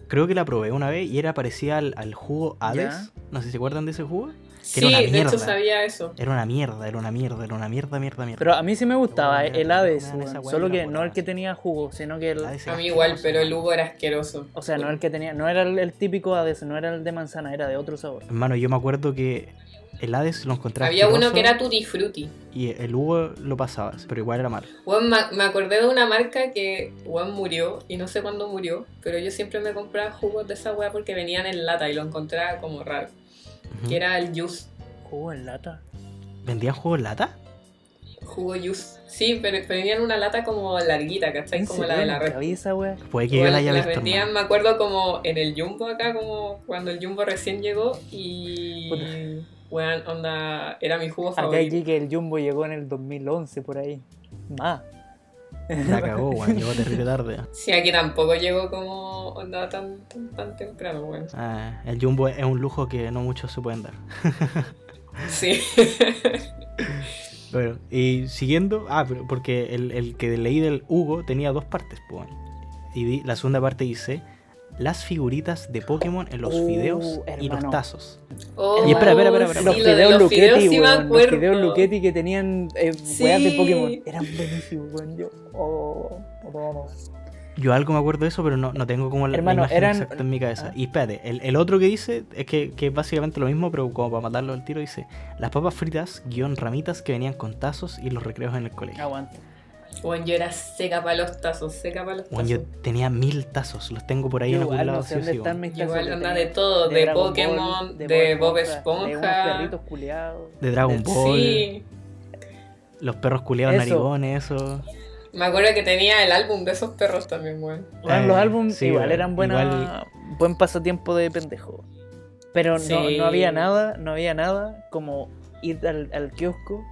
[SPEAKER 3] Creo que la probé una vez y era parecida al, al jugo Hades. No sé si se acuerdan de ese jugo.
[SPEAKER 5] Sí,
[SPEAKER 3] era una
[SPEAKER 5] de
[SPEAKER 3] mierda.
[SPEAKER 5] hecho sabía eso.
[SPEAKER 3] Era una mierda, era una mierda, era una mierda, mierda, mierda.
[SPEAKER 4] Pero a mí sí me gustaba eh,
[SPEAKER 3] Pero,
[SPEAKER 4] el
[SPEAKER 3] mira,
[SPEAKER 4] Hades,
[SPEAKER 3] coman esa
[SPEAKER 4] weón.
[SPEAKER 3] weá
[SPEAKER 4] solo
[SPEAKER 3] y la
[SPEAKER 4] que no el
[SPEAKER 3] botaban.
[SPEAKER 4] que tenía jugo, sino que el,
[SPEAKER 3] Hades era
[SPEAKER 5] A mí igual,
[SPEAKER 3] asqueroso.
[SPEAKER 5] pero el Hugo era asqueroso.
[SPEAKER 4] o sea, no el que tenía, no era el, el típico Hades, no era el de manzana, era de otro sabor.
[SPEAKER 3] Hermano, yo me acuerdo que el Hades lo encontraba.
[SPEAKER 5] Había uno
[SPEAKER 3] asqueroso
[SPEAKER 5] que era Tutti Frutti.
[SPEAKER 3] Y el Hugo lo pasabas, pero igual era malo.
[SPEAKER 5] Weón, ma- me acordé de una marca que Juan murió y no sé cuándo murió, pero yo siempre me compraba jugos de esa weá porque venían en lata y lo encontraba como raro.
[SPEAKER 3] Ujú.
[SPEAKER 5] Que era el juice,
[SPEAKER 4] Jugo en lata.
[SPEAKER 3] ¿Vendían juegos lata?
[SPEAKER 5] jugo juice. Sí, pero pero venían en una lata como larguita, ¿cachai?
[SPEAKER 4] ¿En
[SPEAKER 5] Como la de
[SPEAKER 4] serio?
[SPEAKER 5] la
[SPEAKER 4] Nunca
[SPEAKER 5] red.
[SPEAKER 4] vi esa wea.
[SPEAKER 3] Puede que yo
[SPEAKER 5] Weón,
[SPEAKER 3] la haya
[SPEAKER 5] las
[SPEAKER 3] visto.
[SPEAKER 5] vendían,
[SPEAKER 3] hermano.
[SPEAKER 5] me acuerdo como en el Jumbo acá, como cuando el Jumbo recién llegó y... Weón, onda, era mi jugo
[SPEAKER 4] Acá
[SPEAKER 5] favorito.
[SPEAKER 4] allí que el Jumbo llegó en el 2011 por ahí. Más.
[SPEAKER 3] La cagó, weón. Llegó terrible tarde.
[SPEAKER 5] Sí, aquí tampoco llegó como onda tan, tan, tan temprano, weón.
[SPEAKER 3] Ah, el Jumbo es un lujo que no muchos se pueden dar.
[SPEAKER 5] Sí.
[SPEAKER 3] Bueno, y siguiendo. Ah, pero porque el, el que leí del Hugo tenía dos partes, pues. Y di- la segunda parte dice: Las figuritas de Pokémon en los
[SPEAKER 4] Uh,
[SPEAKER 3] videos y
[SPEAKER 4] hermano.
[SPEAKER 3] los tazos.
[SPEAKER 5] Oh,
[SPEAKER 3] Y espera, espera, espera, espera.
[SPEAKER 4] los
[SPEAKER 5] sí, lo de
[SPEAKER 4] videos
[SPEAKER 5] los videos
[SPEAKER 4] Luchetti,
[SPEAKER 5] sí me
[SPEAKER 4] weón. Los
[SPEAKER 5] acuerdo.
[SPEAKER 4] videos Luchetti que tenían eh, weas de
[SPEAKER 5] Sí.
[SPEAKER 4] Pokémon. Eran buenísimos, weón. Yo. Oh, oh, oh, oh.
[SPEAKER 3] Yo algo me acuerdo de eso, pero no, no tengo como la,
[SPEAKER 4] Hermano,
[SPEAKER 3] la imagen
[SPEAKER 4] eran-
[SPEAKER 3] exacta en mi cabeza.
[SPEAKER 4] ah.
[SPEAKER 3] Y espérate, el, el otro que dice es que, que es básicamente lo mismo, pero como para matarlo al tiro, dice las papas fritas, guión ramitas que venían con tazos y los recreos en el colegio.
[SPEAKER 4] Aguanta.
[SPEAKER 5] Bueno, yo era seca para los tazos, seca para los
[SPEAKER 3] Bueno,
[SPEAKER 5] tazos.
[SPEAKER 3] yo tenía mil tazos, los tengo por ahí en
[SPEAKER 4] Yo
[SPEAKER 3] algún
[SPEAKER 4] igual
[SPEAKER 3] lado.
[SPEAKER 4] no
[SPEAKER 3] sí
[SPEAKER 4] sé
[SPEAKER 3] o
[SPEAKER 4] dónde
[SPEAKER 3] sí,
[SPEAKER 4] están
[SPEAKER 3] bueno.
[SPEAKER 4] mis tazos
[SPEAKER 5] Igual
[SPEAKER 4] que
[SPEAKER 5] anda
[SPEAKER 4] tenía.
[SPEAKER 5] de todo, de,
[SPEAKER 4] Dragon
[SPEAKER 5] Pokémon,
[SPEAKER 4] Ball,
[SPEAKER 5] de,
[SPEAKER 4] Bob
[SPEAKER 5] Bob Esponja.
[SPEAKER 4] De unos perritos culiados.
[SPEAKER 3] De Dragon Ball,
[SPEAKER 5] Sí,
[SPEAKER 3] los perros culeados
[SPEAKER 4] Eso.
[SPEAKER 3] narigones, eso.
[SPEAKER 5] me acuerdo que tenía el álbum de esos perros también, weón.
[SPEAKER 4] Bueno,
[SPEAKER 3] Eh,
[SPEAKER 4] Ah, los álbumes
[SPEAKER 3] sí,
[SPEAKER 4] igual
[SPEAKER 3] bueno,
[SPEAKER 4] eran buena,
[SPEAKER 3] igual-
[SPEAKER 4] buen pasatiempo de pendejo. Pero no,
[SPEAKER 5] Sí.
[SPEAKER 4] no había nada, no había nada como ir al, al kiosco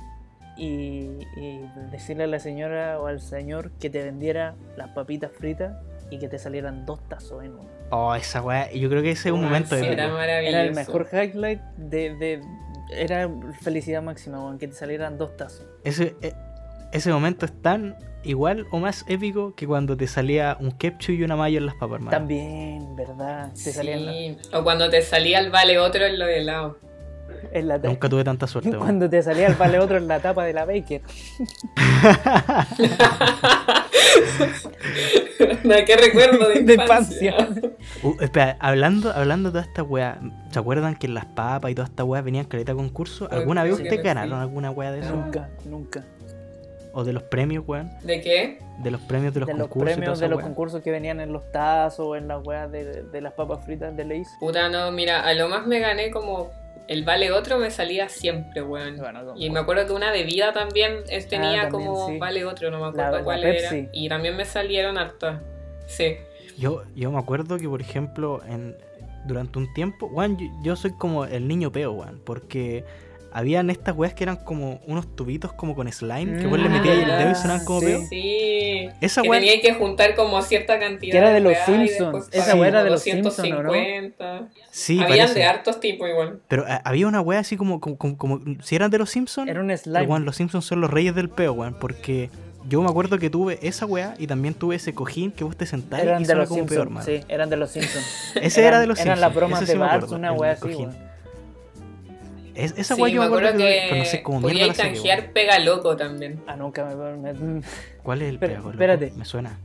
[SPEAKER 4] y, y decirle a la señora o al señor que te vendiera las papitas fritas y que te salieran dos tazos en uno.
[SPEAKER 3] Oh, esa weá, yo creo que ese Este es un
[SPEAKER 5] Ah,
[SPEAKER 3] momento
[SPEAKER 5] sí,
[SPEAKER 3] épico.
[SPEAKER 5] era maravilloso.
[SPEAKER 4] Era el mejor highlight de, de- era felicidad máxima, weón, que te salieran dos tazos.
[SPEAKER 3] Ese, e- ese momento es tan igual o más épico que cuando te salía un ketchup y una mayo en las papas, hermano.
[SPEAKER 4] También, ¿verdad? Te salían la-
[SPEAKER 5] Sí, O cuando te salía el vale otro en lo de helado.
[SPEAKER 4] en la ta-
[SPEAKER 3] Nunca tuve tanta suerte, weón.
[SPEAKER 4] Cuando te salía el vale otro en la tapa de la Baker.
[SPEAKER 5] ¿De qué recuerdo de
[SPEAKER 4] De
[SPEAKER 5] infancia?
[SPEAKER 4] infancia.
[SPEAKER 3] Uh, espera, hablando, hablando de toda esta weá, ¿se acuerdan que las papas y toda esta weá venían caleta a concurso?
[SPEAKER 5] Pues,
[SPEAKER 3] ¿Alguna vez
[SPEAKER 5] sí,
[SPEAKER 3] ustedes
[SPEAKER 5] sí.
[SPEAKER 3] ganaron alguna weá de eso?
[SPEAKER 4] Nunca, nunca.
[SPEAKER 3] ¿O de los premios, weón?
[SPEAKER 5] ¿De qué?
[SPEAKER 3] De los premios de los
[SPEAKER 4] de los
[SPEAKER 3] concursos y toda
[SPEAKER 4] premios,
[SPEAKER 3] esa
[SPEAKER 4] de los
[SPEAKER 3] weá.
[SPEAKER 4] concursos que venían en los tazos, en las weas de, de las papas fritas de Lays.
[SPEAKER 5] Puta, no, mira, a lo más me gané como el vale otro me salía siempre, weón.
[SPEAKER 4] Bueno, con-
[SPEAKER 5] Y me acuerdo que una bebida también es- tenía
[SPEAKER 4] Ah, también,
[SPEAKER 5] como
[SPEAKER 4] sí.
[SPEAKER 5] vale otro, no me
[SPEAKER 4] La-
[SPEAKER 5] acuerdo
[SPEAKER 4] la
[SPEAKER 5] cuál
[SPEAKER 4] Pepsi.
[SPEAKER 5] era. Y también me salieron hartas. Sí.
[SPEAKER 3] Yo, yo me acuerdo que, por ejemplo, en, durante un tiempo, weón, yo, yo soy como el niño peo, weón, porque habían estas weas que eran como unos tubitos como con slime, que vos le
[SPEAKER 4] Mm,
[SPEAKER 3] metías ahí el dedo y
[SPEAKER 5] ah,
[SPEAKER 3] sonaban como
[SPEAKER 4] sí.
[SPEAKER 3] peo.
[SPEAKER 5] Sí.
[SPEAKER 3] Esa
[SPEAKER 5] que
[SPEAKER 3] wea,
[SPEAKER 5] tenía que juntar como cierta cantidad.
[SPEAKER 4] Que era de los
[SPEAKER 5] weá, y
[SPEAKER 4] Simpsons.
[SPEAKER 5] después
[SPEAKER 4] Esa
[SPEAKER 5] pagar
[SPEAKER 4] weá era
[SPEAKER 5] como
[SPEAKER 4] de los Simpsons, ¿o no?
[SPEAKER 5] 250.
[SPEAKER 3] sí,
[SPEAKER 5] Habían
[SPEAKER 3] parece.
[SPEAKER 5] de hartos tipos igual.
[SPEAKER 3] Pero a- había una wea así como, como, como, como si eran de los Simpsons,
[SPEAKER 4] Era un slime.
[SPEAKER 3] Pero, weón, los Simpsons son los reyes del peo, weón, porque yo me acuerdo que tuve esa weá y también tuve ese cojín que vos te sentás
[SPEAKER 4] eran
[SPEAKER 3] y
[SPEAKER 4] de
[SPEAKER 3] suena
[SPEAKER 4] los
[SPEAKER 3] como peo,
[SPEAKER 4] Simpsons.
[SPEAKER 3] hermano.
[SPEAKER 4] sí, eran de los Simpsons.
[SPEAKER 3] Ese
[SPEAKER 4] Eran-
[SPEAKER 3] era de los
[SPEAKER 4] Eran
[SPEAKER 3] Simpsons.
[SPEAKER 4] las bromas
[SPEAKER 3] ese
[SPEAKER 4] de
[SPEAKER 3] sí me
[SPEAKER 4] Bart,
[SPEAKER 3] acuerdo,
[SPEAKER 4] una
[SPEAKER 3] el
[SPEAKER 4] wea así,
[SPEAKER 3] cojín.
[SPEAKER 4] weón.
[SPEAKER 3] Es, esa
[SPEAKER 5] Sí,
[SPEAKER 3] weá yo
[SPEAKER 5] me acuerdo
[SPEAKER 3] que,
[SPEAKER 5] que
[SPEAKER 3] pero no sé cómo mierda
[SPEAKER 5] podía
[SPEAKER 3] la saqué,
[SPEAKER 5] canjear Pegaloco también.
[SPEAKER 4] Ah, nunca me. me-
[SPEAKER 3] weón. ¿Cuál es el
[SPEAKER 4] Pero,
[SPEAKER 3] peo? loco?
[SPEAKER 4] espérate.
[SPEAKER 3] Me suena.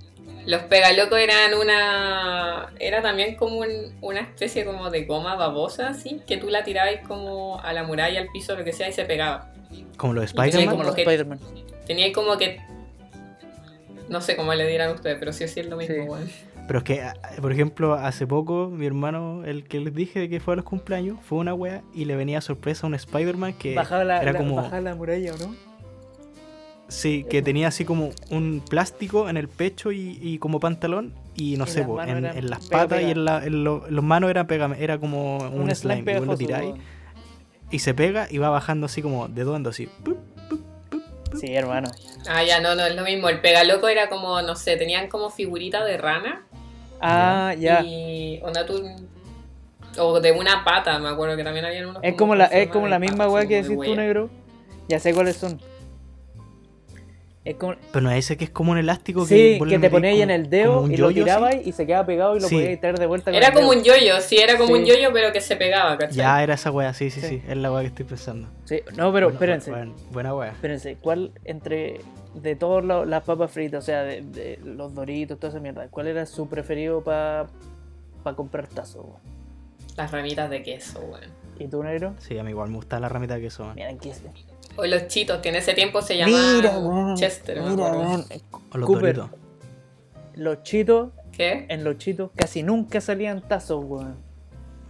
[SPEAKER 5] Los Pegaloco eran una... Era también como un- una especie como de goma babosa, así, que tú la tirabas como a la muralla, al piso, lo que sea, y se pegaba.
[SPEAKER 3] Como los de
[SPEAKER 5] tenía
[SPEAKER 3] Spider-Man.
[SPEAKER 5] como los que-
[SPEAKER 4] Spider-Man.
[SPEAKER 5] Tenía como que... No sé cómo le dirán ustedes, pero sí, sí es lo mismo,
[SPEAKER 4] Sí.
[SPEAKER 5] weón.
[SPEAKER 3] Pero es que, a- por ejemplo, hace poco mi hermano, el que les dije de que fue a los cumpleaños, fue una wea y le venía sorpresa un Spider-Man que
[SPEAKER 4] Bajaba la,
[SPEAKER 3] era
[SPEAKER 4] la-
[SPEAKER 3] como
[SPEAKER 4] bajaba la muralla, ¿o ¿no?
[SPEAKER 3] sí, que tenía así como un plástico en el pecho y, y como pantalón y no
[SPEAKER 4] Y
[SPEAKER 3] sé,
[SPEAKER 4] las
[SPEAKER 3] po,
[SPEAKER 4] manos
[SPEAKER 3] en,
[SPEAKER 4] eran
[SPEAKER 3] en las
[SPEAKER 4] pega,
[SPEAKER 3] patas
[SPEAKER 4] pega.
[SPEAKER 3] y en, la- en lo- los manos era pega, era como un, slime, y vos lo
[SPEAKER 4] pegajoso,
[SPEAKER 3] tiráis
[SPEAKER 4] weón.
[SPEAKER 3] y se pega y va bajando así como de dos en dos, así. ¡pup!
[SPEAKER 4] Sí, hermano.
[SPEAKER 5] Ah, ya, no, no, es lo mismo. El Pegaloco era como, no sé, tenían como figurita de rana.
[SPEAKER 4] Ah, ya.
[SPEAKER 5] Y onda tú... O de una pata, me acuerdo que también había unos...
[SPEAKER 4] Es como la,
[SPEAKER 5] con
[SPEAKER 4] es
[SPEAKER 5] forma
[SPEAKER 4] como
[SPEAKER 5] de
[SPEAKER 4] la
[SPEAKER 5] pata,
[SPEAKER 4] misma
[SPEAKER 5] así
[SPEAKER 4] weá
[SPEAKER 5] como
[SPEAKER 4] que
[SPEAKER 5] de
[SPEAKER 4] decís tú,
[SPEAKER 5] huella.
[SPEAKER 4] negro. Ya sé cuáles son. Es como,
[SPEAKER 3] Pero no es ese que es como un elástico
[SPEAKER 4] sí,
[SPEAKER 3] vos le
[SPEAKER 4] que te
[SPEAKER 3] metís
[SPEAKER 4] ponías en
[SPEAKER 3] como-
[SPEAKER 4] el
[SPEAKER 3] como
[SPEAKER 4] dedo
[SPEAKER 3] un
[SPEAKER 4] y lo
[SPEAKER 3] yoyo, así.
[SPEAKER 4] tirabas y se quedaba pegado y lo
[SPEAKER 3] Sí.
[SPEAKER 4] podías traer de vuelta. con
[SPEAKER 5] Era
[SPEAKER 4] el
[SPEAKER 5] como
[SPEAKER 4] dedo.
[SPEAKER 5] un yoyo, sí, era como
[SPEAKER 4] Sí.
[SPEAKER 5] un yoyo, pero que se pegaba, ¿cachai?
[SPEAKER 3] Ya era esa wea, sí, sí,
[SPEAKER 4] Sí.
[SPEAKER 3] sí, es la wea que estoy pensando.
[SPEAKER 4] Sí, No, pero
[SPEAKER 3] Bueno,
[SPEAKER 4] espérense.
[SPEAKER 3] bueno, buena wea.
[SPEAKER 4] Espérense, ¿cuál entre de todas lo- las papas fritas, o sea, de, de los doritos, toda esa mierda, cuál era su preferido para comprar tazo? weón?
[SPEAKER 5] Las ramitas de queso, weón.
[SPEAKER 4] ¿Y tú, negro?
[SPEAKER 3] Sí, a mí igual me gusta la ramita de queso. man.
[SPEAKER 4] Mira, aquí es-
[SPEAKER 5] O los chitos, que en ese tiempo se llamaban
[SPEAKER 4] Mira, weón,
[SPEAKER 5] Chester, me
[SPEAKER 4] mira,
[SPEAKER 5] acuerdo.
[SPEAKER 4] weón.
[SPEAKER 3] O los
[SPEAKER 4] Cooper.
[SPEAKER 3] Doritos.
[SPEAKER 4] Los chitos
[SPEAKER 5] ¿Qué?
[SPEAKER 4] en los chitos casi nunca salían tazos, weón.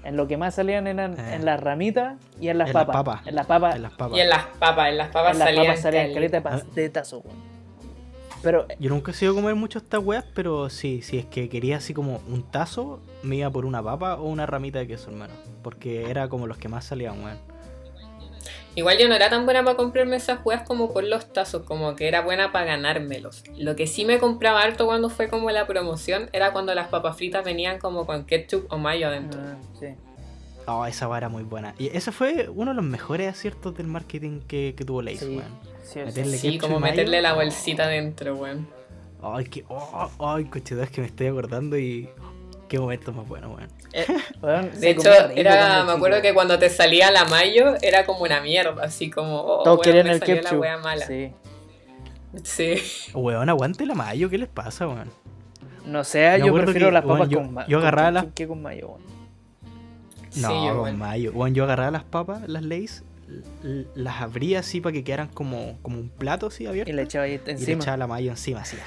[SPEAKER 4] En lo que más salían eran
[SPEAKER 3] Eh.
[SPEAKER 4] en las ramitas y en las
[SPEAKER 3] En las
[SPEAKER 4] papas.
[SPEAKER 3] papas.
[SPEAKER 4] En las papas.
[SPEAKER 3] En las papas.
[SPEAKER 5] Y en las papas, en las papas
[SPEAKER 4] en las
[SPEAKER 5] salían.
[SPEAKER 4] papas salían
[SPEAKER 5] caleta.
[SPEAKER 4] caleta pa- de tazos, weón. Pero eh,
[SPEAKER 3] Yo nunca he sido a comer mucho estas weas, pero sí, si es que quería así como un tazo, me iba por una papa o una ramita de queso, hermano. Porque era como los que más salían, weón.
[SPEAKER 5] Igual yo no era tan buena para comprarme esas juegas como por los tazos, como que era buena para ganármelos. Lo que sí me compraba harto cuando fue como la promoción era cuando las papas fritas venían como con ketchup o mayo adentro.
[SPEAKER 4] ah, sí.
[SPEAKER 3] Oh, esa wea era muy buena. Y ese fue uno de los mejores aciertos del marketing que, que tuvo Lace,
[SPEAKER 4] Sí.
[SPEAKER 3] weón.
[SPEAKER 4] Sí, sí.
[SPEAKER 3] Meterle
[SPEAKER 5] Sí,
[SPEAKER 3] ketchup
[SPEAKER 5] como
[SPEAKER 3] y mayo.
[SPEAKER 5] meterle la bolsita adentro, weón.
[SPEAKER 3] Ay, que. Oh, ay, coche, es que me estoy acordando y. Qué momento más bueno, weón.
[SPEAKER 4] Weón,
[SPEAKER 5] De
[SPEAKER 4] se
[SPEAKER 5] hecho,
[SPEAKER 4] comía rico
[SPEAKER 5] era,
[SPEAKER 4] cuando
[SPEAKER 5] me acuerdo
[SPEAKER 4] chico.
[SPEAKER 5] que cuando te salía la mayo era como una mierda, así como, oh,
[SPEAKER 4] Todos
[SPEAKER 5] weón,
[SPEAKER 4] querían
[SPEAKER 5] me
[SPEAKER 4] el
[SPEAKER 5] salió la
[SPEAKER 4] ketchup.
[SPEAKER 5] wea mala.
[SPEAKER 4] Sí.
[SPEAKER 5] Sí.
[SPEAKER 3] Weón, aguante la mayo, ¿qué les pasa, weón?
[SPEAKER 4] No sé,
[SPEAKER 3] Me
[SPEAKER 4] yo
[SPEAKER 3] acuerdo
[SPEAKER 4] prefiero
[SPEAKER 3] que,
[SPEAKER 4] las
[SPEAKER 3] bueno,
[SPEAKER 4] papas
[SPEAKER 3] yo-
[SPEAKER 4] con ma-
[SPEAKER 3] yo
[SPEAKER 4] con
[SPEAKER 3] agarraba las-
[SPEAKER 4] ketchup que con mayo. weón.
[SPEAKER 5] Sí,
[SPEAKER 3] No,
[SPEAKER 5] yo,
[SPEAKER 3] con
[SPEAKER 5] bueno.
[SPEAKER 3] mayo. Bueno, yo agarraba las papas, las leis, l- las abría así para que quedaran como, como un plato así abierto.
[SPEAKER 4] Y le echaba ahí
[SPEAKER 3] y le
[SPEAKER 4] encima.
[SPEAKER 3] echaba la mayo encima, así,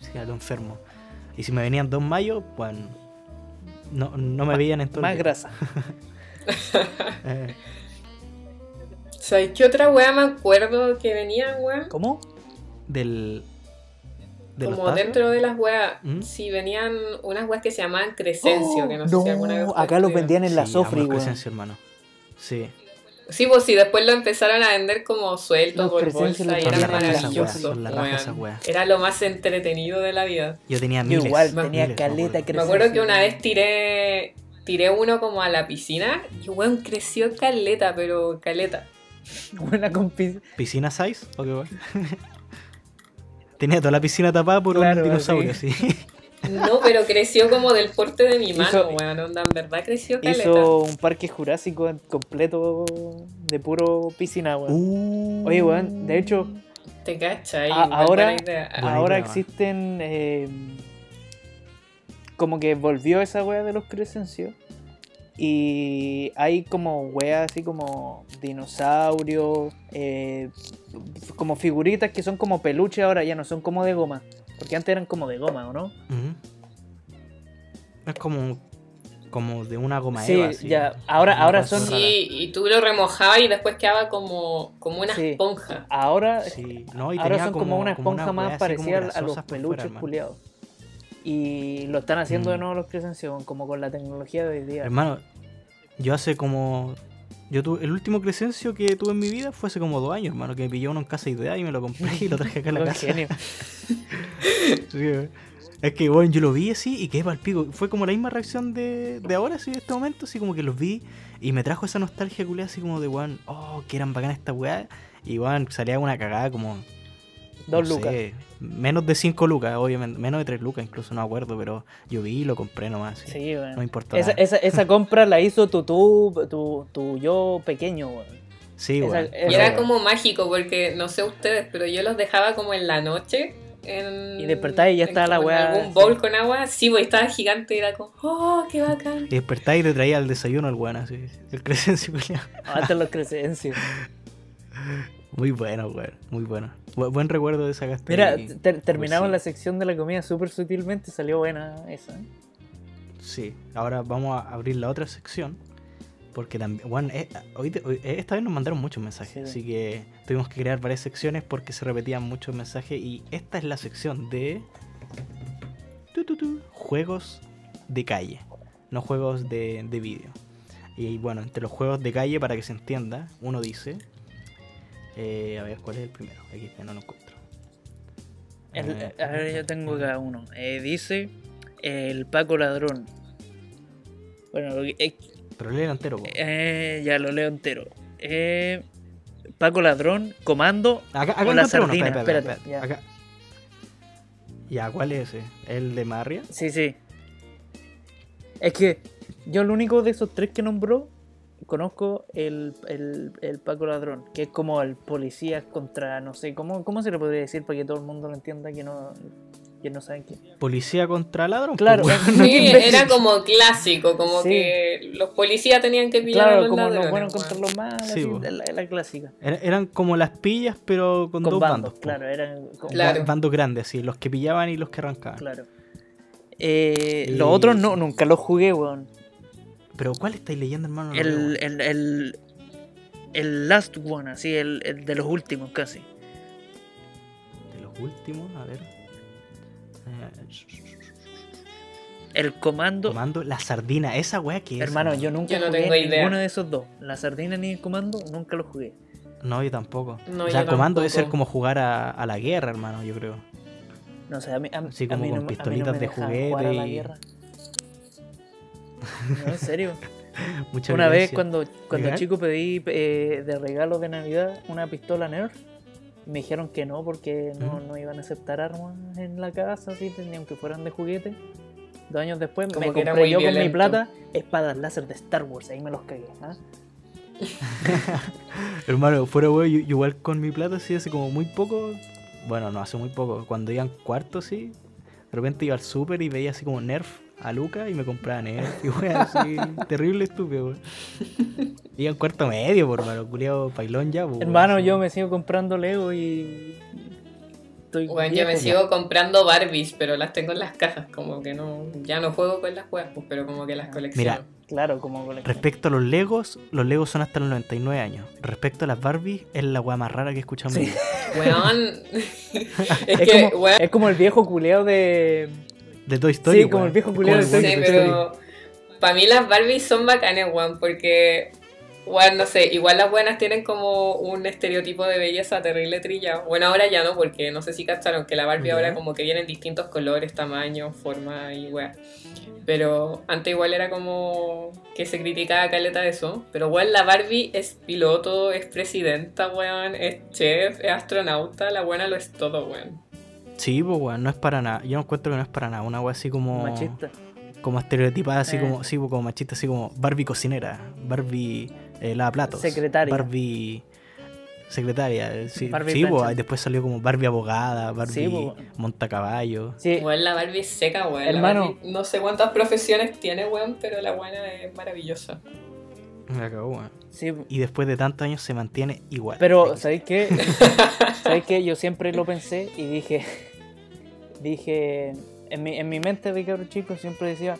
[SPEAKER 3] así a lo enfermo. Y si me venían dos mayos, pues no, no me veían en todo el
[SPEAKER 4] Más
[SPEAKER 3] día.
[SPEAKER 4] grasa.
[SPEAKER 3] Eh,
[SPEAKER 5] ¿Sabes qué otra wea me acuerdo que venían, weón?
[SPEAKER 4] ¿Cómo?
[SPEAKER 3] del. de los
[SPEAKER 5] Como
[SPEAKER 3] tazos.
[SPEAKER 5] dentro de las weas,
[SPEAKER 3] ¿Mm?
[SPEAKER 5] sí, venían unas weas que se llamaban Crescencio, que no, sé si alguna vez.
[SPEAKER 4] ¡Oh! acá los
[SPEAKER 5] ustedes-
[SPEAKER 4] vendían en la
[SPEAKER 3] Sí,
[SPEAKER 4] Sofri,
[SPEAKER 3] amor,
[SPEAKER 4] weón.
[SPEAKER 3] Crescencio, hermano. Sí.
[SPEAKER 5] Sí, pues sí, después lo empezaron a vender como suelto
[SPEAKER 4] Los
[SPEAKER 5] por
[SPEAKER 4] Crescencio
[SPEAKER 5] bolsa
[SPEAKER 4] los
[SPEAKER 5] y
[SPEAKER 3] Son
[SPEAKER 5] era
[SPEAKER 3] las rajas esas weas,
[SPEAKER 5] maravilloso.
[SPEAKER 3] son las rajas esas
[SPEAKER 5] weón.
[SPEAKER 3] weas.
[SPEAKER 5] Era lo más entretenido de la vida.
[SPEAKER 3] Yo tenía
[SPEAKER 4] Yo
[SPEAKER 3] miles.
[SPEAKER 4] igual
[SPEAKER 5] me-
[SPEAKER 4] tenía
[SPEAKER 3] miles, me
[SPEAKER 4] caleta
[SPEAKER 3] acuerdo.
[SPEAKER 5] Me acuerdo que una vez tiré tiré uno como a la piscina y weón creció caleta, pero caleta.
[SPEAKER 4] Buena con pis-
[SPEAKER 3] ¿Piscina size? ¿O qué weón? Tenía toda la piscina tapada por
[SPEAKER 4] Claro,
[SPEAKER 3] un dinosaurio, sí.
[SPEAKER 5] No, pero creció como del porte de mi mano,
[SPEAKER 4] Hizo-
[SPEAKER 5] weón. Onda, en verdad creció caleta.
[SPEAKER 4] Hizo un parque jurásico completo de puro piscina, weón.
[SPEAKER 3] Uh.
[SPEAKER 4] Oye, weón, de hecho,
[SPEAKER 5] Te cachai.
[SPEAKER 4] A-
[SPEAKER 5] weón,
[SPEAKER 4] ahora-
[SPEAKER 5] buena idea.
[SPEAKER 3] Buena
[SPEAKER 4] ahora
[SPEAKER 3] idea, weón.
[SPEAKER 4] existen. eh, como que volvió esa wea de los Crescencio. Y hay como weas así como dinosaurios, eh, como figuritas que son como peluche ahora, ya no son como de goma. Porque antes eran como de goma, ¿o no?
[SPEAKER 3] Ujú. Es como, como de una goma
[SPEAKER 4] Sí,
[SPEAKER 3] eva. así.
[SPEAKER 4] ya. Ahora-
[SPEAKER 3] Una
[SPEAKER 4] ahora
[SPEAKER 3] cosa
[SPEAKER 4] son-
[SPEAKER 3] rara.
[SPEAKER 5] Sí, y tú lo remojabas y después quedaba como, como una
[SPEAKER 4] Sí.
[SPEAKER 5] esponja.
[SPEAKER 4] Ahora
[SPEAKER 3] Sí, no, y
[SPEAKER 4] Ahora
[SPEAKER 3] tenía
[SPEAKER 4] son como, una esponja
[SPEAKER 3] una
[SPEAKER 4] más
[SPEAKER 3] wea así como
[SPEAKER 4] parecida a los
[SPEAKER 3] grasosa por fuera,
[SPEAKER 4] peluches
[SPEAKER 3] hermano.
[SPEAKER 4] culiados. Y lo están haciendo de
[SPEAKER 3] Mm.
[SPEAKER 4] nuevo los Crescencio, como con la tecnología de hoy día.
[SPEAKER 3] Hermano, yo hace como. Yo tuve, el último Crescencio que tuve en mi vida fue hace como dos años, hermano, que me pilló uno en casa idea y me lo compré y lo traje acá a la
[SPEAKER 4] Los
[SPEAKER 3] casa.
[SPEAKER 4] genios.
[SPEAKER 3] Sí, weón. es que, bueno, yo lo vi así y quedé pa'l pico. Fue como la misma reacción de, de ahora, así, de este momento, así como que los vi y me trajo esa nostalgia culiada, así como de, weón, oh, que eran bacanas estas weas. Y, weón, salía una cagada como.
[SPEAKER 4] Dos
[SPEAKER 3] no
[SPEAKER 4] lucas.
[SPEAKER 3] sé, menos de 5 lucas, obviamente. Menos de 3 lucas, incluso, no me acuerdo, pero yo vi y lo compré nomás. así.
[SPEAKER 4] Sí, weón.
[SPEAKER 3] No importa.
[SPEAKER 4] Esa,
[SPEAKER 3] nada.
[SPEAKER 4] esa, esa compra la hizo tu, tu, tu, tu yo pequeño, weón.
[SPEAKER 3] sí,
[SPEAKER 4] esa-
[SPEAKER 3] weón.
[SPEAKER 4] esa-
[SPEAKER 5] Y
[SPEAKER 3] Pero,
[SPEAKER 5] era
[SPEAKER 3] weón,
[SPEAKER 5] como mágico porque no sé ustedes, pero yo los dejaba como en la noche. En,
[SPEAKER 4] Y despertaba y ya
[SPEAKER 5] en
[SPEAKER 4] estaba la
[SPEAKER 5] como en
[SPEAKER 4] weá,
[SPEAKER 5] algún
[SPEAKER 4] sí.
[SPEAKER 5] bowl con agua. Sí, pues estaba gigante y era como, oh, qué bacán.
[SPEAKER 3] Y despertaba y te traía el desayuno el weón, así. El Crescencio culiao.
[SPEAKER 4] Hasta los Crescencios.
[SPEAKER 3] Muy bueno, weón. Muy bueno. Bu- buen recuerdo de esa gasta.
[SPEAKER 4] Mira,
[SPEAKER 3] y-
[SPEAKER 4] ter- terminamos
[SPEAKER 3] sí.
[SPEAKER 4] la sección de la comida súper sutilmente, salió buena esa.
[SPEAKER 3] Sí, ahora vamos a abrir la otra sección. Porque también, bueno, eh, hoy, te- hoy- eh, esta vez nos mandaron muchos mensajes,
[SPEAKER 4] Sí.
[SPEAKER 3] así que tuvimos que crear varias secciones porque se repetían muchos mensajes. Y esta es la sección de. tu, tu, tu, juegos de calle, no juegos de, de vídeo. Y bueno, entre los juegos de calle, para que se entienda, uno dice. eh, a ver, ¿cuál es el primero? Aquí está, no lo encuentro.
[SPEAKER 4] El-
[SPEAKER 3] Eh,
[SPEAKER 4] a ver, yo tengo cada uno. Eh, dice el Paco Ladrón. Bueno, eh,
[SPEAKER 3] Pero lee delantero, po.
[SPEAKER 4] eh, ya lo leo entero. Eh, Paco Ladrón, Comando.
[SPEAKER 3] Acá, acá
[SPEAKER 4] O la
[SPEAKER 3] encontré uno,
[SPEAKER 4] sardina,
[SPEAKER 3] espera, espera,
[SPEAKER 4] espérate,
[SPEAKER 3] espera, acá. Ya, ¿cuál es ese? ¿El de Marria?
[SPEAKER 4] Sí, sí. Es que yo lo único de esos tres que nombró conozco el, el, el Paco Ladrón, que es como el policía contra, no sé, ¿cómo, ¿cómo se le podría decir para que todo el mundo lo entienda que no, que no saben quién?
[SPEAKER 3] ¿Policía contra ladrón?
[SPEAKER 4] Claro,
[SPEAKER 3] pues, weón.
[SPEAKER 5] Sí, era como clásico, como
[SPEAKER 4] Sí.
[SPEAKER 5] que los policías tenían que pillar a
[SPEAKER 4] claro,
[SPEAKER 5] los
[SPEAKER 4] como
[SPEAKER 5] ladrones.
[SPEAKER 4] los buenos
[SPEAKER 5] weón.
[SPEAKER 4] contra los malos,
[SPEAKER 3] Sí,
[SPEAKER 4] así,
[SPEAKER 3] bo.
[SPEAKER 4] la, la clásica.
[SPEAKER 3] Era- eran como las pillas, pero con,
[SPEAKER 4] Con
[SPEAKER 3] dos
[SPEAKER 4] bandos,
[SPEAKER 3] bandos. po.
[SPEAKER 4] claro, eran con
[SPEAKER 5] Claro.
[SPEAKER 3] Ba- Bandos grandes, sí, los que pillaban y los que arrancaban.
[SPEAKER 4] claro. Eh,
[SPEAKER 3] Y-
[SPEAKER 4] Los otros no, nunca los jugué, weón.
[SPEAKER 3] Pero ¿cuál estáis leyendo, hermano? No lo veo,
[SPEAKER 4] El,
[SPEAKER 3] weón.
[SPEAKER 4] el, el, el last one, así, el, el de los últimos casi.
[SPEAKER 3] De los últimos, a ver. Eh,
[SPEAKER 4] El comando,
[SPEAKER 3] Comando la sardina, esa weá que es.
[SPEAKER 4] Hermano, yo nunca
[SPEAKER 5] Yo no
[SPEAKER 4] jugué
[SPEAKER 5] tengo idea.
[SPEAKER 4] ninguno de esos dos. La sardina ni el comando, nunca los jugué.
[SPEAKER 3] No, yo tampoco.
[SPEAKER 5] No,
[SPEAKER 3] o sea,
[SPEAKER 5] yo
[SPEAKER 3] comando debe
[SPEAKER 5] tampoco.
[SPEAKER 3] ser como jugar a, a la guerra, hermano, yo creo.
[SPEAKER 4] No sé, a mí, a,
[SPEAKER 3] Así
[SPEAKER 4] a
[SPEAKER 3] como
[SPEAKER 4] mí
[SPEAKER 3] con
[SPEAKER 4] no, me- a mí no
[SPEAKER 3] pistolitas
[SPEAKER 4] me
[SPEAKER 3] de
[SPEAKER 4] dejaban jugar a
[SPEAKER 3] juguete
[SPEAKER 4] la
[SPEAKER 3] y-
[SPEAKER 4] guerra. No, en serio.
[SPEAKER 3] Mucha
[SPEAKER 4] una vez
[SPEAKER 3] violencia.
[SPEAKER 4] cuando, cuando
[SPEAKER 3] ¿Legal?
[SPEAKER 4] chico pedí eh, de regalo de Navidad una pistola Nerf, me dijeron que no porque no,
[SPEAKER 3] ¿Mm?
[SPEAKER 4] no iban a aceptar armas en la casa, así, aunque fueran de juguete. Dos años después
[SPEAKER 5] Como
[SPEAKER 4] me
[SPEAKER 5] que era
[SPEAKER 4] compré
[SPEAKER 5] muy
[SPEAKER 4] yo con mi
[SPEAKER 5] violento.
[SPEAKER 4] plata espadas láser de Star Wars, ahí me los cagué. ¿ah?
[SPEAKER 3] Hermano, fuera weón, yo, yo igual con mi plata sí hace como muy poco. Bueno, no hace muy poco. Cuando iban cuarto sí. De repente iba al súper y veía así como Nerf a Luca y me compraba Nerf. Y weón, así, terrible estúpido, weón. Iba en cuarto medio, por malo, culiado pailón ya, po, weón.
[SPEAKER 4] Hermano,
[SPEAKER 3] Así.
[SPEAKER 4] yo me sigo comprando Lego y. Estoy
[SPEAKER 5] Bueno, yo
[SPEAKER 4] viejo,
[SPEAKER 5] me sigo comprando Barbies, pero las tengo en las cajas, como que no, ya no juego con las juegas, pues, pero como que
[SPEAKER 4] Ah.
[SPEAKER 5] las colecciono.
[SPEAKER 3] Mira,
[SPEAKER 4] Claro, como colección.
[SPEAKER 3] Respecto a los Legos, los Legos son hasta los 99 años. Respecto a las Barbies, es la weá más rara que he escuchado en mi
[SPEAKER 4] Sí.
[SPEAKER 3] vida.
[SPEAKER 5] Weón. es,
[SPEAKER 4] Es,
[SPEAKER 5] que,
[SPEAKER 4] como,
[SPEAKER 5] weón,
[SPEAKER 4] es como el viejo culeo de.
[SPEAKER 3] De Toy Story.
[SPEAKER 4] como
[SPEAKER 3] weón.
[SPEAKER 4] el viejo
[SPEAKER 3] Es
[SPEAKER 4] culiao
[SPEAKER 3] como
[SPEAKER 4] de
[SPEAKER 3] el
[SPEAKER 5] no
[SPEAKER 4] Toy
[SPEAKER 5] sé,
[SPEAKER 3] weón de Toy Story.
[SPEAKER 5] pero para mí las Barbies son bacanes, weón, porque, weón, no sé, igual las buenas tienen como un estereotipo de belleza terrible trillado. Bueno, ahora ya no, porque no sé si captaron que la Barbie
[SPEAKER 3] Ya.
[SPEAKER 5] ahora como que viene en distintos colores, tamaños, forma y weón. Pero antes igual era como que se criticaba a Caleta de eso. Pero weón, la Barbie es piloto, es presidenta, weón, es chef, es astronauta, la buena lo es todo, weón.
[SPEAKER 3] Sí, pues weón, no es para nada. Yo encuentro que no es para nada. Una weá así como.
[SPEAKER 4] Machista.
[SPEAKER 3] Como estereotipada, así
[SPEAKER 4] Eh.
[SPEAKER 3] como. Sí, pues, como machista, así como Barbie cocinera. Barbie eh, lava platos.
[SPEAKER 4] Secretaria.
[SPEAKER 3] Barbie. Secretaria. eh, Sí,
[SPEAKER 4] Barbie
[SPEAKER 3] sí, pues,
[SPEAKER 4] plancha.
[SPEAKER 3] ahí después salió como Barbie abogada, Barbie
[SPEAKER 4] Sí, pues, weón.
[SPEAKER 3] montacaballo.
[SPEAKER 4] Sí,
[SPEAKER 5] Weón, la Barbie es seca, weón. La
[SPEAKER 4] Hermano.
[SPEAKER 5] Barbie- no sé cuántas profesiones tiene, weón, pero la buena es maravillosa.
[SPEAKER 3] Me acabó, weón.
[SPEAKER 4] sí.
[SPEAKER 3] Y después de tantos años se mantiene igual.
[SPEAKER 4] Pero,
[SPEAKER 3] Ahí.
[SPEAKER 4] ¿sabéis qué? ¿Sabéis qué? Yo siempre lo pensé y dije. Dije. En mi, en mi mente de cabro chico siempre decía: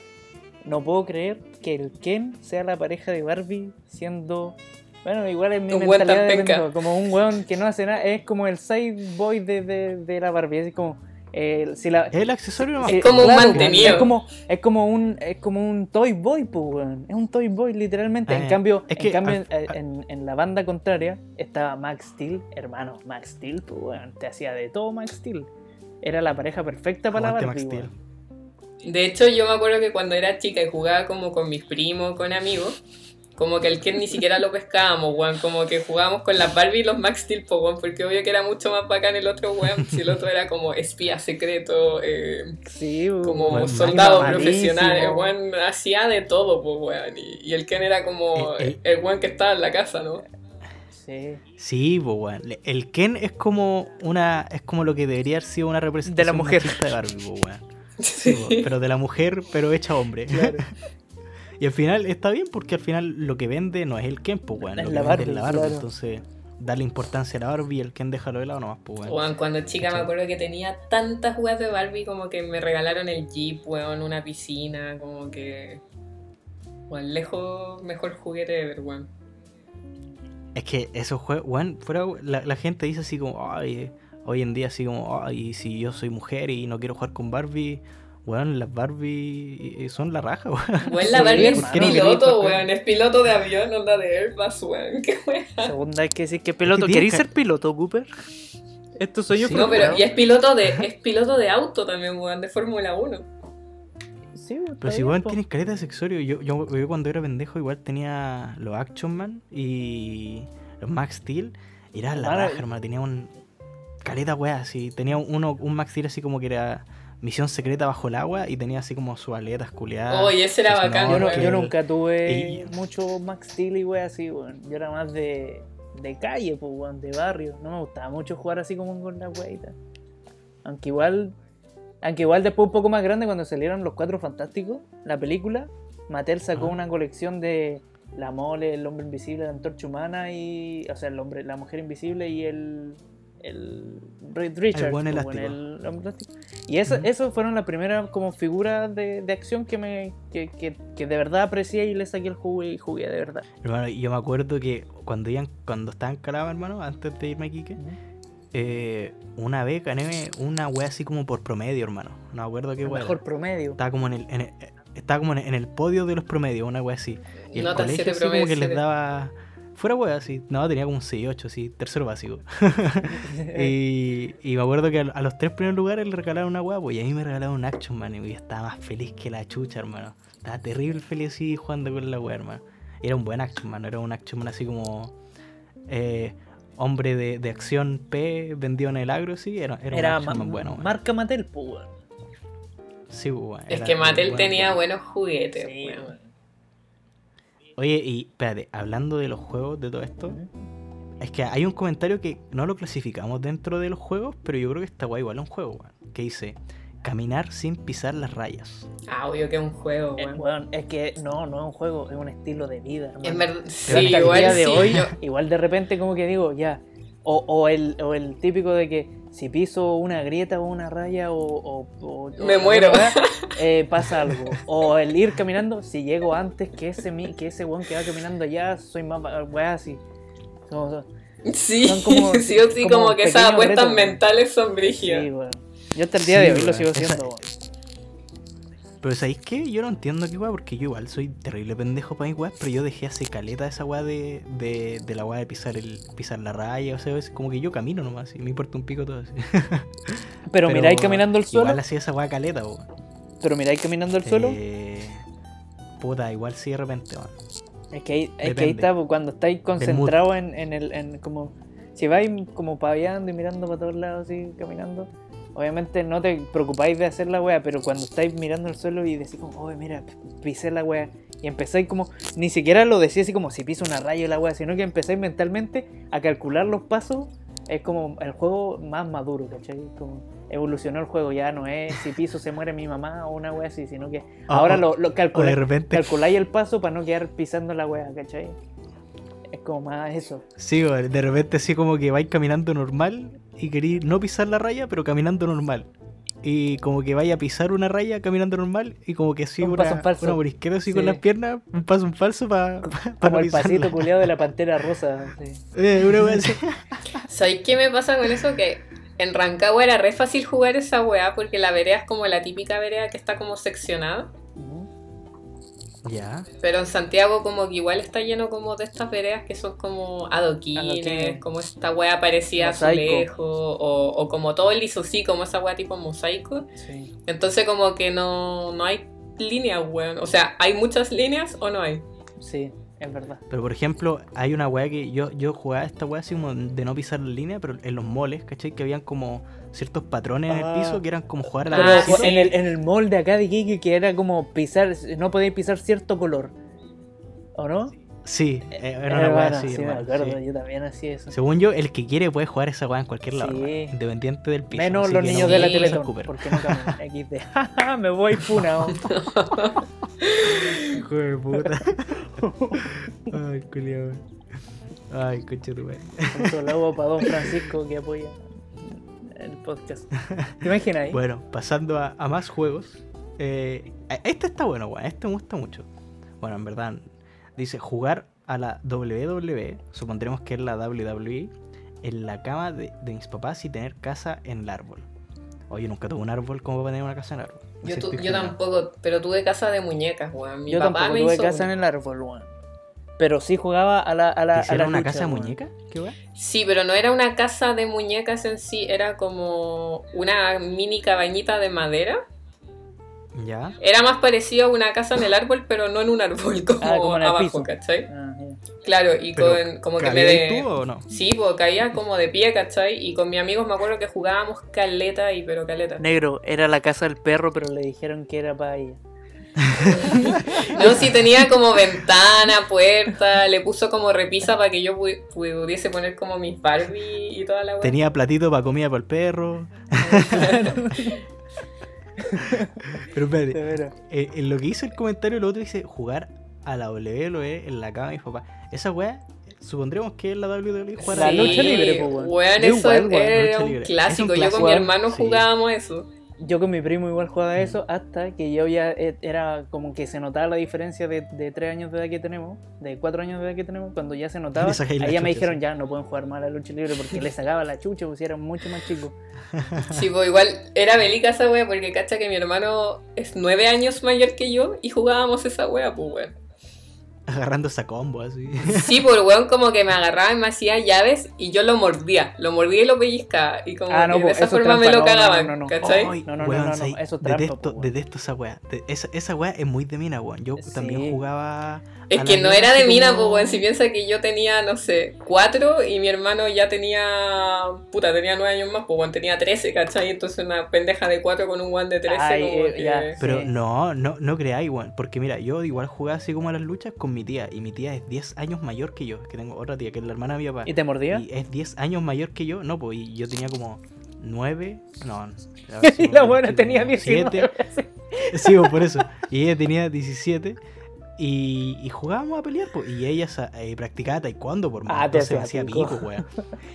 [SPEAKER 4] No puedo creer que el Ken sea la pareja de Barbie siendo. Bueno, igual es mi
[SPEAKER 5] Un weón tan
[SPEAKER 4] mentalidad de
[SPEAKER 5] penca.
[SPEAKER 4] pendejo, como un weón que no hace nada, es como el side boy de, de, de la Barbie, así como eh, si la,
[SPEAKER 3] Es el accesorio más.
[SPEAKER 4] Sí,
[SPEAKER 5] como un
[SPEAKER 4] Eh, claro,
[SPEAKER 5] mantenido.
[SPEAKER 4] Es como, es como un es como un toy boy, pues, weón. Es un toy boy, literalmente.
[SPEAKER 3] Eh,
[SPEAKER 4] en cambio,
[SPEAKER 3] es que
[SPEAKER 4] en, cambio
[SPEAKER 3] al-
[SPEAKER 4] en, en- en la banda contraria estaba Max Steel, hermano. Max Steel, pues, weón. Te hacía de todo Max Steel. Era la pareja perfecta para
[SPEAKER 3] Aguante
[SPEAKER 4] la Barbie,
[SPEAKER 3] Max Steel.
[SPEAKER 4] weón.
[SPEAKER 5] De hecho, yo me acuerdo que cuando era chica y jugaba como con mis primos, con amigos, como que el Ken ni siquiera lo pescábamos, weón. Como que jugábamos con las Barbie y los Max Steel, po, weón, porque obvio que era mucho más bacán el otro, weón. Si el otro era como espía secreto, eh,
[SPEAKER 4] Sí,
[SPEAKER 5] como
[SPEAKER 3] Weón,
[SPEAKER 5] soldado
[SPEAKER 4] máquina
[SPEAKER 5] profesional, el
[SPEAKER 4] malísimo.
[SPEAKER 5] weón hacía de todo, pues, weón. Y, y el Ken era como
[SPEAKER 3] El-
[SPEAKER 5] el, weón que estaba en la casa, ¿no?
[SPEAKER 4] Sí.
[SPEAKER 3] Sí, pues, weón. Le- El Ken es como una. Es como lo que debería haber sido una representación
[SPEAKER 4] De la mujer.
[SPEAKER 3] machista de Barbie, pues, weón. Sí, po, pero de la mujer, pero hecha hombre. y al final está bien porque al final lo que vende no es el Ken, pues, weón. Lo
[SPEAKER 4] Es
[SPEAKER 3] que
[SPEAKER 4] la
[SPEAKER 3] vende
[SPEAKER 4] Barbie,
[SPEAKER 3] es la Barbie.
[SPEAKER 4] claro.
[SPEAKER 3] Entonces, darle importancia a la Barbie y el Ken déjalo de lado nomás, pues, weón.
[SPEAKER 5] Weón, cuando chica me
[SPEAKER 3] ¿Cachai?
[SPEAKER 5] acuerdo que tenía tantas weas de Barbie como que me regalaron el Jeep, weón, una piscina, como que. Weón, lejos, mejor juguete ever, weón.
[SPEAKER 3] Es que esos juegos, weón, fuera, la, la gente dice así como, ay, eh, hoy en día así como, ay, si yo soy mujer y no quiero jugar con Barbie, weón, las Barbie eh, son la raja, weón.
[SPEAKER 5] Weón, la
[SPEAKER 4] Sí,
[SPEAKER 5] Barbie es
[SPEAKER 4] ¿por
[SPEAKER 3] qué no
[SPEAKER 5] piloto,
[SPEAKER 3] queréis tocar?
[SPEAKER 5] weón, es piloto de avión, onda de Airbus, weón, qué weón.
[SPEAKER 4] Segunda hay que decir que piloto.
[SPEAKER 3] tiene
[SPEAKER 4] ¿Queréis
[SPEAKER 3] ca-
[SPEAKER 4] ser piloto, Cooper? Esto soy yo,
[SPEAKER 3] Sí,
[SPEAKER 5] No, pero,
[SPEAKER 4] preocupado.
[SPEAKER 5] y es piloto de, es piloto de auto también, weón, de Fórmula 1.
[SPEAKER 4] Sí, weón,
[SPEAKER 3] Pero
[SPEAKER 4] está
[SPEAKER 3] si
[SPEAKER 4] bien,
[SPEAKER 3] weón
[SPEAKER 4] po.
[SPEAKER 3] tienes careta de sexorio, yo, yo, yo cuando era pendejo igual tenía los Action Man y los Max Steel, y era la
[SPEAKER 4] Hermano,
[SPEAKER 3] raja, hermano, tenía un careta, weón, así, tenía uno, un Max Steel así como que era misión secreta bajo el agua y tenía así como sus aletas culeadas.
[SPEAKER 5] Oh, y ese era
[SPEAKER 3] Eso Ah, no,
[SPEAKER 5] bacán,
[SPEAKER 4] Yo, no-
[SPEAKER 5] weón.
[SPEAKER 4] yo nunca tuve
[SPEAKER 3] Y-
[SPEAKER 4] mucho Max Steel y wey así, weón. Yo era más de, de calle, pues, weón, de barrio. No me gustaba mucho jugar así como con la weitas. Aunque igual, aunque igual después un poco más grande, cuando salieron Los Cuatro Fantásticos, la película, Mattel sacó
[SPEAKER 3] Ah.
[SPEAKER 4] una colección de La Mole, El Hombre Invisible, La Antorcha Humana y... O sea, el hombre, la Mujer Invisible y el... El Reed Richards,
[SPEAKER 3] buen
[SPEAKER 4] pues, weón,
[SPEAKER 3] elástico.
[SPEAKER 4] el hombre elástico. Y eso,
[SPEAKER 3] Ujú.
[SPEAKER 4] esas fueron las primeras como figuras de, de acción que me que, que- que de verdad aprecié y le saqué el jugo y jugué de verdad.
[SPEAKER 3] Hermano, yo me acuerdo que cuando iban, cuando estaba en Calama, hermano, antes de irme a Quique, eh, una vez gané una wea así como por promedio, hermano. No me acuerdo qué
[SPEAKER 4] El
[SPEAKER 3] wea.
[SPEAKER 4] mejor
[SPEAKER 3] era.
[SPEAKER 4] promedio.
[SPEAKER 3] Estaba como en el, en el- eh, estaba como en el, en el podio de los promedios, una wea así. Y el
[SPEAKER 5] Nota
[SPEAKER 3] colegio
[SPEAKER 5] siete
[SPEAKER 3] así como
[SPEAKER 5] promedio,
[SPEAKER 3] que les
[SPEAKER 5] siete.
[SPEAKER 3] daba. Fuera wea así. No, tenía como un 6, 8, así, tercero básico. y, y me acuerdo que a, a los tres primeros lugares le regalaron una wea, pues, y a mí me regalaron un action man. Y yo estaba más feliz que la chucha, hermano. Estaba terrible feliz así jugando con la wea, hermano. Y era un buen action man, era un action man así como. eh, hombre de, de acción P vendido en el agro, sí, era, era,
[SPEAKER 4] Era
[SPEAKER 3] un action
[SPEAKER 4] ma-
[SPEAKER 3] man bueno. eh. weón.
[SPEAKER 4] marca Mattel, pues, weón.
[SPEAKER 3] Sí, pues, weón,
[SPEAKER 5] Es
[SPEAKER 3] era
[SPEAKER 5] que
[SPEAKER 3] muy
[SPEAKER 5] Mattel
[SPEAKER 3] bueno,
[SPEAKER 5] tenía
[SPEAKER 3] weón.
[SPEAKER 5] buenos juguetes,
[SPEAKER 4] Sí,
[SPEAKER 5] weón.
[SPEAKER 4] weón.
[SPEAKER 3] Oye, y espérate, hablando de los juegos, de todo esto, es que hay un comentario que no lo clasificamos dentro de los juegos, pero yo creo que está guay igual a un juego, weón, que dice, caminar sin pisar las rayas.
[SPEAKER 5] Ah, obvio que es un juego,
[SPEAKER 4] Eh,
[SPEAKER 5] weón.
[SPEAKER 4] weón, es que no, no es un juego, es un estilo de vida. hermano.
[SPEAKER 5] En verdad,
[SPEAKER 4] Pero
[SPEAKER 5] sí,
[SPEAKER 4] hasta el día
[SPEAKER 5] igual
[SPEAKER 4] de
[SPEAKER 5] sí.
[SPEAKER 4] hoy,
[SPEAKER 5] yo-
[SPEAKER 4] igual de repente como que digo, ya. O, o el, o el típico de que si piso una grieta o una raya o... o- o-
[SPEAKER 5] Me
[SPEAKER 4] o-
[SPEAKER 5] muero.
[SPEAKER 4] eh, pasa algo. O el ir caminando, si llego antes que ese mi- que ese weón que va caminando allá, soy más... ba- Weá, así. Como- so-
[SPEAKER 5] Sí,
[SPEAKER 4] Son como-
[SPEAKER 5] sí o sí,
[SPEAKER 4] como
[SPEAKER 5] como, que esas
[SPEAKER 4] pequeños
[SPEAKER 5] apuestas
[SPEAKER 4] retos, weón.
[SPEAKER 5] mentales son
[SPEAKER 4] sí,
[SPEAKER 5] brígidas.
[SPEAKER 4] weón. Yo hasta el día de
[SPEAKER 3] Sí,
[SPEAKER 4] hoy lo
[SPEAKER 3] weón.
[SPEAKER 4] sigo
[SPEAKER 3] Esa-
[SPEAKER 4] haciendo, weón.
[SPEAKER 3] Pero ¿sabéis qué? Yo no entiendo qué weá, porque yo igual soy terrible pendejo para mis weas, pero yo dejé hace caleta esa weá de, de, de la weá de pisar el pisar la raya, o sea, es como que yo camino nomás, y me importa un pico todo así.
[SPEAKER 4] Pero, miráis caminando el suelo,
[SPEAKER 3] Igual hacía esa weá caleta, po.
[SPEAKER 4] pero miráis caminando el suelo,
[SPEAKER 3] Eh, puta, igual sí de repente, weón.
[SPEAKER 4] es que ahí, es que ahí
[SPEAKER 3] depende.
[SPEAKER 4] está, pues, cuando estáis concentrados en, en el, en como, si vais como paviando y mirando para todos lados así, caminando, obviamente no te preocupáis de hacer la wea, pero cuando estáis mirando el suelo y decís como, oye mira, pisé la wea, y empezáis como, ni siquiera lo decís así como si piso una raya o la wea, sino que empezáis mentalmente a calcular los pasos, es como el juego más maduro, ¿cachai? Como evolucionó el juego, ya no es si piso se muere mi mamá o una wea así, sino que
[SPEAKER 3] o-
[SPEAKER 4] ahora lo, lo
[SPEAKER 3] O
[SPEAKER 4] calculáis
[SPEAKER 3] de repente.
[SPEAKER 4] calculáis el paso para no quedar pisando la wea, ¿cachai? Es como más eso.
[SPEAKER 3] Sí, o de repente así como que vais caminando normal y querís no pisar la raya, pero caminando normal. Y como que vais a pisar una raya caminando normal y como que sí
[SPEAKER 4] Un
[SPEAKER 3] una,
[SPEAKER 4] paso en falso.
[SPEAKER 3] una por izquierda así
[SPEAKER 4] Sí.
[SPEAKER 3] con las piernas, un paso en falso para
[SPEAKER 4] Como el pasito pues. culiado de la pantera rosa. sí.
[SPEAKER 3] Eh, una wea así.
[SPEAKER 5] ¿Sabéis qué me pasa con eso? Que en Rancagua era re fácil jugar esa weá porque la vereda es como la típica vereda que está como seccionada.
[SPEAKER 4] Ujú.
[SPEAKER 3] Ya.
[SPEAKER 5] Pero en Santiago como que igual está lleno como de estas veredas que son como adoquines,
[SPEAKER 4] Adoquines.
[SPEAKER 5] como esta weá parecida a
[SPEAKER 4] Mosaico.
[SPEAKER 5] azulejo, o, o como todo el sí, como esa weá tipo mosaico.
[SPEAKER 4] Sí.
[SPEAKER 5] Entonces como que no, no hay líneas, weón. O sea, ¿hay muchas líneas o no hay?
[SPEAKER 4] Sí, es verdad.
[SPEAKER 3] Pero por ejemplo, hay una weá que yo, yo jugaba esta weá así como de no pisar la línea, pero en los moles, ¿cachai? Que habían como ciertos patrones en
[SPEAKER 4] Ah.
[SPEAKER 3] el piso que eran como jugar a la
[SPEAKER 4] Pero
[SPEAKER 5] Ah,
[SPEAKER 3] bolsita.
[SPEAKER 5] sí.
[SPEAKER 4] en, el, en el mall de acá de Iquique que era como pisar, no podéis pisar cierto color. ¿O no?
[SPEAKER 3] Sí, eh, era
[SPEAKER 4] Eh,
[SPEAKER 3] una weá
[SPEAKER 4] bueno,
[SPEAKER 3] así.
[SPEAKER 4] sí, me
[SPEAKER 3] hermano,
[SPEAKER 4] acuerdo,
[SPEAKER 3] sí.
[SPEAKER 4] yo también hacía eso.
[SPEAKER 3] Según yo, el que quiere puede jugar esa weá en cualquier lado,
[SPEAKER 4] Sí.
[SPEAKER 3] hermano, independiente del piso.
[SPEAKER 4] Menos
[SPEAKER 3] así
[SPEAKER 4] los
[SPEAKER 3] que
[SPEAKER 4] niños
[SPEAKER 3] no-
[SPEAKER 4] de la
[SPEAKER 5] Sí.
[SPEAKER 3] no se
[SPEAKER 4] Teletón,
[SPEAKER 3] ocupen.
[SPEAKER 4] porque no caminan. XD. Ja, ja, me voy funao.
[SPEAKER 3] Hijo de puta. Ay, culiao. Ay, coche tu madre.
[SPEAKER 4] Un saludo para Don Francisco que apoya el podcast. ¿Te imaginas ahí?
[SPEAKER 3] Bueno, pasando a, a más juegos. Eh, este está bueno, weón. Este me gusta mucho. Bueno, en verdad, dice jugar a la WWE, supondremos que es la WWE, en la cama de, de mis papás y tener casa en el árbol. Oye, nunca tuve un árbol, ¿cómo va a tener una casa en el árbol? Me
[SPEAKER 5] Yo,
[SPEAKER 3] siento
[SPEAKER 5] tu- yo
[SPEAKER 3] discriminado.
[SPEAKER 5] tampoco, pero tuve casa de muñecas, weón. Mi
[SPEAKER 4] Yo
[SPEAKER 5] papá
[SPEAKER 4] tampoco
[SPEAKER 5] me
[SPEAKER 4] tuve
[SPEAKER 5] hizo
[SPEAKER 4] casa
[SPEAKER 5] una.
[SPEAKER 4] en el árbol, weón. Pero sí jugaba a la. A la,
[SPEAKER 3] ¿Te
[SPEAKER 4] a
[SPEAKER 3] hicieron
[SPEAKER 4] la
[SPEAKER 3] una
[SPEAKER 4] lucha,
[SPEAKER 3] casa de
[SPEAKER 4] weón.
[SPEAKER 3] muñeca? ¿Qué weón?
[SPEAKER 5] Sí, pero no era una casa de muñecas en sí, era como una mini cabañita de madera.
[SPEAKER 3] Ya.
[SPEAKER 5] Era más parecido a una casa en el árbol, pero no en un árbol, como,
[SPEAKER 4] Ah, como en el
[SPEAKER 5] abajo,
[SPEAKER 4] piso.
[SPEAKER 5] ¿cachai?
[SPEAKER 4] Ah, ya.
[SPEAKER 5] Claro, y
[SPEAKER 3] Pero,
[SPEAKER 5] con, como que me
[SPEAKER 3] ¿cabías
[SPEAKER 5] de...
[SPEAKER 3] tú o no?
[SPEAKER 5] Sí, pues caía como de pie, ¿cachai? Y con mis amigos me acuerdo que jugábamos caleta y pero caleta.
[SPEAKER 4] Negro, era la casa del perro, pero le dijeron que era para ella.
[SPEAKER 5] No, sí tenía como ventana, puerta, le puso como repisa para que yo pu- pudiese poner como mis Barbie y toda la weá.
[SPEAKER 3] Tenía platito para comida para el perro. Pero espérate, eh, en lo que hizo el comentario, lo otro dice jugar a la WWE en la cama de mis papás. Esa weá, supondremos que es la WWE jugar a
[SPEAKER 4] La lucha libre, po, weón.
[SPEAKER 5] weón.
[SPEAKER 4] Yo
[SPEAKER 5] eso
[SPEAKER 4] igual, weón,
[SPEAKER 5] era
[SPEAKER 3] lucha
[SPEAKER 5] un
[SPEAKER 3] libre. Es un
[SPEAKER 5] clásico. Yo
[SPEAKER 3] clásico.
[SPEAKER 5] con mi hermano
[SPEAKER 3] Sí.
[SPEAKER 5] jugábamos eso.
[SPEAKER 4] Yo con mi primo igual
[SPEAKER 3] Mm.
[SPEAKER 4] jugaba eso hasta que yo ya eh, era como que se notaba la diferencia de, de tres años de edad que tenemos, de cuatro años de edad que tenemos, cuando ya se notaba,
[SPEAKER 3] Le sacáis la
[SPEAKER 4] ahí ya me
[SPEAKER 3] chucha,
[SPEAKER 4] dijeron
[SPEAKER 3] sí.
[SPEAKER 4] ya no pueden jugar más a la lucha libre porque le sacaba la chucha, pues si eran mucho más chicos.
[SPEAKER 5] Sí, pues igual era bélica esa wea porque cacha que mi hermano es nueve años mayor que yo y jugábamos esa wea, pues weón.
[SPEAKER 3] agarrando esa combo así.
[SPEAKER 5] Sí, pues weón como que me agarraba y me hacía llaves y yo lo mordía. Lo mordía y lo pellizcaba. Y como
[SPEAKER 4] Ah, no,
[SPEAKER 5] que de
[SPEAKER 4] pues,
[SPEAKER 5] esa
[SPEAKER 4] eso es
[SPEAKER 5] forma me
[SPEAKER 4] trampa, no,
[SPEAKER 5] lo
[SPEAKER 4] no,
[SPEAKER 5] cagaban,
[SPEAKER 4] no, no.
[SPEAKER 5] ¿cachai?
[SPEAKER 4] Ay, No, no, no,
[SPEAKER 3] Weón,
[SPEAKER 4] no, no,
[SPEAKER 3] ¿sabes?
[SPEAKER 4] eso es trampa,
[SPEAKER 3] detesto,
[SPEAKER 4] po, weón.
[SPEAKER 3] detesto esa weá. De- esa, esa weá es muy de mina, weón. Yo
[SPEAKER 4] Sí.
[SPEAKER 3] también jugaba.
[SPEAKER 5] Es
[SPEAKER 3] a
[SPEAKER 5] que
[SPEAKER 3] la
[SPEAKER 5] no era
[SPEAKER 3] así
[SPEAKER 5] de mina, pues
[SPEAKER 3] como-
[SPEAKER 5] weón. Si piensa que yo tenía, no sé, cuatro y mi hermano ya tenía. Puta, tenía nueve años más, pues weón. Tenía trece, ¿cachai? Entonces una pendeja de cuatro con un weón de trece.
[SPEAKER 4] Ay,
[SPEAKER 5] como
[SPEAKER 4] eh,
[SPEAKER 5] que-
[SPEAKER 4] ya.
[SPEAKER 3] Pero
[SPEAKER 4] Sí.
[SPEAKER 3] no, no, no creáis, weón. Porque mira, yo igual jugaba así como a las luchas con mi tía. Y mi tía es 10 años mayor que yo. Que tengo otra tía, que es la hermana de mi papá.
[SPEAKER 4] ¿Y te mordía?
[SPEAKER 3] Y es 10 años mayor que yo. No, pues y yo tenía como 9, no.
[SPEAKER 4] Y la buena tenía 19.
[SPEAKER 3] 17. Sí, pues, por eso. Y ella tenía 17. Y, y jugábamos a pelear, pues. Y ella sa- eh, practicaba taekwondo por más.
[SPEAKER 4] Ah, te
[SPEAKER 3] Entonces me
[SPEAKER 4] hacía
[SPEAKER 3] hacía
[SPEAKER 4] pico.
[SPEAKER 3] pico, weón.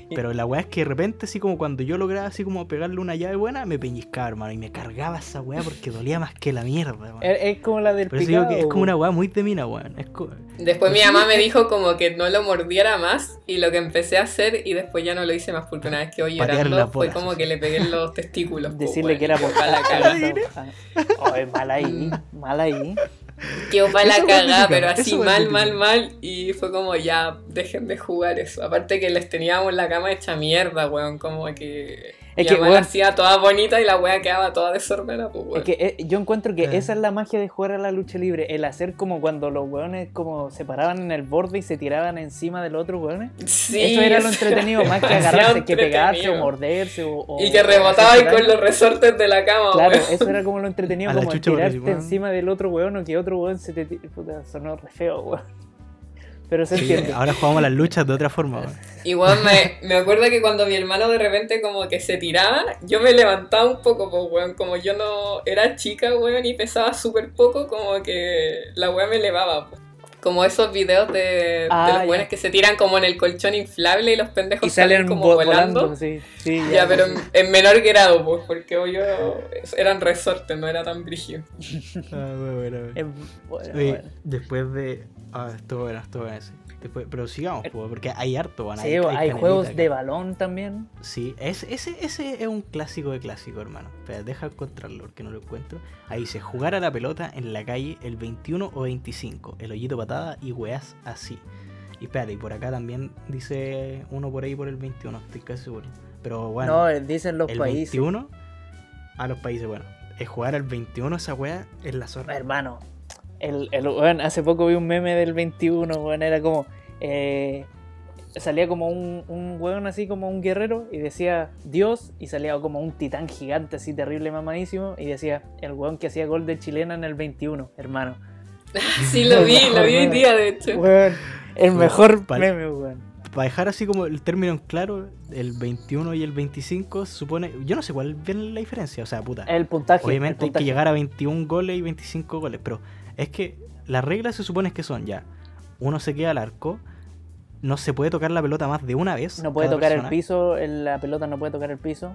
[SPEAKER 3] Pero la weá es que de repente, así como cuando yo lograba así como pegarle una llave buena, me peñiscaba, hermano. Y me cargaba esa weá porque dolía más que la mierda, weón.
[SPEAKER 4] Es, es como la del
[SPEAKER 3] Por eso digo
[SPEAKER 4] picado.
[SPEAKER 3] que es como una weá muy de mina, weón. Es co-
[SPEAKER 5] Después mi mamá me dijo como que no lo mordiera más y lo que empecé a hacer y después ya no lo hice más porque una vez que hoy
[SPEAKER 3] Patear
[SPEAKER 5] llorando
[SPEAKER 3] la
[SPEAKER 5] fue
[SPEAKER 3] bola.
[SPEAKER 5] como que le pegué en los testículos. po,
[SPEAKER 4] Decirle
[SPEAKER 5] weón,
[SPEAKER 4] que era
[SPEAKER 5] y quedó
[SPEAKER 4] por
[SPEAKER 5] pa' la cagada.
[SPEAKER 4] Oye, mal ahí,
[SPEAKER 5] Mm.
[SPEAKER 4] mal ahí.
[SPEAKER 5] Quedó para
[SPEAKER 3] Eso
[SPEAKER 5] la
[SPEAKER 3] fue
[SPEAKER 5] cagada,
[SPEAKER 3] típico,
[SPEAKER 5] pero
[SPEAKER 3] eso
[SPEAKER 5] así
[SPEAKER 3] fue
[SPEAKER 5] mal,
[SPEAKER 3] típico.
[SPEAKER 5] mal, mal. Y fue como ya, dejen de jugar eso. Aparte que les teníamos la cama hecha mierda, weón. Como que.
[SPEAKER 4] Es
[SPEAKER 5] Es
[SPEAKER 4] que,
[SPEAKER 5] que,
[SPEAKER 4] weón.
[SPEAKER 5] la hacía toda bonita y la weá quedaba toda desordenada, pues, weón.
[SPEAKER 4] Es que eh, yo encuentro que
[SPEAKER 3] Eh.
[SPEAKER 4] esa es la magia de jugar a la lucha libre, el hacer como cuando los weones como se paraban en el borde y se tiraban encima del otro weones.
[SPEAKER 5] Sí,
[SPEAKER 4] Eso era lo
[SPEAKER 5] eso
[SPEAKER 4] entretenido, más que
[SPEAKER 5] demasiado
[SPEAKER 4] agarrarse, que pegarse o
[SPEAKER 5] entretenido.
[SPEAKER 4] morderse o... o-
[SPEAKER 5] Y que rebotaba
[SPEAKER 4] hacer
[SPEAKER 5] ahí con los resortes de la cama,
[SPEAKER 4] Claro,
[SPEAKER 5] weón.
[SPEAKER 4] eso era como lo entretenido,
[SPEAKER 3] A la
[SPEAKER 4] como
[SPEAKER 3] chucha, porque
[SPEAKER 4] tirarte
[SPEAKER 3] si, weón.
[SPEAKER 4] encima del otro weón o que otro weón se te... tire- Puta, sonó re feo, weón. Pero se
[SPEAKER 3] Sí,
[SPEAKER 4] entiende.
[SPEAKER 3] ahora jugamos las luchas de otra forma, weón.
[SPEAKER 5] Igual me, me acuerdo que cuando mi hermano de repente como que se tiraba, yo me levantaba un poco, pues, weón, como yo no era chica, weón, y pesaba súper poco, como que la weá me elevaba, po. Como esos videos de,
[SPEAKER 4] Ah,
[SPEAKER 5] de los
[SPEAKER 4] ya.
[SPEAKER 5] weones que se tiran como en el colchón inflable y los pendejos
[SPEAKER 4] Y salen
[SPEAKER 5] como
[SPEAKER 4] vo- pues.
[SPEAKER 5] volando.
[SPEAKER 4] sí. sí
[SPEAKER 5] Ya, pero en, en menor grado, pues, porque yo eran resortes, no era tan brígido.
[SPEAKER 3] Ah, weón, weón, weón.
[SPEAKER 4] Eh, bueno,
[SPEAKER 3] Oye,
[SPEAKER 4] bueno.
[SPEAKER 3] después de. Ah, estuvo bueno, estuvo bueno. sí. Después, pero sigamos, po, porque hay harto, van
[SPEAKER 4] Er Sí, hay,
[SPEAKER 3] canelita
[SPEAKER 4] juegos de
[SPEAKER 3] acá.
[SPEAKER 4] balón también.
[SPEAKER 3] Sí, es, ese, ese es un clásico de clásico, hermano. Espera, deja encontrarlo porque no lo encuentro. Ahí dice: jugar a la pelota en la calle el 21 o 25. El hoyito patada y weas así. Y espérate, y por acá también dice uno por ahí por el 21, estoy casi seguro. Pero bueno
[SPEAKER 4] no, eh, dicen los
[SPEAKER 3] el
[SPEAKER 4] países.
[SPEAKER 3] 21 a los países, bueno. Es jugar al 21 esa wea es la zorra.
[SPEAKER 4] Hermano, el, el- weón, hace poco vi un meme del 21, weón, era como... eh, salía como un, un weón así, como un guerrero, y decía Dios, y salía como un titán gigante así, terrible, mamadísimo, y decía el weón que hacía gol de chilena en el 21, hermano.
[SPEAKER 5] Sí, lo vi, lo vi hoy día, de hecho.
[SPEAKER 4] Weón, el
[SPEAKER 3] Weón,
[SPEAKER 4] mejor
[SPEAKER 3] pal-
[SPEAKER 4] meme, weón.
[SPEAKER 3] Para dejar así como el término en claro, el 21 y el 25 se supone. Yo no sé cuál es bien la diferencia, o sea, puta.
[SPEAKER 4] El puntaje. el
[SPEAKER 3] Obviamente hay que
[SPEAKER 4] puntaje.
[SPEAKER 3] llegar a 21 goles y 25 goles, pero es que las reglas se supone que son ya: uno se queda al arco, no se puede tocar la pelota más de una vez.
[SPEAKER 4] No puede
[SPEAKER 3] cada
[SPEAKER 4] tocar el
[SPEAKER 3] persona.
[SPEAKER 4] piso, el- la pelota no puede tocar el piso.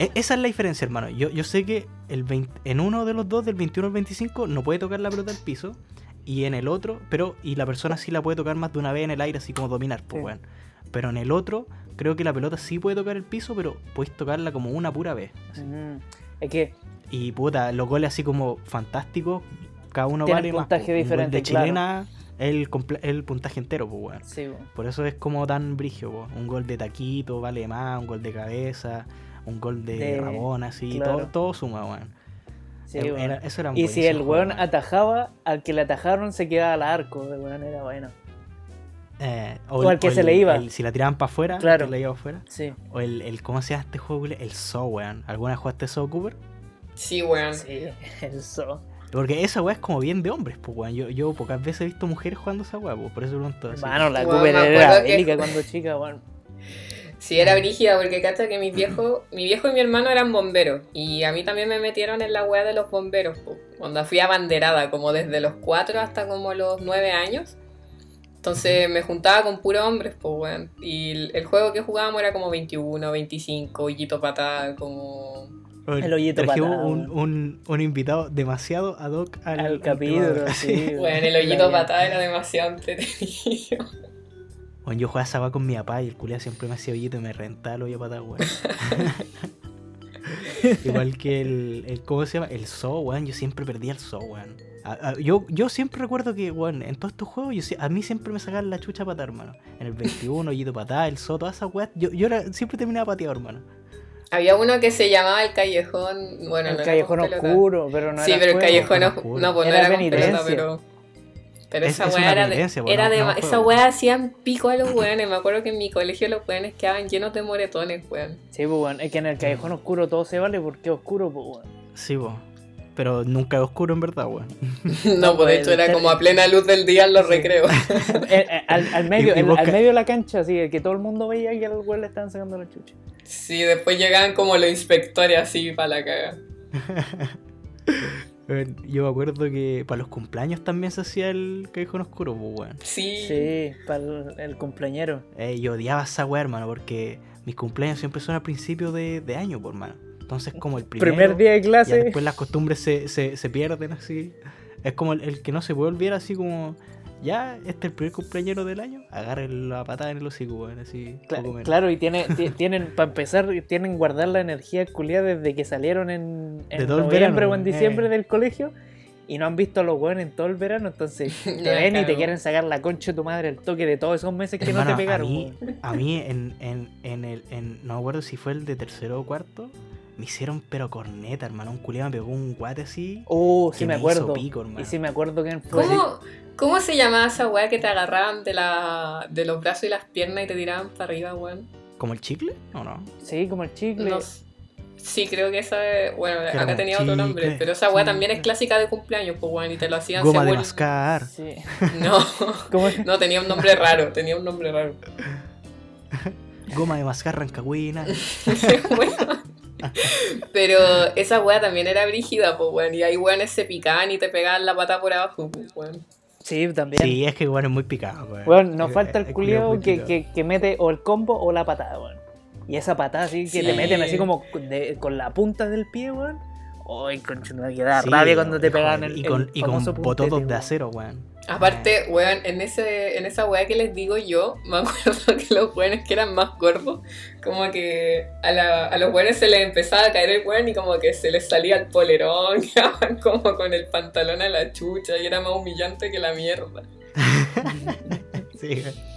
[SPEAKER 3] E- esa es la diferencia, hermano. Yo, yo sé que el 20 en uno de los dos, del 21 al 25, no puede tocar la pelota al piso. Y en el otro, pero. Y la persona sí la puede tocar más de una vez en el aire, así como dominar, pues,
[SPEAKER 4] Sí.
[SPEAKER 3] weón. Pero en el otro, creo que la pelota sí puede tocar el piso, pero puedes tocarla como una pura vez. así.
[SPEAKER 4] Mm, Es que
[SPEAKER 3] Y puta, los goles así como fantásticos, cada uno
[SPEAKER 4] Tienen
[SPEAKER 3] vale más,
[SPEAKER 4] puntaje
[SPEAKER 3] pues. Un gol
[SPEAKER 4] diferente,
[SPEAKER 3] de
[SPEAKER 4] claro.
[SPEAKER 3] chilena, el, comple- el puntaje entero, pues, weón.
[SPEAKER 4] Sí, weón.
[SPEAKER 3] Por eso es como tan brigio, po. un gol de taquito vale más, un gol de cabeza, un gol de,
[SPEAKER 4] De-
[SPEAKER 3] Rabona, así,
[SPEAKER 4] claro.
[SPEAKER 3] todo, todo suma, weón.
[SPEAKER 4] Sí,
[SPEAKER 3] Era-
[SPEAKER 4] weón.
[SPEAKER 3] era- eso era
[SPEAKER 4] Y si
[SPEAKER 3] buenísimo
[SPEAKER 4] el
[SPEAKER 3] juego,
[SPEAKER 4] weón atajaba, al que le atajaron se quedaba al arco, el weón era bueno.
[SPEAKER 3] Eh,
[SPEAKER 4] o al que se le iba.
[SPEAKER 3] el- si la tiraban para afuera,
[SPEAKER 4] Claro.
[SPEAKER 3] que le iba afuera.
[SPEAKER 4] Sí,
[SPEAKER 3] O el, el- ¿cómo se llama este juego? culiao? El So, weón. ¿Alguna vez jugaste So, Cooper?
[SPEAKER 5] Sí, weón.
[SPEAKER 4] sí, eso.
[SPEAKER 3] Porque esa weá es como bien de hombres, pues, weón. Yo, yo pocas veces he visto mujeres jugando esa weá, po, por eso pregunto. así.
[SPEAKER 4] Hermano, la
[SPEAKER 5] Weón,
[SPEAKER 4] Cooper
[SPEAKER 5] me
[SPEAKER 4] era
[SPEAKER 5] acuerdo que-
[SPEAKER 4] bélica cuando chica, weón.
[SPEAKER 5] Sí, era brígida porque cacha que mi viejo, mi viejo y mi hermano eran bomberos y a mí también me metieron en la wea de los bomberos, po. cuando fui abanderada, como desde los 4 hasta como los 9 años. Entonces me juntaba con puros hombres, pues weón. Y el, el juego que jugábamos era como 21, 25, hoyito patada, como...
[SPEAKER 3] Weón,
[SPEAKER 4] el hoyito
[SPEAKER 3] trajimos
[SPEAKER 4] patada,
[SPEAKER 3] un,
[SPEAKER 4] weón.
[SPEAKER 3] un, un invitado demasiado ad hoc al,
[SPEAKER 4] Al
[SPEAKER 3] al
[SPEAKER 4] capítulo,
[SPEAKER 3] tema.
[SPEAKER 4] sí. weón.
[SPEAKER 5] Bueno, el hoyito
[SPEAKER 4] La-
[SPEAKER 5] patada era demasiado entretenido.
[SPEAKER 3] Bueno, yo jugaba esa weá con mi papá y el culiao siempre me hacía hoyito y me rentaba el hoyo para weón. Igual que el, el- ¿Cómo se llama? El So, weón. Yo siempre perdía el So, weón. A- a- yo, yo siempre recuerdo que, weón, en todos estos juegos, yo, sie- a mí siempre me sacaban la chucha patada, hermano. En el 21, hoyito patada, el So, todas esas weas. Yo, yo era- siempre terminaba pateado, hermano.
[SPEAKER 5] Había uno que se llamaba el callejón, bueno, no
[SPEAKER 4] El
[SPEAKER 5] era
[SPEAKER 4] callejón
[SPEAKER 5] con pelota.
[SPEAKER 4] oscuro, pero no
[SPEAKER 5] sí,
[SPEAKER 4] era
[SPEAKER 5] pero el
[SPEAKER 4] juego.
[SPEAKER 5] callejón
[SPEAKER 3] no
[SPEAKER 5] os-
[SPEAKER 3] oscuro.
[SPEAKER 5] no, pues no
[SPEAKER 4] Era
[SPEAKER 5] era con
[SPEAKER 4] penitencia.
[SPEAKER 5] pelota, pero. Pero
[SPEAKER 3] Es-
[SPEAKER 5] esa
[SPEAKER 3] es
[SPEAKER 5] weá
[SPEAKER 3] una
[SPEAKER 5] era de.
[SPEAKER 3] penitencia, pues,
[SPEAKER 5] era
[SPEAKER 3] no-
[SPEAKER 5] de
[SPEAKER 3] no
[SPEAKER 5] ma-
[SPEAKER 3] es
[SPEAKER 5] esa
[SPEAKER 3] juego.
[SPEAKER 5] weá hacían pico a los weones. Me acuerdo que en mi colegio los weones quedaban llenos de moretones, weón.
[SPEAKER 4] Sí, pues, weón. Es que en el callejón oscuro todo se vale porque es oscuro, pues, weón.
[SPEAKER 3] Sí, weón. Pero nunca oscuro, en verdad, weón.
[SPEAKER 5] No, pues de hecho era
[SPEAKER 4] ter-
[SPEAKER 5] como a plena luz del día en los
[SPEAKER 4] Sí.
[SPEAKER 5] recreos.
[SPEAKER 4] Eh, eh, al, al medio,
[SPEAKER 3] Y- y
[SPEAKER 4] el-
[SPEAKER 3] vos
[SPEAKER 4] al
[SPEAKER 3] ca-
[SPEAKER 4] medio de la cancha, así que todo el mundo veía que al weón le estaban sacando la chucha.
[SPEAKER 5] Sí, después llegaban como los inspectores así para la caga.
[SPEAKER 3] Eh, Yo me acuerdo que para los cumpleaños también se hacía el callejón oscuro, pues, weón.
[SPEAKER 5] Sí.
[SPEAKER 4] Sí, para el, el cumpleañero.
[SPEAKER 3] Eh, yo odiaba esa weá, hermano, porque mis cumpleaños siempre son al principio de, de año, por hermano. Entonces, como el primero,
[SPEAKER 4] Primer día de
[SPEAKER 3] ya
[SPEAKER 4] clase.
[SPEAKER 3] después las costumbres se, se- se pierden así. Es como el, el que no se puede olvidar, así como, ya, este es el primer cumpleañero del año, agarre la patada en el hocico, weón, así.
[SPEAKER 4] Cla-
[SPEAKER 3] poco menos.
[SPEAKER 4] claro, y tiene, ti- tienen, para empezar, tienen guardar la energía culiada desde que salieron en, en
[SPEAKER 3] De todo el
[SPEAKER 4] noviembre
[SPEAKER 3] verano,
[SPEAKER 4] o en diciembre
[SPEAKER 3] eh.
[SPEAKER 4] del colegio y no han visto a los hueones en todo el verano, entonces te
[SPEAKER 5] Ya,
[SPEAKER 4] ven y te
[SPEAKER 5] claro.
[SPEAKER 4] quieren sacar la concha de tu madre el toque de todos esos meses que no
[SPEAKER 3] Hermano,
[SPEAKER 4] te pegaron.
[SPEAKER 3] A mí,
[SPEAKER 4] hueón.
[SPEAKER 3] a mí en, en, en el. En, no me acuerdo si fue el de tercero o cuarto. Me hicieron pero corneta, hermano. Un culiado me pegó un guate así.
[SPEAKER 4] Oh,
[SPEAKER 3] que
[SPEAKER 4] sí me
[SPEAKER 3] me hizo
[SPEAKER 4] acuerdo.
[SPEAKER 3] pico, hermano.
[SPEAKER 4] y sí me acuerdo que fue
[SPEAKER 5] ¿Cómo, ¿Cómo se llamaba esa weá que te agarraban de, la, de los brazos y las piernas y te tiraban para arriba, weón?
[SPEAKER 3] ¿Como el chicle? ¿O no?
[SPEAKER 4] Sí, como el chicle.
[SPEAKER 5] No s- Sí, creo que esa es. Bueno,
[SPEAKER 3] era
[SPEAKER 5] acá
[SPEAKER 3] como
[SPEAKER 5] tenía otro
[SPEAKER 3] chicle,
[SPEAKER 5] nombre, pero esa weá también es
[SPEAKER 3] chicle.
[SPEAKER 5] clásica de cumpleaños, pues weón, y te lo hacían
[SPEAKER 3] Goma de
[SPEAKER 5] según.
[SPEAKER 3] mascar.
[SPEAKER 4] Sí.
[SPEAKER 5] No,
[SPEAKER 4] ¿Cómo es?
[SPEAKER 5] no, tenía un nombre raro, tenía un nombre raro.
[SPEAKER 3] Goma de mascar rancagüina.
[SPEAKER 5] Bueno, Pero esa weá también era brígida, pues weón, y ahí weones se picaban y te pegaban la pata por abajo, pues weón.
[SPEAKER 4] Sí, también.
[SPEAKER 3] Sí, es que bueno, es muy picado, weón.
[SPEAKER 4] Bueno, nos
[SPEAKER 3] Eh,
[SPEAKER 4] falta el
[SPEAKER 3] culiao
[SPEAKER 4] culiao
[SPEAKER 3] muy
[SPEAKER 4] que,
[SPEAKER 3] picado.
[SPEAKER 4] que- que mete o el combo o la patada, weón. Y esa patada así que te
[SPEAKER 5] Sí.
[SPEAKER 4] meten así como con- de- con la punta del pie, weón. Ay, conchuna, que da
[SPEAKER 3] Sí,
[SPEAKER 4] rabia cuando te
[SPEAKER 3] hijo,
[SPEAKER 4] pegan el
[SPEAKER 3] Y con,
[SPEAKER 4] el
[SPEAKER 3] y con
[SPEAKER 4] famoso puntete,
[SPEAKER 3] bototos de
[SPEAKER 4] weón.
[SPEAKER 3] acero, weón.
[SPEAKER 5] Aparte, weón, en, ese, en esa weá que les digo yo, me acuerdo que los weones que eran más gordos, como que a, la- a los weones se les empezaba a caer el weón y como que se les salía el polerón, quedaban como con el pantalón a la chucha y era más humillante que la mierda.
[SPEAKER 3] Sí, weón.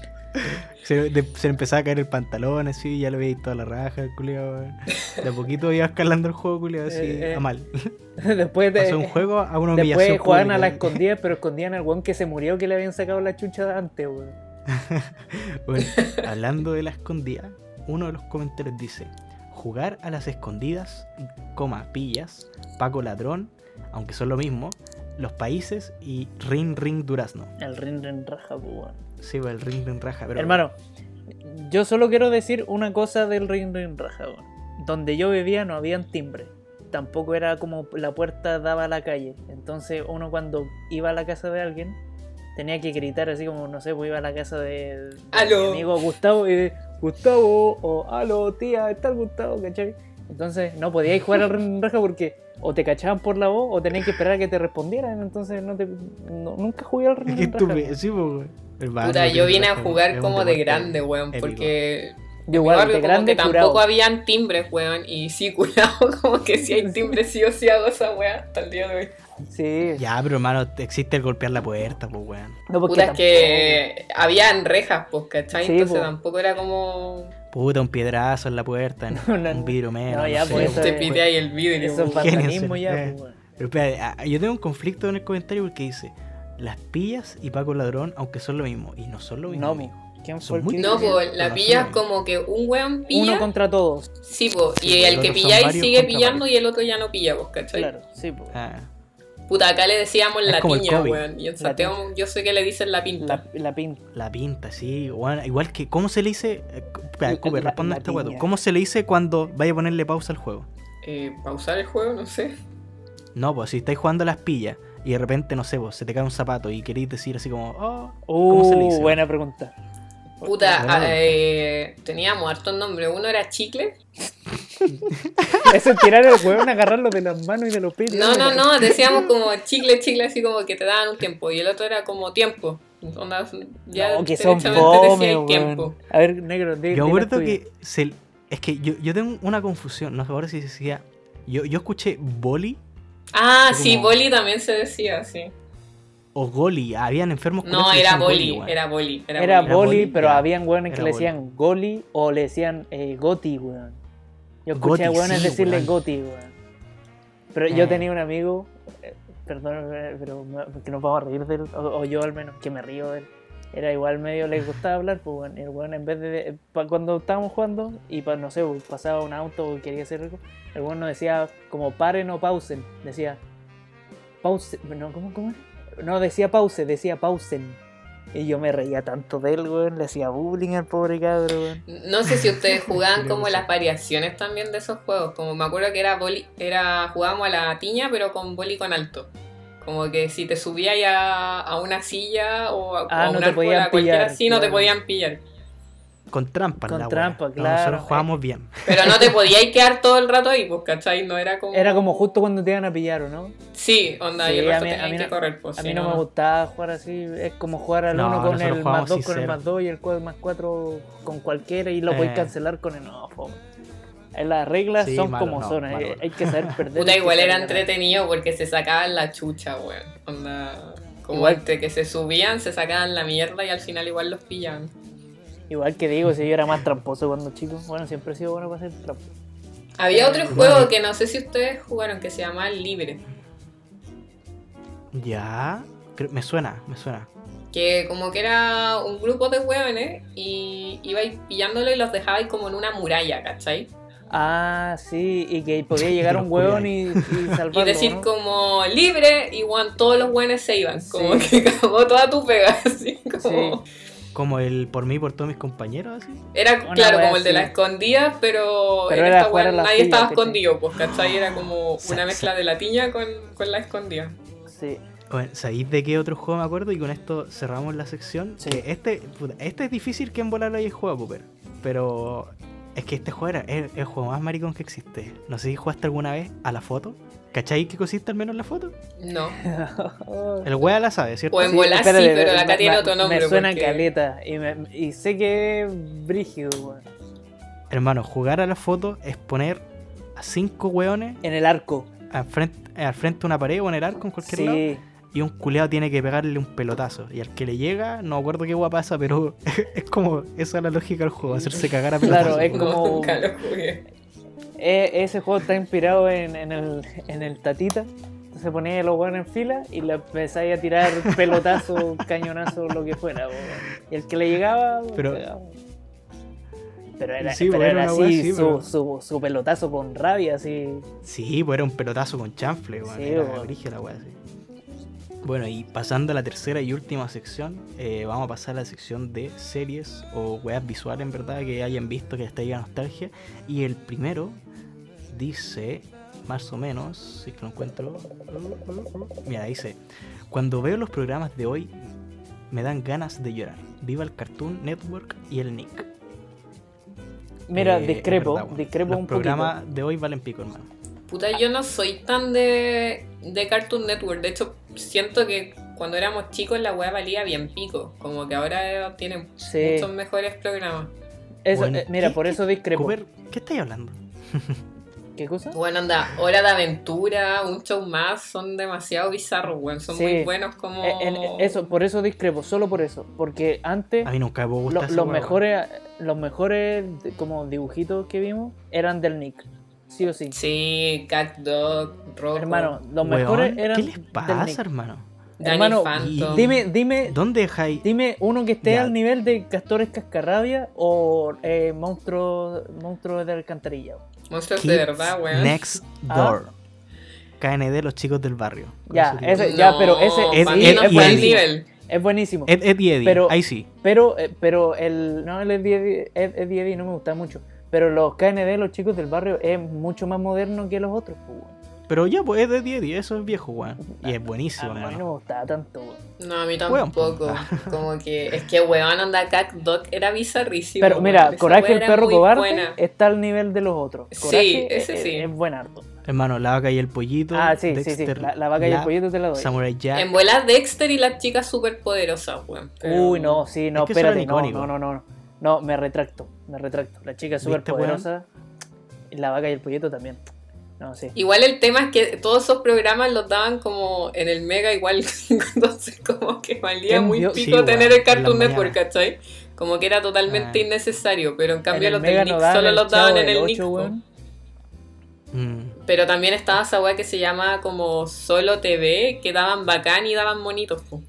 [SPEAKER 3] Se, de- se le empezaba a caer el pantalón, así, ya lo veis toda la raja, el culiao, weón. De a poquito iba escalando el juego, culiao, así,
[SPEAKER 4] Eh, eh.
[SPEAKER 3] a mal.
[SPEAKER 4] Después de.
[SPEAKER 3] Pasó un juego a una humillación.
[SPEAKER 4] Después jugaban a
[SPEAKER 3] pública.
[SPEAKER 4] la escondida, pero escondían al weón que se murió que le habían sacado la chucha de antes, weón.
[SPEAKER 3] Bueno, hablando de la escondida, uno de los comentarios dice: Jugar a las escondidas, coma, pillas, Paco Ladrón, aunque son lo mismo, los países y Ring Ring Durazno.
[SPEAKER 4] El rin rin raja, pues, weón.
[SPEAKER 3] Sí, va el Ring Ring Raja, pero.
[SPEAKER 4] Hermano, yo solo quiero decir una cosa del Ring Ring Raja. weón. Donde yo vivía no habían timbre. Tampoco era como la puerta daba a la calle. Entonces uno cuando iba a la casa de alguien tenía que gritar así como, no sé, pues iba a la casa de, de
[SPEAKER 5] Aló.
[SPEAKER 4] mi amigo Gustavo y de, Gustavo o aló tía, está el Gustavo, ¿cachai? Entonces no podíais jugar al Ring Ring Raja porque o te cachaban por la voz o tenías que esperar a que te respondieran. Entonces no te, no- nunca jugué al Ring
[SPEAKER 3] Qué
[SPEAKER 4] Ring Raja.
[SPEAKER 3] estúpido, sí, po, weón. Hermano,
[SPEAKER 5] Puta, yo
[SPEAKER 3] Ring
[SPEAKER 5] vine a
[SPEAKER 3] Raja, es
[SPEAKER 5] jugar
[SPEAKER 3] un
[SPEAKER 5] como de
[SPEAKER 3] deporte.
[SPEAKER 5] grande, weón,
[SPEAKER 3] épico.
[SPEAKER 5] porque
[SPEAKER 4] Yo igual,
[SPEAKER 5] igual
[SPEAKER 4] de
[SPEAKER 5] como
[SPEAKER 4] grande
[SPEAKER 5] que
[SPEAKER 4] curado.
[SPEAKER 5] tampoco habían timbres, weón, y sí, curado, como que si hay timbres sí o sí hago esa weá hasta el día de hoy.
[SPEAKER 4] Sí.
[SPEAKER 3] Ya, pero hermano, existe el golpear la puerta, pues, weón.
[SPEAKER 4] No, porque
[SPEAKER 5] Puta, es que habían rejas, pues, ¿cachai?
[SPEAKER 4] Sí,
[SPEAKER 5] Entonces
[SPEAKER 4] po.
[SPEAKER 5] tampoco era como...
[SPEAKER 3] Puta, un piedrazo en la puerta,
[SPEAKER 4] No, no,
[SPEAKER 3] un vidrio menos.
[SPEAKER 4] ya,
[SPEAKER 3] sé,
[SPEAKER 4] por
[SPEAKER 3] weón.
[SPEAKER 4] eso
[SPEAKER 5] Te
[SPEAKER 4] es-
[SPEAKER 5] pide ahí el vidrio. pues.
[SPEAKER 4] Eso es
[SPEAKER 5] po.
[SPEAKER 4] vandalismo
[SPEAKER 3] Imagínense,
[SPEAKER 4] ya,
[SPEAKER 3] eh.
[SPEAKER 4] pues, weón.
[SPEAKER 3] Pero espérate, a- yo tengo un conflicto en el comentario porque dice: Las pillas y Paco Ladrón, aunque son lo mismo. Y no son lo mismo.
[SPEAKER 4] No,
[SPEAKER 3] amigo.
[SPEAKER 4] po. ¿Quién
[SPEAKER 3] Son
[SPEAKER 4] fue el
[SPEAKER 3] muy
[SPEAKER 4] que-
[SPEAKER 5] No,
[SPEAKER 3] po,
[SPEAKER 5] pues la
[SPEAKER 3] Pero
[SPEAKER 5] pillas
[SPEAKER 3] sí.
[SPEAKER 5] como que un weón
[SPEAKER 4] Uno
[SPEAKER 5] pilla.
[SPEAKER 4] contra todos.
[SPEAKER 5] Sí, pues.
[SPEAKER 3] Sí,
[SPEAKER 5] Y
[SPEAKER 3] po, los
[SPEAKER 5] el que
[SPEAKER 3] otros son
[SPEAKER 5] pilláis
[SPEAKER 3] varios
[SPEAKER 5] sigue
[SPEAKER 3] contra
[SPEAKER 5] pillando
[SPEAKER 3] varios.
[SPEAKER 5] y el otro ya no pilla, pues, ¿cachai?
[SPEAKER 4] Claro, sí, pues.
[SPEAKER 3] Ah,
[SPEAKER 5] Puta, acá le decíamos
[SPEAKER 3] Es
[SPEAKER 5] la
[SPEAKER 3] como el
[SPEAKER 5] piña,
[SPEAKER 3] COVID.
[SPEAKER 5] weón. Y en
[SPEAKER 4] La
[SPEAKER 5] Santiago yo sé que le dicen la pinta.
[SPEAKER 4] La, la pinta.
[SPEAKER 3] la pinta, sí. weón. igual que, ¿cómo se le dice? eh, cu- espera,
[SPEAKER 4] La-
[SPEAKER 3] Cooper,
[SPEAKER 4] la-
[SPEAKER 3] responda a
[SPEAKER 4] la
[SPEAKER 3] este guato.
[SPEAKER 4] piña.
[SPEAKER 3] ¿Cómo se le dice cuando vaya a ponerle pausa al juego?
[SPEAKER 5] Eh, pausar el juego, no sé.
[SPEAKER 3] No, pues si estáis jugando a las pillas y de repente, no sé, pues, se te cae un zapato y queréis decir así como, oh, ¿cómo se le dice?
[SPEAKER 4] Uh, buena pregunta.
[SPEAKER 5] Puta,
[SPEAKER 3] Bueno.
[SPEAKER 5] eh, teníamos hartos nombres. Uno era chicle.
[SPEAKER 4] Eso es tirar al weón, agarrarlo de las manos y de los pies.
[SPEAKER 5] No, no, no. Decíamos como chicle, chicle, así como que te daban un tiempo. Y el otro era como tiempo. Onda, ya
[SPEAKER 4] No, que son
[SPEAKER 5] derechamente
[SPEAKER 4] fome,
[SPEAKER 5] decía el
[SPEAKER 4] weón. A ver, negro,
[SPEAKER 3] Yo
[SPEAKER 4] di, di Eh, la
[SPEAKER 3] acuerdo
[SPEAKER 4] tuya.
[SPEAKER 3] que se- es que yo, yo tengo una confusión, no sé ahora si se decía, yo, yo escuché boli
[SPEAKER 5] Ah,
[SPEAKER 3] Como-
[SPEAKER 5] sí, boli también se decía, sí.
[SPEAKER 3] o goli, habían enfermos
[SPEAKER 5] No,
[SPEAKER 3] culiados que
[SPEAKER 5] era
[SPEAKER 3] decían
[SPEAKER 5] boli,
[SPEAKER 3] weón.
[SPEAKER 5] era boli, era,
[SPEAKER 4] Era
[SPEAKER 5] boli.
[SPEAKER 3] boli,
[SPEAKER 4] boli, pero
[SPEAKER 3] ya.
[SPEAKER 4] habían weones que
[SPEAKER 3] Era
[SPEAKER 4] le
[SPEAKER 3] boli.
[SPEAKER 4] decían goli o le decían eh, goti, weón. Yo escuché a
[SPEAKER 3] Goti,
[SPEAKER 4] weones
[SPEAKER 3] sí,
[SPEAKER 4] decirle
[SPEAKER 3] weón.
[SPEAKER 4] goti, weón. Pero
[SPEAKER 3] Eh.
[SPEAKER 4] yo tenía un amigo, eh, perdón, eh, pero me- que nos vamos a reír de él, o, o yo al menos, que me río de él. Era igual medio, le gustaba hablar, pues weón. El weón en vez de, eh, pa- cuando estábamos jugando y pa- no sé, weón, pasaba un auto o quería hacer algo, el weón nos decía como paren o pausen. Decía, pausen, no, ¿cómo, cómo era? No, decía pause, decía pausen. Y yo me reía tanto de él, weón. Le hacía bullying al pobre cabro, weón.
[SPEAKER 5] No sé si ustedes jugaban como las variaciones también de esos juegos. Como me acuerdo que era boli, era jugábamos a la tiña, pero con boli con alto. Como que si te subías a, a una silla o a,
[SPEAKER 4] Ah,
[SPEAKER 5] a
[SPEAKER 4] no
[SPEAKER 5] un
[SPEAKER 4] te
[SPEAKER 5] árbol,
[SPEAKER 4] podían
[SPEAKER 5] a cualquiera
[SPEAKER 4] pillar,
[SPEAKER 5] así, no te
[SPEAKER 4] claro.
[SPEAKER 5] podían pillar.
[SPEAKER 3] Con trampa,
[SPEAKER 4] Con
[SPEAKER 3] la
[SPEAKER 4] trampa,
[SPEAKER 3] wea. No,
[SPEAKER 4] claro.
[SPEAKER 3] Nosotros jugábamos bien.
[SPEAKER 5] Pero no te podías quedar todo el rato ahí, pues, ¿cachai? No era como.
[SPEAKER 4] Era como justo cuando te iban a pillar, ¿o no?
[SPEAKER 5] Sí, onda, y
[SPEAKER 4] Sí,
[SPEAKER 5] el resto
[SPEAKER 4] a mí- a
[SPEAKER 5] tenían
[SPEAKER 4] mí
[SPEAKER 5] que
[SPEAKER 4] no-
[SPEAKER 5] correr, pues.
[SPEAKER 4] a
[SPEAKER 5] si
[SPEAKER 4] mí no, me gustaba jugar así. Es como jugar al
[SPEAKER 3] No,
[SPEAKER 4] uno con
[SPEAKER 3] nosotros
[SPEAKER 4] el más
[SPEAKER 3] jugábamos
[SPEAKER 4] 2 con el
[SPEAKER 3] sincero.
[SPEAKER 4] más 2 y el 4 más 4 con cualquiera y lo
[SPEAKER 3] Eh.
[SPEAKER 4] podéis cancelar con el no, fome. Eh, Las reglas
[SPEAKER 3] Sí,
[SPEAKER 4] son
[SPEAKER 3] malo,
[SPEAKER 4] como
[SPEAKER 3] no,
[SPEAKER 4] son. eh,
[SPEAKER 3] malo.
[SPEAKER 4] Hay que saber perder.
[SPEAKER 5] Puta,
[SPEAKER 4] hay que
[SPEAKER 5] igual
[SPEAKER 4] saber
[SPEAKER 5] era
[SPEAKER 4] ganar.
[SPEAKER 5] entretenido porque se sacaban la chucha, weón. Onda. Como
[SPEAKER 4] Igual.
[SPEAKER 5] entre que se subían, se sacaban la mierda y al final igual los pillaban.
[SPEAKER 4] Igual que digo, si yo era más tramposo cuando chico. Bueno, siempre he sido bueno para ser tramposo.
[SPEAKER 5] Había otro
[SPEAKER 3] Bueno.
[SPEAKER 5] juego que no sé si ustedes jugaron que se llamaba Libre.
[SPEAKER 3] Ya. Creo- Me suena, me suena.
[SPEAKER 5] Que como que era un grupo de hueones y ibais pillándolo y los dejabais como en una muralla, ¿cachai?
[SPEAKER 4] Ah, sí, y que podía llegar
[SPEAKER 3] Los
[SPEAKER 4] un hueón y, y salvarlo.
[SPEAKER 5] Y decir
[SPEAKER 4] ¿no?
[SPEAKER 5] como libre y weón, todos los hueones se iban. Como
[SPEAKER 4] Sí.
[SPEAKER 5] que cagó toda tu pega, así como...
[SPEAKER 3] Como el por mí y por todos mis compañeros, así.
[SPEAKER 5] Era,
[SPEAKER 4] Una
[SPEAKER 5] claro,
[SPEAKER 4] wea
[SPEAKER 5] como el de
[SPEAKER 4] así.
[SPEAKER 5] las escondidas, pero,
[SPEAKER 4] Pero
[SPEAKER 5] en
[SPEAKER 4] era
[SPEAKER 5] esta
[SPEAKER 4] jugar
[SPEAKER 5] wea
[SPEAKER 4] a la
[SPEAKER 5] nadie
[SPEAKER 4] silla,
[SPEAKER 5] estaba
[SPEAKER 4] ¿cachai? Ah.
[SPEAKER 5] escondido, pues, ¿cachai? Era como
[SPEAKER 3] Sí,
[SPEAKER 5] una
[SPEAKER 3] sí.
[SPEAKER 5] mezcla de la tiña con, con la escondida.
[SPEAKER 4] Sí.
[SPEAKER 3] Bueno, ¿sabéis de qué otro juego me acuerdo? Y con esto cerramos la sección.
[SPEAKER 4] Sí.
[SPEAKER 3] Que este, puta, este es difícil que en volar hay juego, Popper. Pero es que este juego era el, el juego más maricón que existe. No sé si jugaste alguna vez a la foto. ¿Cachai que consiste al menos la foto?
[SPEAKER 5] No.
[SPEAKER 3] El wea la sabe, ¿cierto?
[SPEAKER 4] Pues-
[SPEAKER 5] O en volar sí,
[SPEAKER 4] espérate,
[SPEAKER 5] pero acá
[SPEAKER 4] me-
[SPEAKER 5] tiene
[SPEAKER 4] me-
[SPEAKER 5] otro nombre.
[SPEAKER 4] Me suena
[SPEAKER 5] porque-
[SPEAKER 4] caleta y, me- y sé que es brígido, weón.
[SPEAKER 3] Hermano, jugar a la foto es poner a cinco weones
[SPEAKER 4] En el arco.
[SPEAKER 3] al frente, al frente de una pared o en el arco en cualquier lado.
[SPEAKER 4] Sí.
[SPEAKER 3] y un culeado tiene que pegarle un pelotazo. Y al que le llega, no me acuerdo qué guapa pasa, pero es como esa es la lógica del juego, hacerse cagar a pelotazos.
[SPEAKER 4] Claro, es
[SPEAKER 5] No,
[SPEAKER 4] como-
[SPEAKER 5] nunca lo jugué.
[SPEAKER 4] E- ese juego está inspirado en, en el, en el tatita. Entonces ponéis los hueones en fila y le empezáis a tirar pelotazo, cañonazo, lo que fuera. weón. Y el que le llegaba. weón,
[SPEAKER 3] Pero-
[SPEAKER 4] pegaba. Pero era,
[SPEAKER 3] Sí,
[SPEAKER 4] pero
[SPEAKER 3] weón,
[SPEAKER 4] era
[SPEAKER 3] era
[SPEAKER 4] así,
[SPEAKER 3] una wea así,
[SPEAKER 4] su,
[SPEAKER 3] pero-
[SPEAKER 4] su- su pelotazo con rabia, así.
[SPEAKER 3] Sí, pues era un pelotazo con chanfle, weón.
[SPEAKER 4] Sí,
[SPEAKER 3] era
[SPEAKER 4] weón.
[SPEAKER 3] brígida la weá, sí. Bueno, y pasando a la tercera y última sección, eh, vamos a pasar a la sección de series o weas visuales, en verdad, que hayan visto que les traiga nostalgia. Y el primero dice, más o menos, si es que lo encuentro. Mira, dice: Cuando veo los programas de hoy, me dan ganas de llorar. Viva el Cartoon Network y el Nick.
[SPEAKER 4] Mira,
[SPEAKER 3] Eh, es
[SPEAKER 4] discrepo,
[SPEAKER 3] verdad, weón.
[SPEAKER 4] discrepo
[SPEAKER 3] Los
[SPEAKER 4] un poquito.
[SPEAKER 3] programas de hoy valen pico, hermano.
[SPEAKER 5] Puta, yo no soy tan de, de Cartoon Network. De hecho, siento que cuando éramos chicos la weá valía bien pico. Como que ahora eh, tienen
[SPEAKER 4] Sí.
[SPEAKER 5] muchos mejores programas.
[SPEAKER 4] Eso,
[SPEAKER 3] Bueno,
[SPEAKER 4] eh, mira,
[SPEAKER 3] ¿qué-
[SPEAKER 4] por
[SPEAKER 3] qué-
[SPEAKER 4] eso discrepo.
[SPEAKER 3] Cooper, ¿qué estáis hablando?
[SPEAKER 4] ¿Qué cosa?
[SPEAKER 5] Bueno, anda, Hora de Aventura, un show más, son demasiado bizarros, weón. Son
[SPEAKER 4] Sí.
[SPEAKER 5] muy buenos como.
[SPEAKER 4] Eh, en- eh, eso, por eso discrepo, solo por eso. Porque antes
[SPEAKER 3] A mí nunca me
[SPEAKER 4] lo-
[SPEAKER 3] gustó esa
[SPEAKER 4] los
[SPEAKER 3] hueá,
[SPEAKER 4] mejores, los mejores de- como dibujitos que vimos eran del Nick. Sí o sí.
[SPEAKER 5] Sí, Cat Dog, Rocco,
[SPEAKER 4] Hermano, los
[SPEAKER 3] Weón,
[SPEAKER 4] mejores eran
[SPEAKER 3] ¿Qué les
[SPEAKER 4] del
[SPEAKER 3] pasa,
[SPEAKER 4] Nick.
[SPEAKER 3] hermano?
[SPEAKER 5] Danny
[SPEAKER 4] hermano,
[SPEAKER 5] Phantom.
[SPEAKER 4] Dime, dime,
[SPEAKER 3] ¿Dónde dejáis?
[SPEAKER 4] dime uno que esté
[SPEAKER 3] Ya.
[SPEAKER 4] al nivel de Castores Cascarrabia o eh, Monstruos monstruo de Alcantarilla.
[SPEAKER 5] Monstruos de
[SPEAKER 3] Kids
[SPEAKER 5] verdad, weón.
[SPEAKER 3] Next Door. KND, los chicos del barrio. Con
[SPEAKER 4] Ah.
[SPEAKER 3] eso
[SPEAKER 4] Ya,
[SPEAKER 3] te digo.
[SPEAKER 4] ese- ya, pero ese-
[SPEAKER 5] No,
[SPEAKER 3] Ed-
[SPEAKER 5] para mí
[SPEAKER 3] Ed-
[SPEAKER 5] no
[SPEAKER 3] Ed-
[SPEAKER 5] fue el
[SPEAKER 3] Ed-
[SPEAKER 5] nivel.
[SPEAKER 4] Es buenísimo.
[SPEAKER 3] Ed, Ed y Eddie,
[SPEAKER 4] Pero-
[SPEAKER 3] ahí sí.
[SPEAKER 4] Pero, eh, pero el. No, el Eddie Eddie- Ed- Eddie Eddie no me gusta mucho. Pero los KND, los chicos del barrio, es mucho más moderno que los otros, pues, weón.
[SPEAKER 3] Pero ya, pues Ed, Ed y Eddie, eso es viejo, weón. Y
[SPEAKER 4] Ah,
[SPEAKER 3] es buenísimo,
[SPEAKER 4] A mí
[SPEAKER 3] hermano.
[SPEAKER 4] no me gustaba tanto, weón.
[SPEAKER 5] No, a mí
[SPEAKER 3] Weón,
[SPEAKER 5] tampoco. Como que es que weón anda Cat Dog era bizarrísimo.
[SPEAKER 4] Pero
[SPEAKER 5] weón.
[SPEAKER 4] mira,
[SPEAKER 5] Esa
[SPEAKER 4] Coraje
[SPEAKER 5] weá
[SPEAKER 4] el
[SPEAKER 5] era
[SPEAKER 4] perro
[SPEAKER 5] muy
[SPEAKER 4] cobarde
[SPEAKER 5] buena.
[SPEAKER 4] está al nivel de los otros.
[SPEAKER 5] Sí,
[SPEAKER 4] Coraje
[SPEAKER 5] ese
[SPEAKER 4] es,
[SPEAKER 5] sí.
[SPEAKER 4] Es buen harto.
[SPEAKER 3] Hermano, la vaca y el pollito.
[SPEAKER 4] Ah, sí, sí, sí.
[SPEAKER 3] Dexter,
[SPEAKER 4] La, la vaca y el
[SPEAKER 3] Lab,
[SPEAKER 4] pollito te la doy.
[SPEAKER 3] Samurai Jack.
[SPEAKER 5] En bolas Dexter y las chicas superpoderosas, weón. Pero-
[SPEAKER 4] Uy, no, sí, no,
[SPEAKER 3] Es que eso era
[SPEAKER 4] espérate. No,
[SPEAKER 3] icónico.
[SPEAKER 4] no, no, no. No, me retracto, me retracto. La chica
[SPEAKER 3] ¿Viste,
[SPEAKER 4] súper poderosa. La vaca y el pollito también. No, sí.
[SPEAKER 5] Igual el tema es que todos esos programas los daban como en el Mega igual, entonces como que valía
[SPEAKER 4] ¿Quién
[SPEAKER 5] muy
[SPEAKER 4] vio?
[SPEAKER 5] pico
[SPEAKER 3] Sí,
[SPEAKER 5] tener
[SPEAKER 3] weón,
[SPEAKER 5] el
[SPEAKER 3] en
[SPEAKER 5] Cartoon
[SPEAKER 3] la
[SPEAKER 5] Network, ¿cachai? Como que era totalmente
[SPEAKER 3] Ah.
[SPEAKER 5] innecesario, pero en cambio
[SPEAKER 4] En el
[SPEAKER 5] los del
[SPEAKER 4] Mega
[SPEAKER 5] Nick
[SPEAKER 4] no daban
[SPEAKER 5] solo
[SPEAKER 4] el
[SPEAKER 5] los
[SPEAKER 4] Chavo
[SPEAKER 5] daban en
[SPEAKER 4] del
[SPEAKER 5] el
[SPEAKER 4] Ocho,
[SPEAKER 5] Nick. po.
[SPEAKER 4] weón.
[SPEAKER 3] Mm.
[SPEAKER 5] Pero también estaba esa weá que se llama como Solo TV, que daban bacán y daban monitos. po.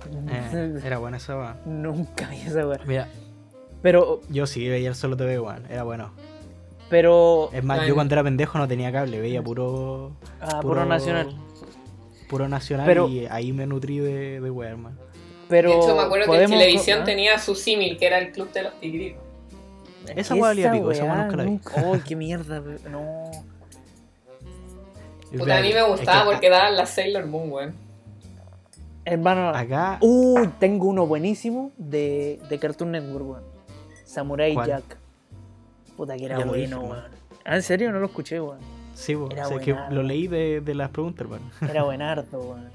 [SPEAKER 3] Eh, era buena esa, weón.
[SPEAKER 4] Nunca vi esa weá.
[SPEAKER 3] Mira,
[SPEAKER 4] Pero,
[SPEAKER 3] yo sí veía el solo TV, weón. Era bueno.
[SPEAKER 4] pero.
[SPEAKER 3] Es más,
[SPEAKER 5] Bueno.
[SPEAKER 3] yo cuando era pendejo no tenía cable, veía puro.
[SPEAKER 4] Ah, puro nacional.
[SPEAKER 3] Puro nacional
[SPEAKER 4] Pero-
[SPEAKER 3] y ahí me nutrí de, de wea, hermano.
[SPEAKER 4] Pero
[SPEAKER 5] de hecho, me acuerdo que en
[SPEAKER 4] podemos-
[SPEAKER 5] televisión
[SPEAKER 4] ¿Ah?
[SPEAKER 5] tenía su símil, que era el Club de los Tigritos.
[SPEAKER 3] Esa hueá valía pico, esa hueá
[SPEAKER 4] weá
[SPEAKER 3] nunca la vi.
[SPEAKER 4] nunca- Oh, qué mierda, we- no.
[SPEAKER 5] Puta, a mí me
[SPEAKER 3] Es que
[SPEAKER 5] gustaba
[SPEAKER 3] a-
[SPEAKER 5] porque daban la Sailor Moon, weón.
[SPEAKER 4] Hermano,
[SPEAKER 3] Acá,
[SPEAKER 4] uy, tengo uno buenísimo de, de Cartoon Network, weón. Samurai
[SPEAKER 3] ¿Cuál?
[SPEAKER 4] Jack. Puta que era
[SPEAKER 3] Ya lo
[SPEAKER 4] bueno,
[SPEAKER 3] dije,
[SPEAKER 4] weón. Ah, en serio, no lo escuché, weón.
[SPEAKER 3] sí, po,
[SPEAKER 4] era
[SPEAKER 3] o sea, que
[SPEAKER 4] buena.
[SPEAKER 3] lo leí de, de las preguntas, hermano.
[SPEAKER 4] Era buenardo, weón.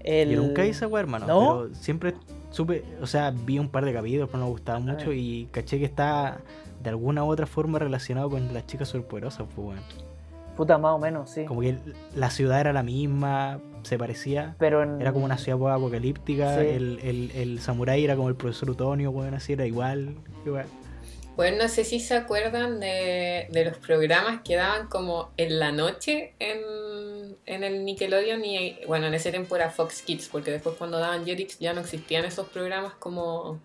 [SPEAKER 4] El...
[SPEAKER 3] Yo nunca hice weá, hermano.
[SPEAKER 4] ¿No?
[SPEAKER 3] Pero siempre supe, o sea, vi un par de capítulos, pero no me gustaba mucho.
[SPEAKER 4] ver.
[SPEAKER 3] Y caché que está de alguna u otra forma relacionado con las chicas superpoderosas, pues, weón.
[SPEAKER 4] Puta, más o menos, sí.
[SPEAKER 3] Como que la ciudad era la misma, se parecía.
[SPEAKER 4] Pero en...
[SPEAKER 3] Era como una ciudad pues, apocalíptica.
[SPEAKER 4] Sí.
[SPEAKER 3] El, el, el samurái era como el profesor Utonio, weón, así era igual. qué weá.
[SPEAKER 5] Bueno, no sé si se acuerdan de, de los programas que daban como en la noche en, en el Nickelodeon y bueno, en ese tiempo era Fox Kids, porque después cuando daban Jetix ya no existían esos programas como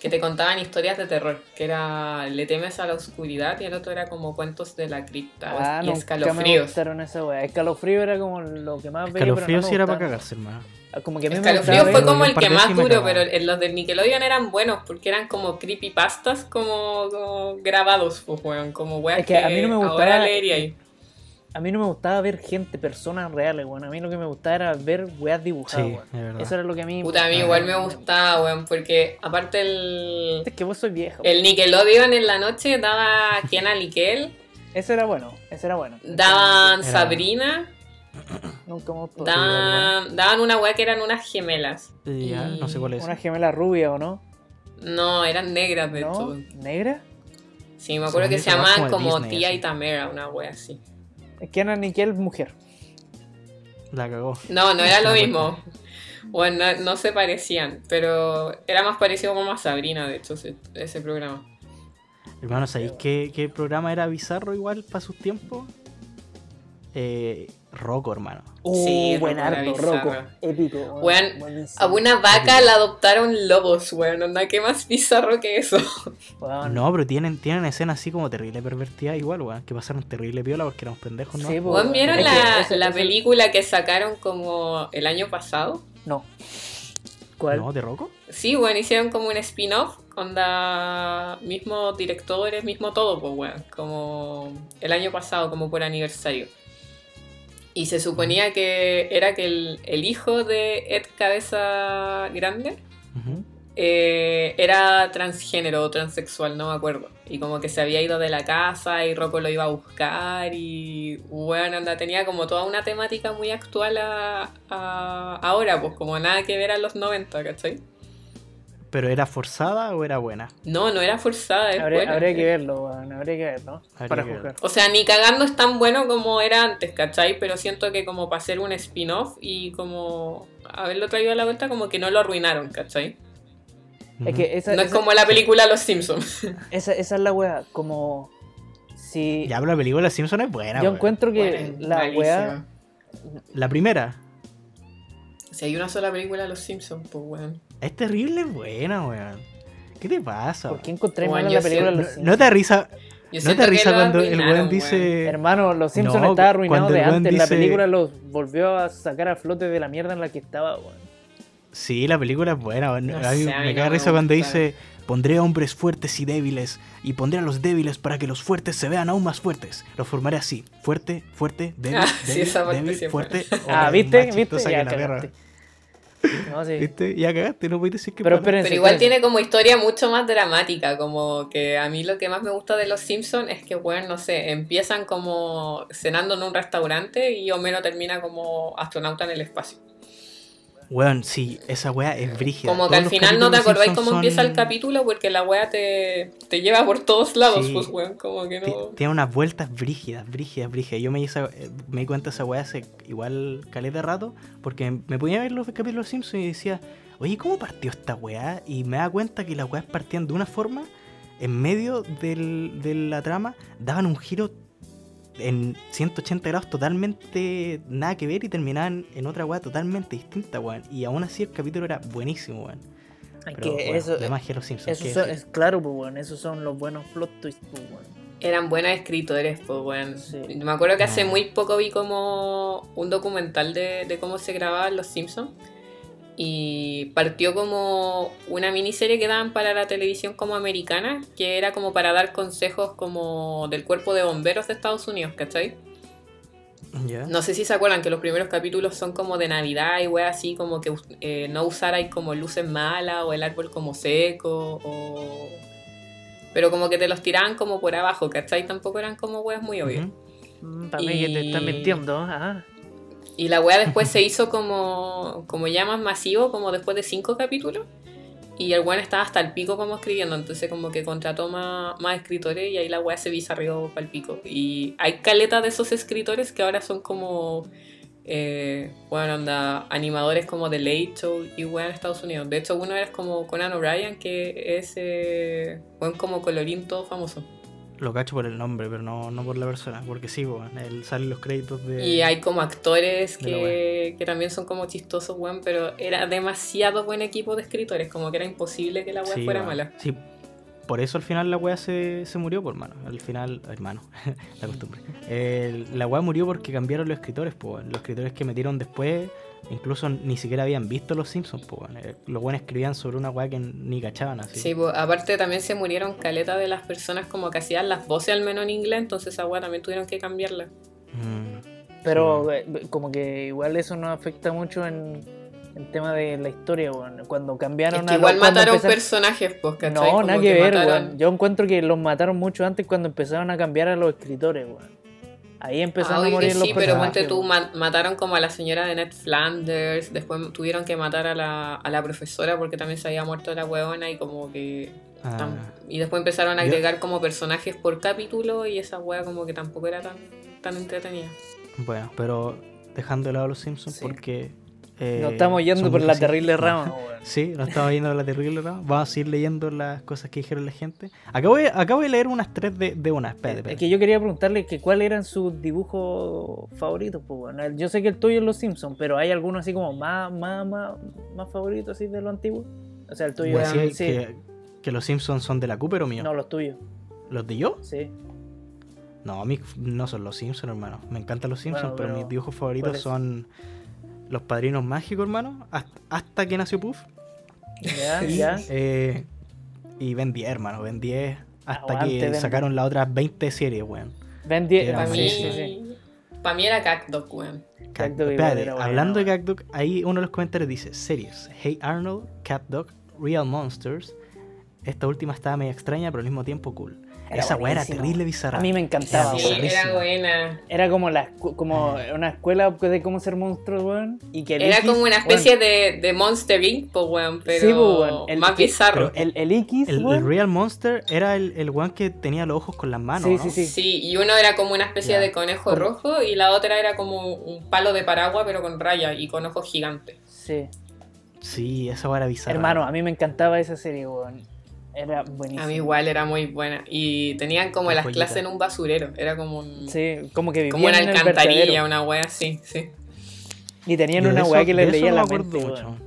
[SPEAKER 5] que te contaban historias de terror, que era Le temes a la oscuridad y el otro era como cuentos de la cripta
[SPEAKER 4] Ah,
[SPEAKER 5] y
[SPEAKER 4] nunca me
[SPEAKER 5] escalofríos.
[SPEAKER 4] gustaron esa weá. Escalofrío era como lo que más veía, pero no
[SPEAKER 3] Escalofrío
[SPEAKER 4] me
[SPEAKER 3] sí era para
[SPEAKER 4] gustaba.
[SPEAKER 3] cagarse, hermano.
[SPEAKER 4] Como que a mí me
[SPEAKER 5] Escalofríos
[SPEAKER 4] gustaba
[SPEAKER 5] fue
[SPEAKER 4] ver-
[SPEAKER 5] como
[SPEAKER 3] un
[SPEAKER 5] el
[SPEAKER 3] par
[SPEAKER 5] que
[SPEAKER 3] de
[SPEAKER 5] más
[SPEAKER 3] sí me
[SPEAKER 5] duro,
[SPEAKER 3] cagaba.
[SPEAKER 5] pero en los del Nickelodeon eran buenos porque eran como creepypastas como, como grabados, pues, weón, como weas
[SPEAKER 4] Es que a mí no me
[SPEAKER 5] ahora
[SPEAKER 4] gustaba-
[SPEAKER 5] leería ahí.
[SPEAKER 4] A mí no me gustaba ver gente, personas reales, weón. A mí lo que me gustaba era ver weas dibujadas,
[SPEAKER 3] Sí,
[SPEAKER 4] weón.
[SPEAKER 3] de verdad.
[SPEAKER 4] Eso Ah, era lo que a mí...
[SPEAKER 5] Puta, a
[SPEAKER 3] Ah,
[SPEAKER 5] mí igual me gustaba, weón, porque aparte el,
[SPEAKER 4] Es que vos sois vieja, weón.
[SPEAKER 5] el Nickelodeon en la noche daba Kiana Liquel,
[SPEAKER 4] Ese era bueno, ese era bueno.
[SPEAKER 5] daban
[SPEAKER 3] Era-
[SPEAKER 5] Sabrina,
[SPEAKER 4] Nunca hemos
[SPEAKER 5] daban, daban una weá que eran unas gemelas.
[SPEAKER 3] Y ya, no sé cuál es.
[SPEAKER 4] Una gemela rubia, ¿o no?
[SPEAKER 5] No, eran negras de
[SPEAKER 4] ¿No?
[SPEAKER 5] hecho.
[SPEAKER 4] ¿Negra?
[SPEAKER 5] Sí, me acuerdo
[SPEAKER 3] Según
[SPEAKER 5] que
[SPEAKER 3] yo,
[SPEAKER 5] se
[SPEAKER 3] son más
[SPEAKER 5] llamaban
[SPEAKER 3] como de
[SPEAKER 5] como
[SPEAKER 3] Disney,
[SPEAKER 5] Tía
[SPEAKER 3] así.
[SPEAKER 5] y Tamera, una wea así.
[SPEAKER 4] Kiana Nickel, mujer.
[SPEAKER 3] La cagó.
[SPEAKER 5] No, no era lo
[SPEAKER 3] No,
[SPEAKER 5] mismo. Bueno, no, no se parecían, pero era más parecido como a Sabrina, de hecho, ese, ese programa.
[SPEAKER 3] Hermano, ¿sabéis qué, qué programa era bizarro igual para sus tiempos? Eh, Rocco, hermano.
[SPEAKER 5] Sí,
[SPEAKER 4] Uh, buen
[SPEAKER 5] Rocco era
[SPEAKER 4] harto,
[SPEAKER 5] bizarro.
[SPEAKER 4] roco. Épico. weón,
[SPEAKER 5] Weón,
[SPEAKER 4] buenísimo.
[SPEAKER 5] A una vaca la adoptaron lobos, weón. Onda, qué más bizarro que eso.
[SPEAKER 4] Weón,
[SPEAKER 3] No, pero tienen, tienen escenas así como terrible pervertida igual, weón. Que pasaron terrible piola porque éramos pendejos, ¿no?
[SPEAKER 4] Sí, po.
[SPEAKER 5] Weón, ¿vieron
[SPEAKER 4] Es que
[SPEAKER 5] la,
[SPEAKER 4] ese-
[SPEAKER 5] la
[SPEAKER 4] ese-
[SPEAKER 5] película que sacaron como el año pasado?
[SPEAKER 4] No. ¿Cuál?
[SPEAKER 3] ¿No? ¿De Rocco?
[SPEAKER 5] Sí, weón, hicieron como un spin-off, onda, mismo directores, mismo todo, pues weón, como el año pasado, como por aniversario. Y se suponía que era que el, el hijo de Ed Cabeza Grande
[SPEAKER 3] Ujú.
[SPEAKER 5] eh, era transgénero o transexual, no me acuerdo. Y como que se había ido de la casa y Rocco lo iba a buscar y bueno, anda, tenía como toda una temática muy actual a, a- ahora, pues como nada que ver a los 90, ¿cachai?
[SPEAKER 3] ¿Pero era forzada o era buena?
[SPEAKER 5] No, no era forzada, es
[SPEAKER 4] Habría,
[SPEAKER 5] buena. eh.
[SPEAKER 4] habría que verlo, weón, habría que verlo.
[SPEAKER 3] Habría
[SPEAKER 4] para
[SPEAKER 3] que
[SPEAKER 4] juzgar.
[SPEAKER 5] O sea, ni cagando es tan bueno como era antes, ¿cachai? Pero siento que como para hacer un spin-off y como haberlo traído a la vuelta, como que no lo arruinaron, ¿cachai?
[SPEAKER 4] Es
[SPEAKER 3] Ujú.
[SPEAKER 4] que esa,
[SPEAKER 5] No es
[SPEAKER 4] esa-
[SPEAKER 5] como la película Los Simpsons.
[SPEAKER 4] esa, esa es la weá, como si
[SPEAKER 3] Ya, pero la película de Simpson es buena,
[SPEAKER 4] yo
[SPEAKER 3] weón.
[SPEAKER 4] encuentro que la weá
[SPEAKER 5] Malísima.
[SPEAKER 3] La primera
[SPEAKER 5] Si hay una sola película Los Simpsons, pues weón.
[SPEAKER 3] es terrible buena, weón. ¿Qué te pasa?
[SPEAKER 4] ¿Por qué encontré
[SPEAKER 5] Weón,
[SPEAKER 4] mala
[SPEAKER 5] yo
[SPEAKER 4] la película
[SPEAKER 5] sé-
[SPEAKER 4] de
[SPEAKER 3] weón?
[SPEAKER 4] los
[SPEAKER 3] No, no
[SPEAKER 4] Simpsons?
[SPEAKER 3] te risa,
[SPEAKER 5] Yo
[SPEAKER 3] no
[SPEAKER 5] siento
[SPEAKER 3] te
[SPEAKER 5] que
[SPEAKER 3] risa
[SPEAKER 5] lo
[SPEAKER 3] cuando el
[SPEAKER 5] arruinaron,
[SPEAKER 3] weón
[SPEAKER 5] weón.
[SPEAKER 3] dice...
[SPEAKER 4] Hermano, los Simpsons
[SPEAKER 3] No,
[SPEAKER 4] estaba
[SPEAKER 3] cuando
[SPEAKER 4] arruinado
[SPEAKER 3] el
[SPEAKER 4] de
[SPEAKER 3] weón
[SPEAKER 4] antes. La
[SPEAKER 3] dice-
[SPEAKER 4] película los volvió a sacar a flote de la mierda en la que estaba, weón.
[SPEAKER 3] Sí, la película es buena. weón.
[SPEAKER 5] No
[SPEAKER 3] a mí
[SPEAKER 5] sé, a mí
[SPEAKER 3] me
[SPEAKER 5] no
[SPEAKER 3] caga
[SPEAKER 5] me
[SPEAKER 3] risa cuando
[SPEAKER 5] gusta.
[SPEAKER 3] dice: Pondré a hombres fuertes y débiles, y pondré a los débiles para que los fuertes se vean aún más fuertes. Los formaré así: fuerte, fuerte, débil,
[SPEAKER 5] Ah, sí,
[SPEAKER 3] débil,
[SPEAKER 5] esa parte
[SPEAKER 3] débil,
[SPEAKER 5] sí es
[SPEAKER 3] fuerte.
[SPEAKER 4] Ah,
[SPEAKER 3] hombre,
[SPEAKER 4] ¿viste?
[SPEAKER 3] Oh, más
[SPEAKER 4] ¿Viste?
[SPEAKER 3] chistosa
[SPEAKER 4] Ya
[SPEAKER 3] que la perra.
[SPEAKER 4] cagaste. No, sí.
[SPEAKER 3] ¿Viste? Ya cagaste, no pudiste decir que.
[SPEAKER 4] Pero
[SPEAKER 3] fue-
[SPEAKER 4] espérense.
[SPEAKER 5] Pero igual
[SPEAKER 4] espérense.
[SPEAKER 5] tiene como historia mucho más dramática, como que a mí lo que más me gusta de Los Simpsons es que, bueno, no sé, empiezan como cenando en un restaurante y Homero termina como astronauta en el espacio.
[SPEAKER 3] Weón, sí, esa weá es brígida.
[SPEAKER 5] Como que
[SPEAKER 3] Todos
[SPEAKER 5] al
[SPEAKER 3] los
[SPEAKER 5] final no te
[SPEAKER 3] capítulos
[SPEAKER 5] acordáis
[SPEAKER 3] Simpson
[SPEAKER 5] cómo empieza el
[SPEAKER 3] son-
[SPEAKER 5] capítulo porque la wea te, te lleva por todos lados,
[SPEAKER 3] Sí.
[SPEAKER 5] pues, weón, como que
[SPEAKER 3] ti-
[SPEAKER 5] no...
[SPEAKER 3] Tiene unas vueltas brígidas, brígidas, brígidas. Yo me, hice, eh, me di cuenta de esa weá hace igual caleta de rato, porque me ponía a ver los capítulos de los Simpsons y decía, oye, ¿cómo partió esta weá? Y me daba cuenta que las weas partían de una forma, en medio del- de la trama, daban un giro en 180 grados totalmente nada que ver y terminaban en otra weá totalmente distinta, weón. Y aún así el capítulo era buenísimo, weón.
[SPEAKER 4] Ay,
[SPEAKER 3] Pero,
[SPEAKER 4] que
[SPEAKER 3] bueno,
[SPEAKER 4] eso,
[SPEAKER 3] la magia de los Simpsons.
[SPEAKER 4] eso
[SPEAKER 3] ¿qué
[SPEAKER 4] son-
[SPEAKER 3] decir?
[SPEAKER 4] es claro, pues, weón. Esos son los buenos plot twists, pues, weón.
[SPEAKER 5] Eran buenos escritores, pues bueno.
[SPEAKER 4] Sí.
[SPEAKER 5] Me acuerdo que hace
[SPEAKER 3] No.
[SPEAKER 5] muy poco vi como un documental de, de cómo se grababan Los Simpsons. Y partió como una miniserie que daban para la televisión como americana, que era como para dar consejos como del cuerpo de bomberos de Estados Unidos, ¿cachai?
[SPEAKER 3] Ya.
[SPEAKER 5] No sé si se acuerdan que los primeros capítulos son como de Navidad y weas así, como que us- eh, no usarais como luces malas o el árbol como seco o... Pero como que te los tiraban como por abajo, ¿cachai? Tampoco eran como weas muy obvias.
[SPEAKER 3] Ujú.
[SPEAKER 2] Mm, Para mí que te están
[SPEAKER 5] Y-
[SPEAKER 2] mintiendo. ah.
[SPEAKER 5] Y la wea después se hizo como, como ya más masivo, como después de cinco capítulos. Y el weón estaba hasta el pico como escribiendo, entonces como que contrató más, más escritores y ahí la wea se bizarrió para el pico. Y hay caleta de esos escritores que ahora son como, eh, bueno, onda, animadores como de Late Show y weón en Estados Unidos. De hecho, uno era como Conan O'Brien, que es, eh, weón como colorín todo famoso.
[SPEAKER 3] Lo cacho por el nombre, pero no, no por la persona. Porque sí, weón, él salen los créditos de.
[SPEAKER 5] Y hay como actores
[SPEAKER 3] de la
[SPEAKER 5] que, que también son como chistosos, weón, pero era demasiado buen equipo de escritores, como que era imposible que la weá
[SPEAKER 3] Sí,
[SPEAKER 5] fuera
[SPEAKER 3] weón.
[SPEAKER 5] mala.
[SPEAKER 3] Sí. Por eso al final la weá se, se murió, por hermano. Al final, hermano, la costumbre. El- la weá murió porque cambiaron los escritores, po, weón. Los escritores que metieron después, incluso ni siquiera habían visto los Simpsons, po, weón. Eh, Los buenos escribían sobre una weá que ni cachaban así.
[SPEAKER 5] Sí, po, aparte también se murieron caleta de las personas como que hacían las voces al menos en inglés, entonces esa weá también tuvieron que cambiarla.
[SPEAKER 3] Mm.
[SPEAKER 4] Pero eh, como que igual eso no afecta mucho en el tema de la historia, weón. Cuando cambiaron
[SPEAKER 5] Es que
[SPEAKER 4] a
[SPEAKER 5] igual
[SPEAKER 4] cuando
[SPEAKER 5] mataron
[SPEAKER 4] empezaron-
[SPEAKER 5] personajes, pues, ¿cachai?
[SPEAKER 4] No,
[SPEAKER 5] Como
[SPEAKER 4] nada que, ver,
[SPEAKER 5] mataron-
[SPEAKER 4] weón. Yo encuentro que los mataron mucho antes cuando empezaron a cambiar a los escritores, weón. Ahí
[SPEAKER 5] Ah,
[SPEAKER 4] empezaron a
[SPEAKER 5] oye,
[SPEAKER 4] morir los
[SPEAKER 5] sí, pero
[SPEAKER 4] personajes,
[SPEAKER 5] ponte tú,
[SPEAKER 4] weón.
[SPEAKER 5] ma- mataron como a la señora de Ned Flanders, después tuvieron que matar a la, a la profesora porque también se había muerto la weona y como que
[SPEAKER 3] Ah,
[SPEAKER 5] Tam- Y después empezaron a
[SPEAKER 3] Yo-
[SPEAKER 5] agregar como personajes por capítulo y esa wea como que tampoco era tan, tan entretenida.
[SPEAKER 3] bueno, pero dejando de lado los Simpsons
[SPEAKER 4] Sí.
[SPEAKER 3] porque. eh,
[SPEAKER 4] Nos estamos yendo
[SPEAKER 3] son
[SPEAKER 4] por
[SPEAKER 3] muy
[SPEAKER 4] la
[SPEAKER 3] recientes.
[SPEAKER 4] terrible
[SPEAKER 3] No.
[SPEAKER 4] rama, weón.
[SPEAKER 3] Sí, nos estamos yendo a la terrible rama. Vamos a seguir leyendo las cosas que dijeron la gente. Acabo de, acabo de leer unas tres de, de una. Espérate,
[SPEAKER 4] Es
[SPEAKER 3] espérate.
[SPEAKER 4] que yo quería preguntarle que cuáles eran sus dibujos favoritos, pues bueno. Yo sé que el tuyo es Los Simpsons, pero hay alguno así como más, más, más, más favorito así de lo antiguo. O sea, el tuyo
[SPEAKER 3] Bueno,
[SPEAKER 5] Weón,
[SPEAKER 3] sí, hay
[SPEAKER 4] sí.
[SPEAKER 3] Que, que los Simpsons son de la Cooper o mío.
[SPEAKER 4] No, los tuyos,
[SPEAKER 3] ¿Los de yo?
[SPEAKER 4] sí.
[SPEAKER 3] No, a mí no son los Simpsons, hermano. Me encantan los Simpsons,
[SPEAKER 4] Bueno,
[SPEAKER 3] pero,
[SPEAKER 4] pero
[SPEAKER 3] mis dibujos
[SPEAKER 4] ¿cuál
[SPEAKER 3] favoritos
[SPEAKER 4] es?
[SPEAKER 3] son Los Padrinos Mágicos, hermano. Hasta, hasta que nació Puff.
[SPEAKER 4] Ya, ya.
[SPEAKER 3] Eh, y Ben 10, hermano. Ben 10. Hasta
[SPEAKER 4] Aguante, Ben
[SPEAKER 3] que
[SPEAKER 4] 10.
[SPEAKER 3] sacaron las otras 20 series, weón.
[SPEAKER 4] Ben 10,
[SPEAKER 3] Era
[SPEAKER 5] Para
[SPEAKER 4] sí,
[SPEAKER 5] mí,
[SPEAKER 4] sí, sí.
[SPEAKER 5] pa' mí era Cactus, weón.
[SPEAKER 3] Cat
[SPEAKER 4] Dog
[SPEAKER 3] Dog.
[SPEAKER 4] igual
[SPEAKER 3] Espérate,
[SPEAKER 4] era buena,
[SPEAKER 3] hablando de
[SPEAKER 4] weón.
[SPEAKER 3] Cat Dog, ahí uno de los comentarios dice, series, Hey Arnold, Cat Dog, Real Monsters. Esta última estaba medio extraña, pero al mismo tiempo cool.
[SPEAKER 4] Era
[SPEAKER 3] Esa weá era
[SPEAKER 4] buenísima.
[SPEAKER 3] terrible
[SPEAKER 4] A
[SPEAKER 3] bizarra.
[SPEAKER 4] mí me encantaba,
[SPEAKER 3] Sí,
[SPEAKER 5] Sí,
[SPEAKER 4] weón.
[SPEAKER 3] bizarrísimo.
[SPEAKER 5] era buena.
[SPEAKER 4] Era como, la, escu- como
[SPEAKER 3] Ah.
[SPEAKER 4] una escuela de cómo ser monstruos, weón. Y que el
[SPEAKER 5] Era
[SPEAKER 4] Ikis,
[SPEAKER 5] como una
[SPEAKER 4] weón,
[SPEAKER 5] especie de, de Monster Inc, po, weón, pero
[SPEAKER 4] Sí, po, weón. El
[SPEAKER 5] más
[SPEAKER 4] que-
[SPEAKER 5] bizarro.
[SPEAKER 3] pero
[SPEAKER 4] El, el Ikis,
[SPEAKER 3] El, el
[SPEAKER 4] weón.
[SPEAKER 3] Real Monster era el, el weón que tenía los ojos con las manos.
[SPEAKER 4] Sí,
[SPEAKER 3] ¿no?
[SPEAKER 4] sí, sí.
[SPEAKER 5] Sí. y uno era como una especie
[SPEAKER 3] Ya.
[SPEAKER 5] de conejo
[SPEAKER 3] Como-
[SPEAKER 5] rojo y la otra era como un palo de paraguas pero con rayas y con ojos gigantes.
[SPEAKER 4] Sí.
[SPEAKER 3] Sí, esa weá era bizarra.
[SPEAKER 4] Hermano, a mí me encantaba esa serie, weón. Era buenísima.
[SPEAKER 5] A mí igual era muy buena. Y tenían como
[SPEAKER 3] Una
[SPEAKER 5] las
[SPEAKER 3] joyita.
[SPEAKER 5] clases en un basurero. Era como un-
[SPEAKER 4] Sí, como que vivían
[SPEAKER 5] como una
[SPEAKER 4] en el
[SPEAKER 5] alcantarilla,
[SPEAKER 4] vertedero.
[SPEAKER 5] una wea así, sí.
[SPEAKER 4] Y tenían
[SPEAKER 3] Yo de
[SPEAKER 4] una
[SPEAKER 3] eso-
[SPEAKER 4] weá que les
[SPEAKER 3] de eso
[SPEAKER 4] leía
[SPEAKER 3] no
[SPEAKER 4] la
[SPEAKER 3] me acuerdo
[SPEAKER 4] mente.
[SPEAKER 3] mucho.
[SPEAKER 4] weón.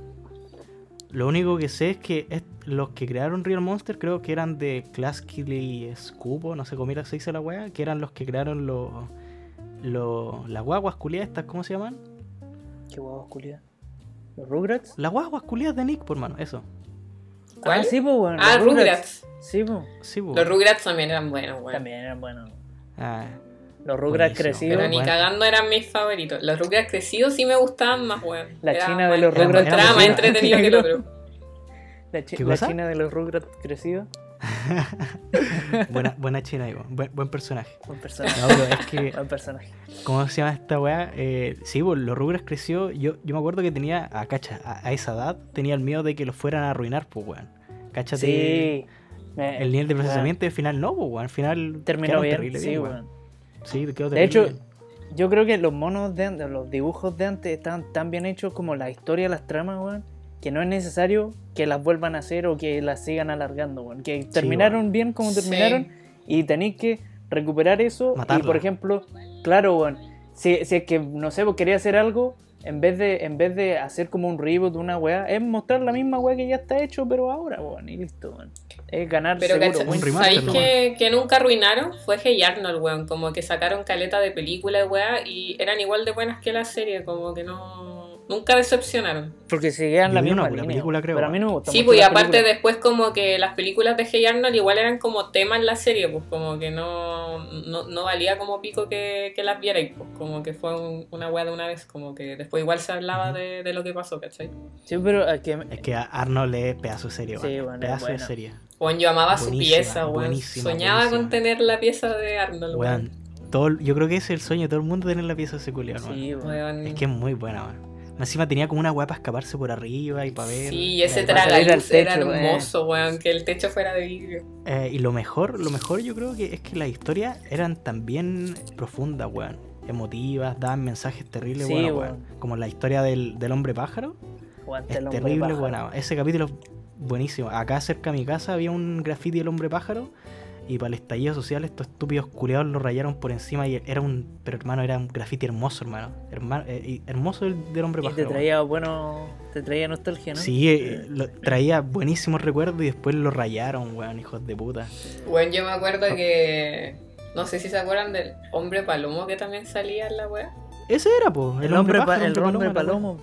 [SPEAKER 3] Lo único que sé es que es- los que crearon Real Monster creo que eran de Claskily Scubo, no sé cómo era se dice la wea, que eran los que crearon los los- las guaguas culiadas estas, ¿cómo se llaman?
[SPEAKER 4] Qué guau, oscuridad. ¿Los Rugrats?
[SPEAKER 3] Las guaguas culiadas de Nick, por mano, eso.
[SPEAKER 5] ¿Cuál?
[SPEAKER 4] Ah, sí, pues, weón.
[SPEAKER 5] Ah,
[SPEAKER 4] los
[SPEAKER 5] Rugrats.
[SPEAKER 4] Sí, pues.
[SPEAKER 3] Sí, po.
[SPEAKER 5] Los Rugrats también eran buenos, weón.
[SPEAKER 4] También eran buenos.
[SPEAKER 3] Ah,
[SPEAKER 4] Los Rugrats
[SPEAKER 3] Buenísimo.
[SPEAKER 4] crecidos.
[SPEAKER 5] Pero
[SPEAKER 3] Eran
[SPEAKER 5] ni
[SPEAKER 3] Bueno.
[SPEAKER 5] cagando eran mis favoritos. Los Rugrats crecidos sí me gustaban más, weón.
[SPEAKER 4] La
[SPEAKER 5] Era
[SPEAKER 4] china de
[SPEAKER 5] más-
[SPEAKER 4] los
[SPEAKER 5] era más
[SPEAKER 3] Rugrats
[SPEAKER 5] Trama más
[SPEAKER 3] crecidos.
[SPEAKER 5] entretenido que el otro.
[SPEAKER 4] La, chi-
[SPEAKER 3] ¿Qué
[SPEAKER 4] la
[SPEAKER 3] cosa?
[SPEAKER 4] china de los Rugrats crecidos.
[SPEAKER 3] buena, buena china, digo. Buen, buen personaje.
[SPEAKER 4] Buen
[SPEAKER 3] No,
[SPEAKER 4] personaje.
[SPEAKER 3] pero es que
[SPEAKER 4] Buen personaje.
[SPEAKER 3] ¿Cómo se llama esta weá? Eh, sí, pues los Rugrats creció. Yo, yo me acuerdo que tenía, a cacha, a, a esa edad, tenía el miedo de que los fueran a arruinar, pues weón. Cáchate
[SPEAKER 4] Sí. Me-
[SPEAKER 3] el nivel de
[SPEAKER 4] weón,
[SPEAKER 3] procesamiento y al final no, pues weón. Al final
[SPEAKER 4] Terminó
[SPEAKER 3] quedaron
[SPEAKER 4] bien.
[SPEAKER 3] terrible
[SPEAKER 4] sí,
[SPEAKER 3] bien,
[SPEAKER 4] weón.
[SPEAKER 3] Sí, quedó
[SPEAKER 4] De hecho,
[SPEAKER 3] terrible bien.
[SPEAKER 4] yo creo que los monos de antes, los dibujos de antes estaban tan bien hechos como la historia, las tramas, weón, que no es necesario que las vuelvan a hacer o que las sigan alargando, weón. Que terminaron
[SPEAKER 3] weón.
[SPEAKER 4] bien como
[SPEAKER 5] Sí.
[SPEAKER 4] terminaron y tenéis que recuperar eso. Y
[SPEAKER 3] Matarla.
[SPEAKER 4] por ejemplo, claro, weón, si, si es que, no sé, vos quería hacer algo, en vez de, en vez de hacer como un reboot de una weá, es mostrar la misma weá que ya está hecho, pero ahora, weón, y listo, weón. Es ganar
[SPEAKER 5] Pero
[SPEAKER 4] seguro,
[SPEAKER 5] cacha-
[SPEAKER 4] weón.
[SPEAKER 3] un remaster
[SPEAKER 5] ¿sabéis
[SPEAKER 3] nomás.
[SPEAKER 5] que, que nunca arruinaron? Fue Hey Arnold, weón. Como que sacaron caleta de película, weón. Y eran igual de buenas que la serie. Como que no. Nunca decepcionaron.
[SPEAKER 4] Porque seguían
[SPEAKER 3] Yo
[SPEAKER 4] la
[SPEAKER 3] vi una
[SPEAKER 4] misma
[SPEAKER 3] pura
[SPEAKER 4] línea.
[SPEAKER 3] película, creo.
[SPEAKER 4] Pero a mí no me gusta
[SPEAKER 5] Sí,
[SPEAKER 4] mucho
[SPEAKER 5] pues y
[SPEAKER 4] la
[SPEAKER 5] aparte
[SPEAKER 4] película.
[SPEAKER 5] después como que las películas de Hey Arnold igual eran como tema en la serie, pues como que no, no, no valía como pico que, que las vierais, pues como que fue un- una wea de una vez, como que después igual se hablaba de, de lo que pasó, ¿cachai?
[SPEAKER 4] Sí, pero a que-
[SPEAKER 3] Es que a- Arnold es pedazo de serie,
[SPEAKER 4] Sí,
[SPEAKER 3] weón,
[SPEAKER 4] bueno, es
[SPEAKER 3] pedazo
[SPEAKER 4] bueno.
[SPEAKER 3] de serie.
[SPEAKER 5] Juan, yo amaba su
[SPEAKER 3] Buenísima,
[SPEAKER 5] pieza, weón.
[SPEAKER 3] buenísima,
[SPEAKER 5] Soñaba
[SPEAKER 3] buenísima.
[SPEAKER 5] con tener la pieza de Arnold,
[SPEAKER 3] Weón,
[SPEAKER 5] weón.
[SPEAKER 3] todo, el- yo creo que ese es el sueño de todo el mundo tener la pieza de ese culiao, weón.
[SPEAKER 4] Sí, bueno.
[SPEAKER 5] Weón.
[SPEAKER 3] Es que es muy buena, weón. Encima tenía como una weá para escaparse por arriba y para ver.
[SPEAKER 5] Sí, y ese
[SPEAKER 3] Para
[SPEAKER 4] salir al
[SPEAKER 5] tragaluz era
[SPEAKER 4] techo, weón.
[SPEAKER 5] hermoso, weón, que el techo fuera de vidrio.
[SPEAKER 3] Eh, y lo mejor, lo mejor yo creo que es que las historias eran también profundas, weón. Emotivas, daban mensajes terribles,
[SPEAKER 4] Sí,
[SPEAKER 3] buenos,
[SPEAKER 4] weón.
[SPEAKER 3] weón. Como la historia del, del hombre pájaro.
[SPEAKER 4] Aguante
[SPEAKER 3] Es
[SPEAKER 4] el hombre
[SPEAKER 3] terrible,
[SPEAKER 4] pájaro.
[SPEAKER 3] bueno. Ese capítulo es buenísimo. Acá cerca de mi casa había un graffiti del hombre pájaro. Y para el estallido social, estos estúpidos culeados lo rayaron por encima. Y era un. Pero hermano, era un graffiti hermoso, hermano. Herma- eh, y hermoso del, del hombre
[SPEAKER 4] Y
[SPEAKER 3] pájaro.
[SPEAKER 4] te
[SPEAKER 3] weón.
[SPEAKER 4] traía, bueno, te traía nostalgia, ¿no?
[SPEAKER 3] Sí, eh, lo- traía buenísimos recuerdos y después lo rayaron, weón, hijos de puta.
[SPEAKER 5] Weón, yo me
[SPEAKER 3] Ah.
[SPEAKER 5] acuerdo que... No sé si se acuerdan del hombre palomo que también salía en la weá.
[SPEAKER 3] Ese era, pues.
[SPEAKER 4] El, hombre, pa-
[SPEAKER 3] pájaro,
[SPEAKER 4] el hombre palomo.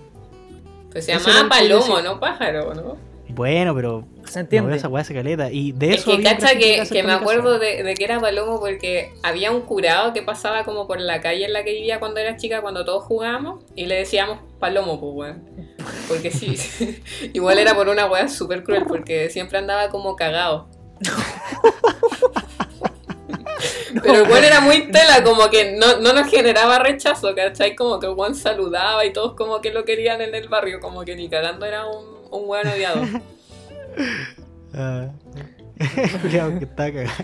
[SPEAKER 5] Pues se
[SPEAKER 4] Ese
[SPEAKER 5] llamaba
[SPEAKER 4] era el que
[SPEAKER 5] palomo,
[SPEAKER 4] decía-
[SPEAKER 5] no pájaro, ¿no?
[SPEAKER 3] la weá. Bueno, pero.
[SPEAKER 4] ¿Se
[SPEAKER 3] No
[SPEAKER 4] entiende?
[SPEAKER 3] veo esa weá, esa caleta. Y de
[SPEAKER 5] Es
[SPEAKER 3] eso.
[SPEAKER 5] que
[SPEAKER 3] había un
[SPEAKER 5] cacha
[SPEAKER 3] graffiti
[SPEAKER 5] que,
[SPEAKER 3] acá cerca
[SPEAKER 5] que
[SPEAKER 3] de
[SPEAKER 5] me
[SPEAKER 3] mi casa.
[SPEAKER 5] acuerdo de, de que era palomo porque había un curado que pasaba como por la calle en la que vivía cuando era chica, cuando todos jugábamos, y le decíamos palomo, pues weón. Porque sí, igual era por una weá súper cruel, porque siempre andaba como cagado. Pero el weón era muy tela, como que no, no nos generaba rechazo, ¿cachai? Como que el weón saludaba y todos como que lo querían en el barrio, como que ni cagando era un, un weón odiado.
[SPEAKER 3] Ah. Culeado que estaba cagado.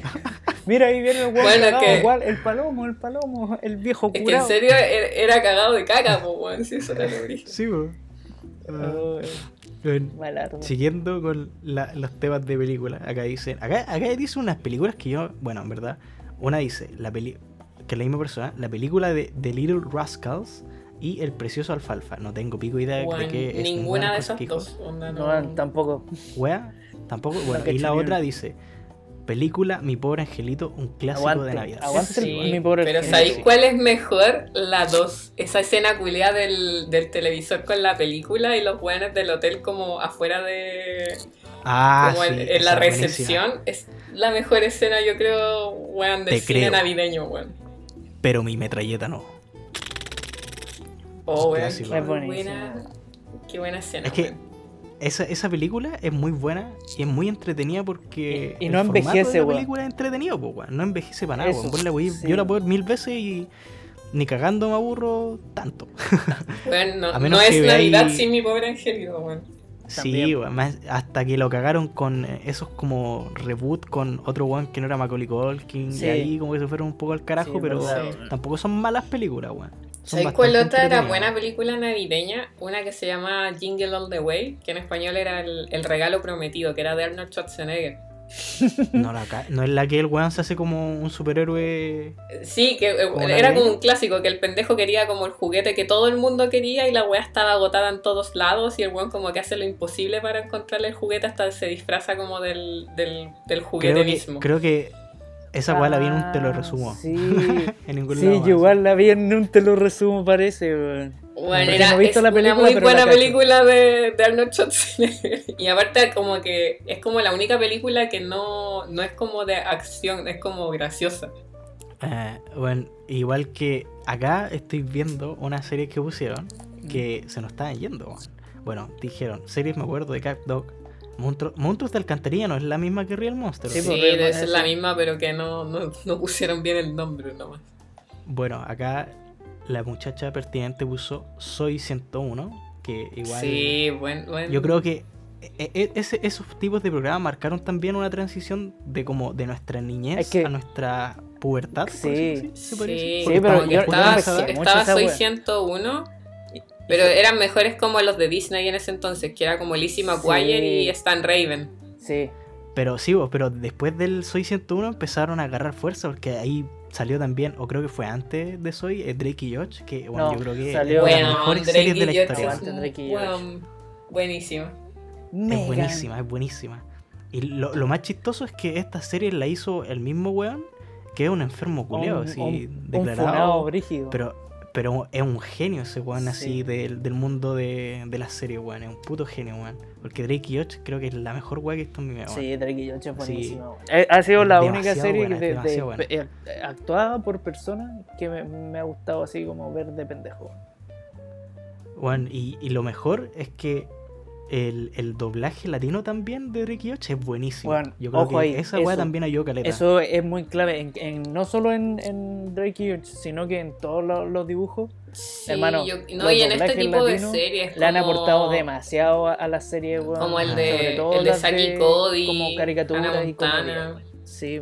[SPEAKER 4] Mira, ahí viene el weón
[SPEAKER 5] Bueno,
[SPEAKER 4] cagado,
[SPEAKER 5] que-
[SPEAKER 4] igual, el palomo, el palomo, el viejo
[SPEAKER 5] Es que en
[SPEAKER 4] curado.
[SPEAKER 5] serio era, era cagado de caca, po, weón, si eso era lo origen.
[SPEAKER 3] Sí, weón. Ah.
[SPEAKER 4] Oh,
[SPEAKER 3] Bueno,
[SPEAKER 4] mala arma.
[SPEAKER 3] Siguiendo con la- los temas de película, acá dicen, acá, acá dice unas películas que yo, bueno, en verdad, una dice, la peli, que es la misma persona, la película de The Little Rascals y El Precioso Alfalfa. No tengo pico idea de- de
[SPEAKER 5] Weón,
[SPEAKER 3] qué es.
[SPEAKER 5] ninguna
[SPEAKER 3] cosa
[SPEAKER 5] de esas
[SPEAKER 3] que dijo.
[SPEAKER 5] dos. onda,
[SPEAKER 4] No,
[SPEAKER 5] no.
[SPEAKER 4] tampoco.
[SPEAKER 3] Wea, tampoco. Bueno,
[SPEAKER 4] cacho
[SPEAKER 3] y la
[SPEAKER 4] ni
[SPEAKER 3] otra
[SPEAKER 4] una.
[SPEAKER 3] dice, película Mi Pobre Angelito, un clásico
[SPEAKER 4] Aguante,
[SPEAKER 3] de Navidad.
[SPEAKER 4] aguante.
[SPEAKER 3] Sí,
[SPEAKER 5] Sí,
[SPEAKER 4] Mi pobre
[SPEAKER 5] pero
[SPEAKER 4] angelito.
[SPEAKER 5] ¿sabéis cuál es mejor? La 2. Esa escena culiada del, del televisor con la película y los weones del hotel como afuera de.
[SPEAKER 3] Ah,
[SPEAKER 5] como en,
[SPEAKER 3] sí,
[SPEAKER 5] en la
[SPEAKER 3] esa es buenísima.
[SPEAKER 5] recepción. Es la mejor escena, yo creo, weón, del
[SPEAKER 3] Te
[SPEAKER 5] cine
[SPEAKER 3] creo.
[SPEAKER 5] navideño, weón.
[SPEAKER 3] Pero mi metralleta no.
[SPEAKER 5] Oh,
[SPEAKER 3] Es
[SPEAKER 5] weón. Qué
[SPEAKER 3] clásico.
[SPEAKER 4] Es buenísima.
[SPEAKER 5] buena, qué buena escena.
[SPEAKER 3] Es que
[SPEAKER 5] weón.
[SPEAKER 3] esa, esa película es muy buena y es muy entretenida porque.
[SPEAKER 4] Y- y
[SPEAKER 3] el
[SPEAKER 4] no
[SPEAKER 3] formato
[SPEAKER 4] envejece,
[SPEAKER 3] de La
[SPEAKER 4] weón.
[SPEAKER 3] película es entretenido, po, weón. No envejece para nada,
[SPEAKER 4] Eso,
[SPEAKER 3] weón. Vos la podí-
[SPEAKER 4] sí.
[SPEAKER 3] Yo la puedo ver mil veces y ni cagando me aburro tanto.
[SPEAKER 5] Weón, no,
[SPEAKER 3] a menos
[SPEAKER 5] no
[SPEAKER 3] que
[SPEAKER 5] es
[SPEAKER 3] veáis-
[SPEAKER 5] Navidad sin mi pobre angelito, weón.
[SPEAKER 3] sí,
[SPEAKER 4] También.
[SPEAKER 3] weón. Más- hasta que lo cagaron con eh, esos como reboot con otro weón que no era Macaulay Culkin.
[SPEAKER 4] Sí.
[SPEAKER 3] Y ahí como que se fueron un poco al carajo,
[SPEAKER 4] Sí,
[SPEAKER 3] pero
[SPEAKER 4] verdad,
[SPEAKER 5] Sí.
[SPEAKER 4] weón.
[SPEAKER 3] tampoco son malas películas, weón. Son
[SPEAKER 5] ¿Sabes cuál
[SPEAKER 3] bastante
[SPEAKER 5] otra era
[SPEAKER 3] entretenidas.
[SPEAKER 5] buena película navideña? Una que se llama Jingle All the Way, que en español era El, El Regalo Prometido, que era de Arnold Schwarzenegger.
[SPEAKER 3] No, la ca- no es la que el weón se hace como un superhéroe.
[SPEAKER 5] Sí, que eh,
[SPEAKER 3] ¿Como
[SPEAKER 5] era como
[SPEAKER 3] navideño?
[SPEAKER 5] un clásico, que el pendejo quería como el juguete que todo el mundo quería y la weá estaba agotada en todos lados y el weón como que hace lo imposible para encontrarle el juguete hasta se disfraza como del, del, del juguete
[SPEAKER 3] Creo que,
[SPEAKER 5] mismo.
[SPEAKER 3] creo que esa weá la vi en un te lo
[SPEAKER 4] Ah,
[SPEAKER 3] resumo.
[SPEAKER 4] Sí,
[SPEAKER 3] En ningún
[SPEAKER 4] sí
[SPEAKER 3] lado
[SPEAKER 4] yo
[SPEAKER 3] más.
[SPEAKER 4] igual la vi en un te lo resumo, parece, weón.
[SPEAKER 5] Bueno,
[SPEAKER 4] Porque
[SPEAKER 5] era
[SPEAKER 4] no he visto
[SPEAKER 5] es
[SPEAKER 4] la
[SPEAKER 5] una
[SPEAKER 4] película,
[SPEAKER 5] muy
[SPEAKER 4] pero la
[SPEAKER 5] buena
[SPEAKER 4] cacho.
[SPEAKER 5] película de, de Arnold Schwarzenegger. Y aparte como que es como la única película que no, no es como de acción, es como graciosa.
[SPEAKER 3] Eh, bueno, igual que acá estoy viendo una serie que pusieron
[SPEAKER 4] Mm.
[SPEAKER 3] que se nos estaban yendo. weón. Bueno, dijeron, series me acuerdo de Cat Dog. Monstruo- Monstruos de Alcantarilla no es la misma que Real Monster.
[SPEAKER 4] Sí,
[SPEAKER 5] Sí,
[SPEAKER 4] pues,
[SPEAKER 5] debe
[SPEAKER 4] Rayman,
[SPEAKER 5] ser
[SPEAKER 4] eso.
[SPEAKER 5] la misma, pero que no, no, no pusieron bien el nombre nomás.
[SPEAKER 3] Bueno, acá la muchacha pertinente puso Soy 101, que igual...
[SPEAKER 5] Sí, buen, buen-
[SPEAKER 3] Yo creo que e- e- ese- esos tipos de programas marcaron también una transición de como de nuestra niñez
[SPEAKER 4] Es que-
[SPEAKER 3] a nuestra pubertad. por
[SPEAKER 4] Sí.
[SPEAKER 3] decirlo así, ¿se podría decir?
[SPEAKER 5] Sí,
[SPEAKER 3] Porque
[SPEAKER 4] Sí, pero
[SPEAKER 3] estamos-
[SPEAKER 4] yo-
[SPEAKER 3] porque
[SPEAKER 5] estaba,
[SPEAKER 3] estamos-
[SPEAKER 4] yo- mucho
[SPEAKER 5] estaba
[SPEAKER 4] esa
[SPEAKER 5] Soy
[SPEAKER 4] wea.
[SPEAKER 5] 101, pero eran mejores como los de Disney en ese entonces, que era como Lizzie McGuire
[SPEAKER 4] Sí.
[SPEAKER 5] y Stan Raven.
[SPEAKER 4] Sí,
[SPEAKER 3] Pero sí, vos, pero después del Soy 101 empezaron a agarrar fuerza porque ahí salió también, o creo que fue antes de Soy, eh, Drake y Josh, que bueno,
[SPEAKER 4] No,
[SPEAKER 3] yo creo que
[SPEAKER 4] salió-
[SPEAKER 3] es de las
[SPEAKER 5] Weón,
[SPEAKER 3] mejores
[SPEAKER 5] Drake
[SPEAKER 3] series de la
[SPEAKER 5] y Josh
[SPEAKER 3] historia.
[SPEAKER 5] es
[SPEAKER 4] Aguante,
[SPEAKER 5] un-
[SPEAKER 4] Drake y
[SPEAKER 5] weón, buenísima.
[SPEAKER 3] Es
[SPEAKER 4] Megan.
[SPEAKER 3] buenísima, es buenísima. Y lo, lo más chistoso es que esta serie la hizo el mismo weón que es un enfermo culeado,
[SPEAKER 4] Un-
[SPEAKER 3] así
[SPEAKER 4] un- un
[SPEAKER 3] declarado.
[SPEAKER 4] funado brígido.
[SPEAKER 3] pero Pero es un genio ese weón así
[SPEAKER 4] Sí.
[SPEAKER 3] del, del mundo de, de la serie, weón. Es un puto genio, weón. Porque Drake y Josh creo que es la mejor weá que he visto en mi vida, weón.
[SPEAKER 4] Ah, Sí, Drake y Josh es
[SPEAKER 3] Sí.
[SPEAKER 4] buenísima, weón. Eh, Ha sido la
[SPEAKER 3] Demasiado
[SPEAKER 4] única serie
[SPEAKER 3] buena,
[SPEAKER 4] de- de-
[SPEAKER 3] demasiado buena.
[SPEAKER 4] eh, actuada por personas que me, me ha gustado así como ver de pendejo.
[SPEAKER 3] Weón, y, y lo mejor es que el, el doblaje latino también de Drake y Josh es buenísimo.
[SPEAKER 4] Weón,
[SPEAKER 3] Yo creo
[SPEAKER 4] ojo
[SPEAKER 3] que
[SPEAKER 4] ahí,
[SPEAKER 3] esa weá
[SPEAKER 4] eso-
[SPEAKER 3] también ayudó caleta.
[SPEAKER 4] Eso es muy clave, en- en- no solo en, en Drake y Josh, sino que en todos los, los dibujos.
[SPEAKER 5] Sí,
[SPEAKER 4] Hermano,
[SPEAKER 5] yo- no,
[SPEAKER 4] los
[SPEAKER 5] y en este
[SPEAKER 4] doblajes
[SPEAKER 5] tipo de
[SPEAKER 4] latinos
[SPEAKER 5] series.
[SPEAKER 4] Le han
[SPEAKER 5] como-
[SPEAKER 4] aportado demasiado a, a la serie, weón.
[SPEAKER 5] Como el
[SPEAKER 4] Sobre
[SPEAKER 5] de,
[SPEAKER 4] todo
[SPEAKER 5] el de
[SPEAKER 4] las
[SPEAKER 5] Saki Cody.
[SPEAKER 4] Como
[SPEAKER 5] Hannah
[SPEAKER 4] caricaturas y
[SPEAKER 5] Montana.
[SPEAKER 4] comedia, weón. Sí.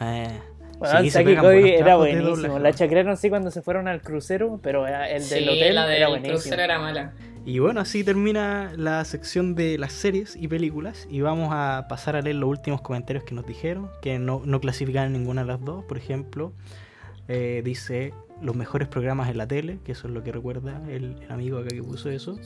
[SPEAKER 3] Eh,
[SPEAKER 4] Bueno,
[SPEAKER 3] sí, se
[SPEAKER 4] Saki
[SPEAKER 3] pegan
[SPEAKER 4] Cody
[SPEAKER 3] buenos
[SPEAKER 4] era
[SPEAKER 3] trabajos de
[SPEAKER 4] buenísimo.
[SPEAKER 3] doblaje,
[SPEAKER 4] La
[SPEAKER 3] weón.
[SPEAKER 4] chacraron sí cuando se fueron al crucero, pero era- el del
[SPEAKER 5] sí,
[SPEAKER 4] hotel
[SPEAKER 5] la
[SPEAKER 4] era
[SPEAKER 5] del
[SPEAKER 4] buenísimo.
[SPEAKER 5] crucero era mala.
[SPEAKER 3] Y bueno, así termina la sección de las series y películas. Y vamos a pasar a leer los últimos comentarios que nos dijeron, que no, no clasificaban ninguna de las dos. Por ejemplo, eh, dice los mejores programas en la tele, que eso es lo que recuerda el, el amigo acá que puso eso.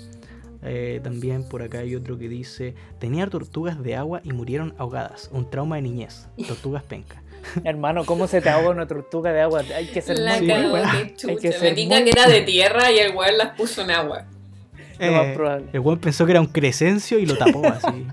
[SPEAKER 3] Eh, también por acá hay otro que dice, tenía tortugas de agua y murieron ahogadas. Un trauma de niñez. Tortugas penca.
[SPEAKER 4] Hermano, ¿cómo se te ahoga una tortuga de agua? Hay que ser
[SPEAKER 5] La
[SPEAKER 4] muy
[SPEAKER 5] cagó,
[SPEAKER 4] bueno.
[SPEAKER 5] qué
[SPEAKER 4] Hay que
[SPEAKER 5] chucha. Me
[SPEAKER 4] ser
[SPEAKER 5] tinca
[SPEAKER 4] muy
[SPEAKER 5] que era de tierra y el weón las puso en agua.
[SPEAKER 4] Lo más probable.
[SPEAKER 3] Eh, El weón pensó que era un crecencio y lo tapó así.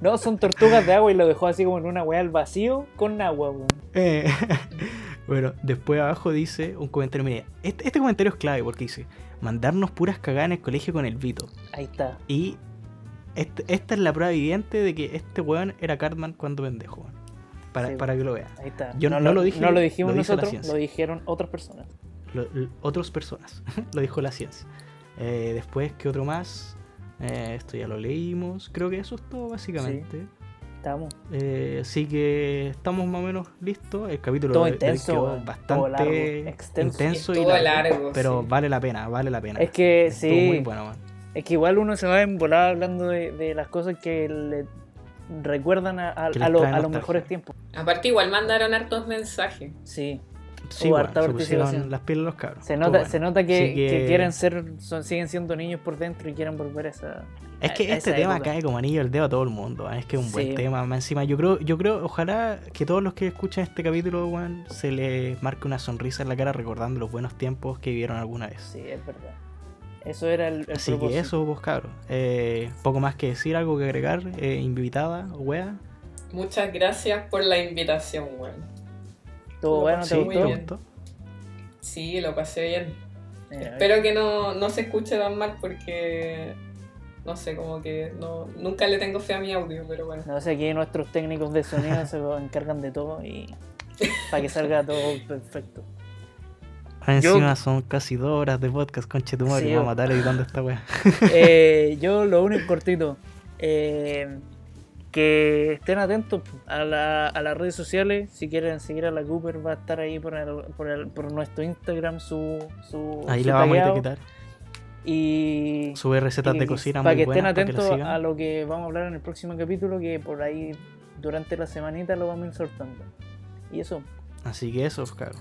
[SPEAKER 4] No, son tortugas de agua y lo dejó así como en una weá al vacío con agua, weón.
[SPEAKER 3] Eh, bueno, después abajo dice un comentario. Mire, este, este comentario es clave porque dice: mandarnos puras cagadas en el colegio con el Vito.
[SPEAKER 4] Ahí está.
[SPEAKER 3] Y este- esta es la prueba evidente de que este weón era Cartman cuando pendejo. weón. Para,
[SPEAKER 4] Sí.
[SPEAKER 3] para que lo vean.
[SPEAKER 4] Ahí está.
[SPEAKER 3] Yo no lo dije,
[SPEAKER 4] no lo dijimos
[SPEAKER 3] lo dice la
[SPEAKER 4] nosotros,
[SPEAKER 3] ciencia.
[SPEAKER 4] lo dijeron otras personas.
[SPEAKER 3] Lo- lo- otras personas. lo dijo la ciencia. Eh, después, ¿qué otro más? Eh, esto ya lo leímos. Creo que eso es todo, básicamente.
[SPEAKER 4] Estamos.
[SPEAKER 3] Eh, así que estamos más o menos listos. El capítulo
[SPEAKER 4] Todo
[SPEAKER 3] de- del
[SPEAKER 4] intenso,
[SPEAKER 3] quedó
[SPEAKER 4] weón. Todo largo,
[SPEAKER 3] bastante
[SPEAKER 4] extenso.
[SPEAKER 3] intenso y
[SPEAKER 5] Estuvo
[SPEAKER 3] largo.
[SPEAKER 5] largo.
[SPEAKER 3] Pero
[SPEAKER 5] sí.
[SPEAKER 3] vale la pena, vale la pena.
[SPEAKER 4] Es que
[SPEAKER 3] Estuvo
[SPEAKER 4] sí.
[SPEAKER 3] muy bueno, man.
[SPEAKER 4] Es que igual uno se va en volada hablando de, de las cosas que le recuerdan a, a-
[SPEAKER 3] Que les
[SPEAKER 4] a lo-
[SPEAKER 3] traen
[SPEAKER 4] a los
[SPEAKER 3] nostalgia.
[SPEAKER 4] mejores tiempos.
[SPEAKER 5] Aparte, igual mandaron hartos mensajes.
[SPEAKER 4] Sí.
[SPEAKER 3] Sí,
[SPEAKER 4] Hubo
[SPEAKER 3] weón,
[SPEAKER 4] harta
[SPEAKER 3] se pusieron
[SPEAKER 4] participación.
[SPEAKER 3] las pieles los cabros.
[SPEAKER 4] Se
[SPEAKER 3] Estuvo
[SPEAKER 4] nota,
[SPEAKER 3] bueno.
[SPEAKER 4] se nota que,
[SPEAKER 3] Así
[SPEAKER 4] que quieren ser, son, siguen siendo niños por dentro y quieren volver a esa.
[SPEAKER 3] Es que
[SPEAKER 4] a
[SPEAKER 3] este
[SPEAKER 4] esa
[SPEAKER 3] tema
[SPEAKER 4] época.
[SPEAKER 3] cae como anillo al dedo a todo el mundo, man. es que es un buen
[SPEAKER 4] Sí.
[SPEAKER 3] tema. man. Encima, yo creo, yo creo, ojalá que todos los que escuchan este capítulo, weón, se les marque una sonrisa en la cara recordando los buenos tiempos que vivieron alguna vez.
[SPEAKER 4] Sí, es verdad. Eso era el, el
[SPEAKER 3] Así que
[SPEAKER 4] propósito.
[SPEAKER 3] eso, vos cabros. Eh, poco más que decir, algo que agregar, eh, invitada, wea.
[SPEAKER 5] Muchas gracias por la invitación, weón.
[SPEAKER 4] Estuvo
[SPEAKER 5] lo
[SPEAKER 4] bueno,
[SPEAKER 5] pasé
[SPEAKER 4] te
[SPEAKER 3] sí,
[SPEAKER 5] muy
[SPEAKER 4] gustó.
[SPEAKER 5] bien. Sí, lo pasé bien.
[SPEAKER 4] Mira,
[SPEAKER 5] Espero que no, no se escuche tan mal porque no sé, como que no, nunca le tengo fe a mi audio, pero bueno.
[SPEAKER 4] No sé, aquí nuestros técnicos de sonido se encargan de todo y. para que salga todo perfecto. Yo-
[SPEAKER 3] Ah, Encima son casi dos horas de podcast, conche tu madre,
[SPEAKER 4] Sí,
[SPEAKER 3] me va a
[SPEAKER 4] yo-
[SPEAKER 3] matar editando esta wea.
[SPEAKER 4] Eh, yo lo único cortito. eh, que estén atentos po, a, la- a las redes sociales. Si quieren seguir a la Cooper, va a estar ahí por, el- por, el- por nuestro Instagram su. su
[SPEAKER 3] Ahí
[SPEAKER 4] su
[SPEAKER 3] le vamos a
[SPEAKER 4] tagueado.
[SPEAKER 3] etiquetar.
[SPEAKER 4] Y.
[SPEAKER 3] Sube recetas de cocina
[SPEAKER 4] para
[SPEAKER 3] muy
[SPEAKER 4] que
[SPEAKER 3] buenas
[SPEAKER 4] estén
[SPEAKER 3] para que
[SPEAKER 4] atentos
[SPEAKER 3] lo
[SPEAKER 4] a
[SPEAKER 3] sigan.
[SPEAKER 4] lo que vamos a hablar en el próximo capítulo, que por ahí durante la semanita lo vamos a ir soltando. Y eso,
[SPEAKER 3] Así que eso, claro.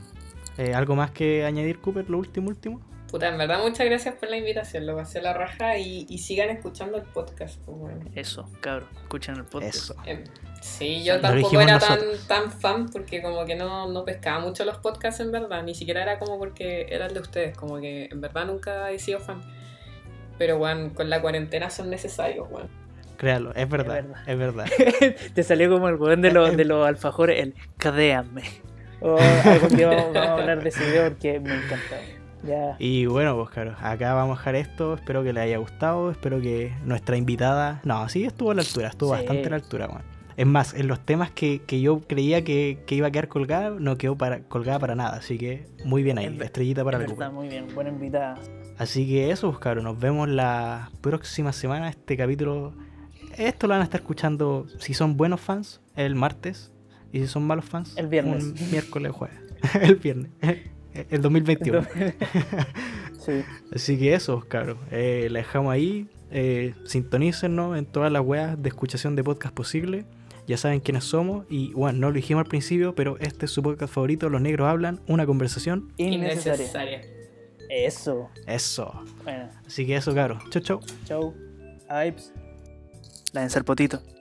[SPEAKER 3] Eh, ¿Algo más que añadir, Cooper? Lo último, último.
[SPEAKER 5] Puta, en verdad muchas gracias por la invitación, lo pasé la raja y, y sigan escuchando el podcast, pues, bueno.
[SPEAKER 4] eso, cabrón. Escuchen el podcast.
[SPEAKER 3] Eso.
[SPEAKER 5] Em, Sí, yo
[SPEAKER 3] Lo
[SPEAKER 5] tampoco
[SPEAKER 3] dijimos
[SPEAKER 5] era tan,
[SPEAKER 3] nosotros.
[SPEAKER 5] tan fan porque como que no, no pescaba mucho los podcasts en verdad, ni siquiera era como porque eran de ustedes, como que en verdad nunca he sido fan. Pero bueno, con la cuarentena son necesarios, bueno.
[SPEAKER 3] Créalo, es verdad,
[SPEAKER 4] verdad.
[SPEAKER 3] es verdad.
[SPEAKER 4] Te salió como el weón de los, de los alfajores, el cadéame. O algún día Oh, vamos, vamos a hablar de ese video porque me encanta. Ya.
[SPEAKER 3] Y bueno, pues claro, acá vamos a dejar esto. Espero que les haya gustado. Espero que nuestra invitada. No, sí estuvo a la altura, estuvo
[SPEAKER 4] Sí.
[SPEAKER 3] bastante a la altura, weón. Es más, en los temas que, que yo creía que, que iba a quedar colgada, no quedó para, colgada para nada. Así que muy bien ahí,
[SPEAKER 4] Es ver-
[SPEAKER 3] estrellita para el Cooper.
[SPEAKER 4] Está muy bien, buena invitada.
[SPEAKER 3] Así que eso, pues, cabros, nos vemos la próxima semana. Este capítulo, esto lo van a estar escuchando si son buenos fans el martes y si son malos fans
[SPEAKER 4] El viernes.
[SPEAKER 3] un miércoles o jueves, el viernes, el 2021.
[SPEAKER 4] Sí.
[SPEAKER 3] Así que eso, pues, cabros, eh, la dejamos ahí. Eh, sintonícennos en todas las weas de escuchación de podcast posible. Ya saben quiénes somos y bueno, no lo dijimos al principio, pero este es su podcast favorito, Los Negros Hablan, una conversación.
[SPEAKER 4] Innecesaria.
[SPEAKER 5] Innecesaria.
[SPEAKER 4] Eso.
[SPEAKER 3] Eso.
[SPEAKER 4] Bueno,
[SPEAKER 3] Así que eso, cabros. Chau, chau.
[SPEAKER 4] chau. Ives. La potito.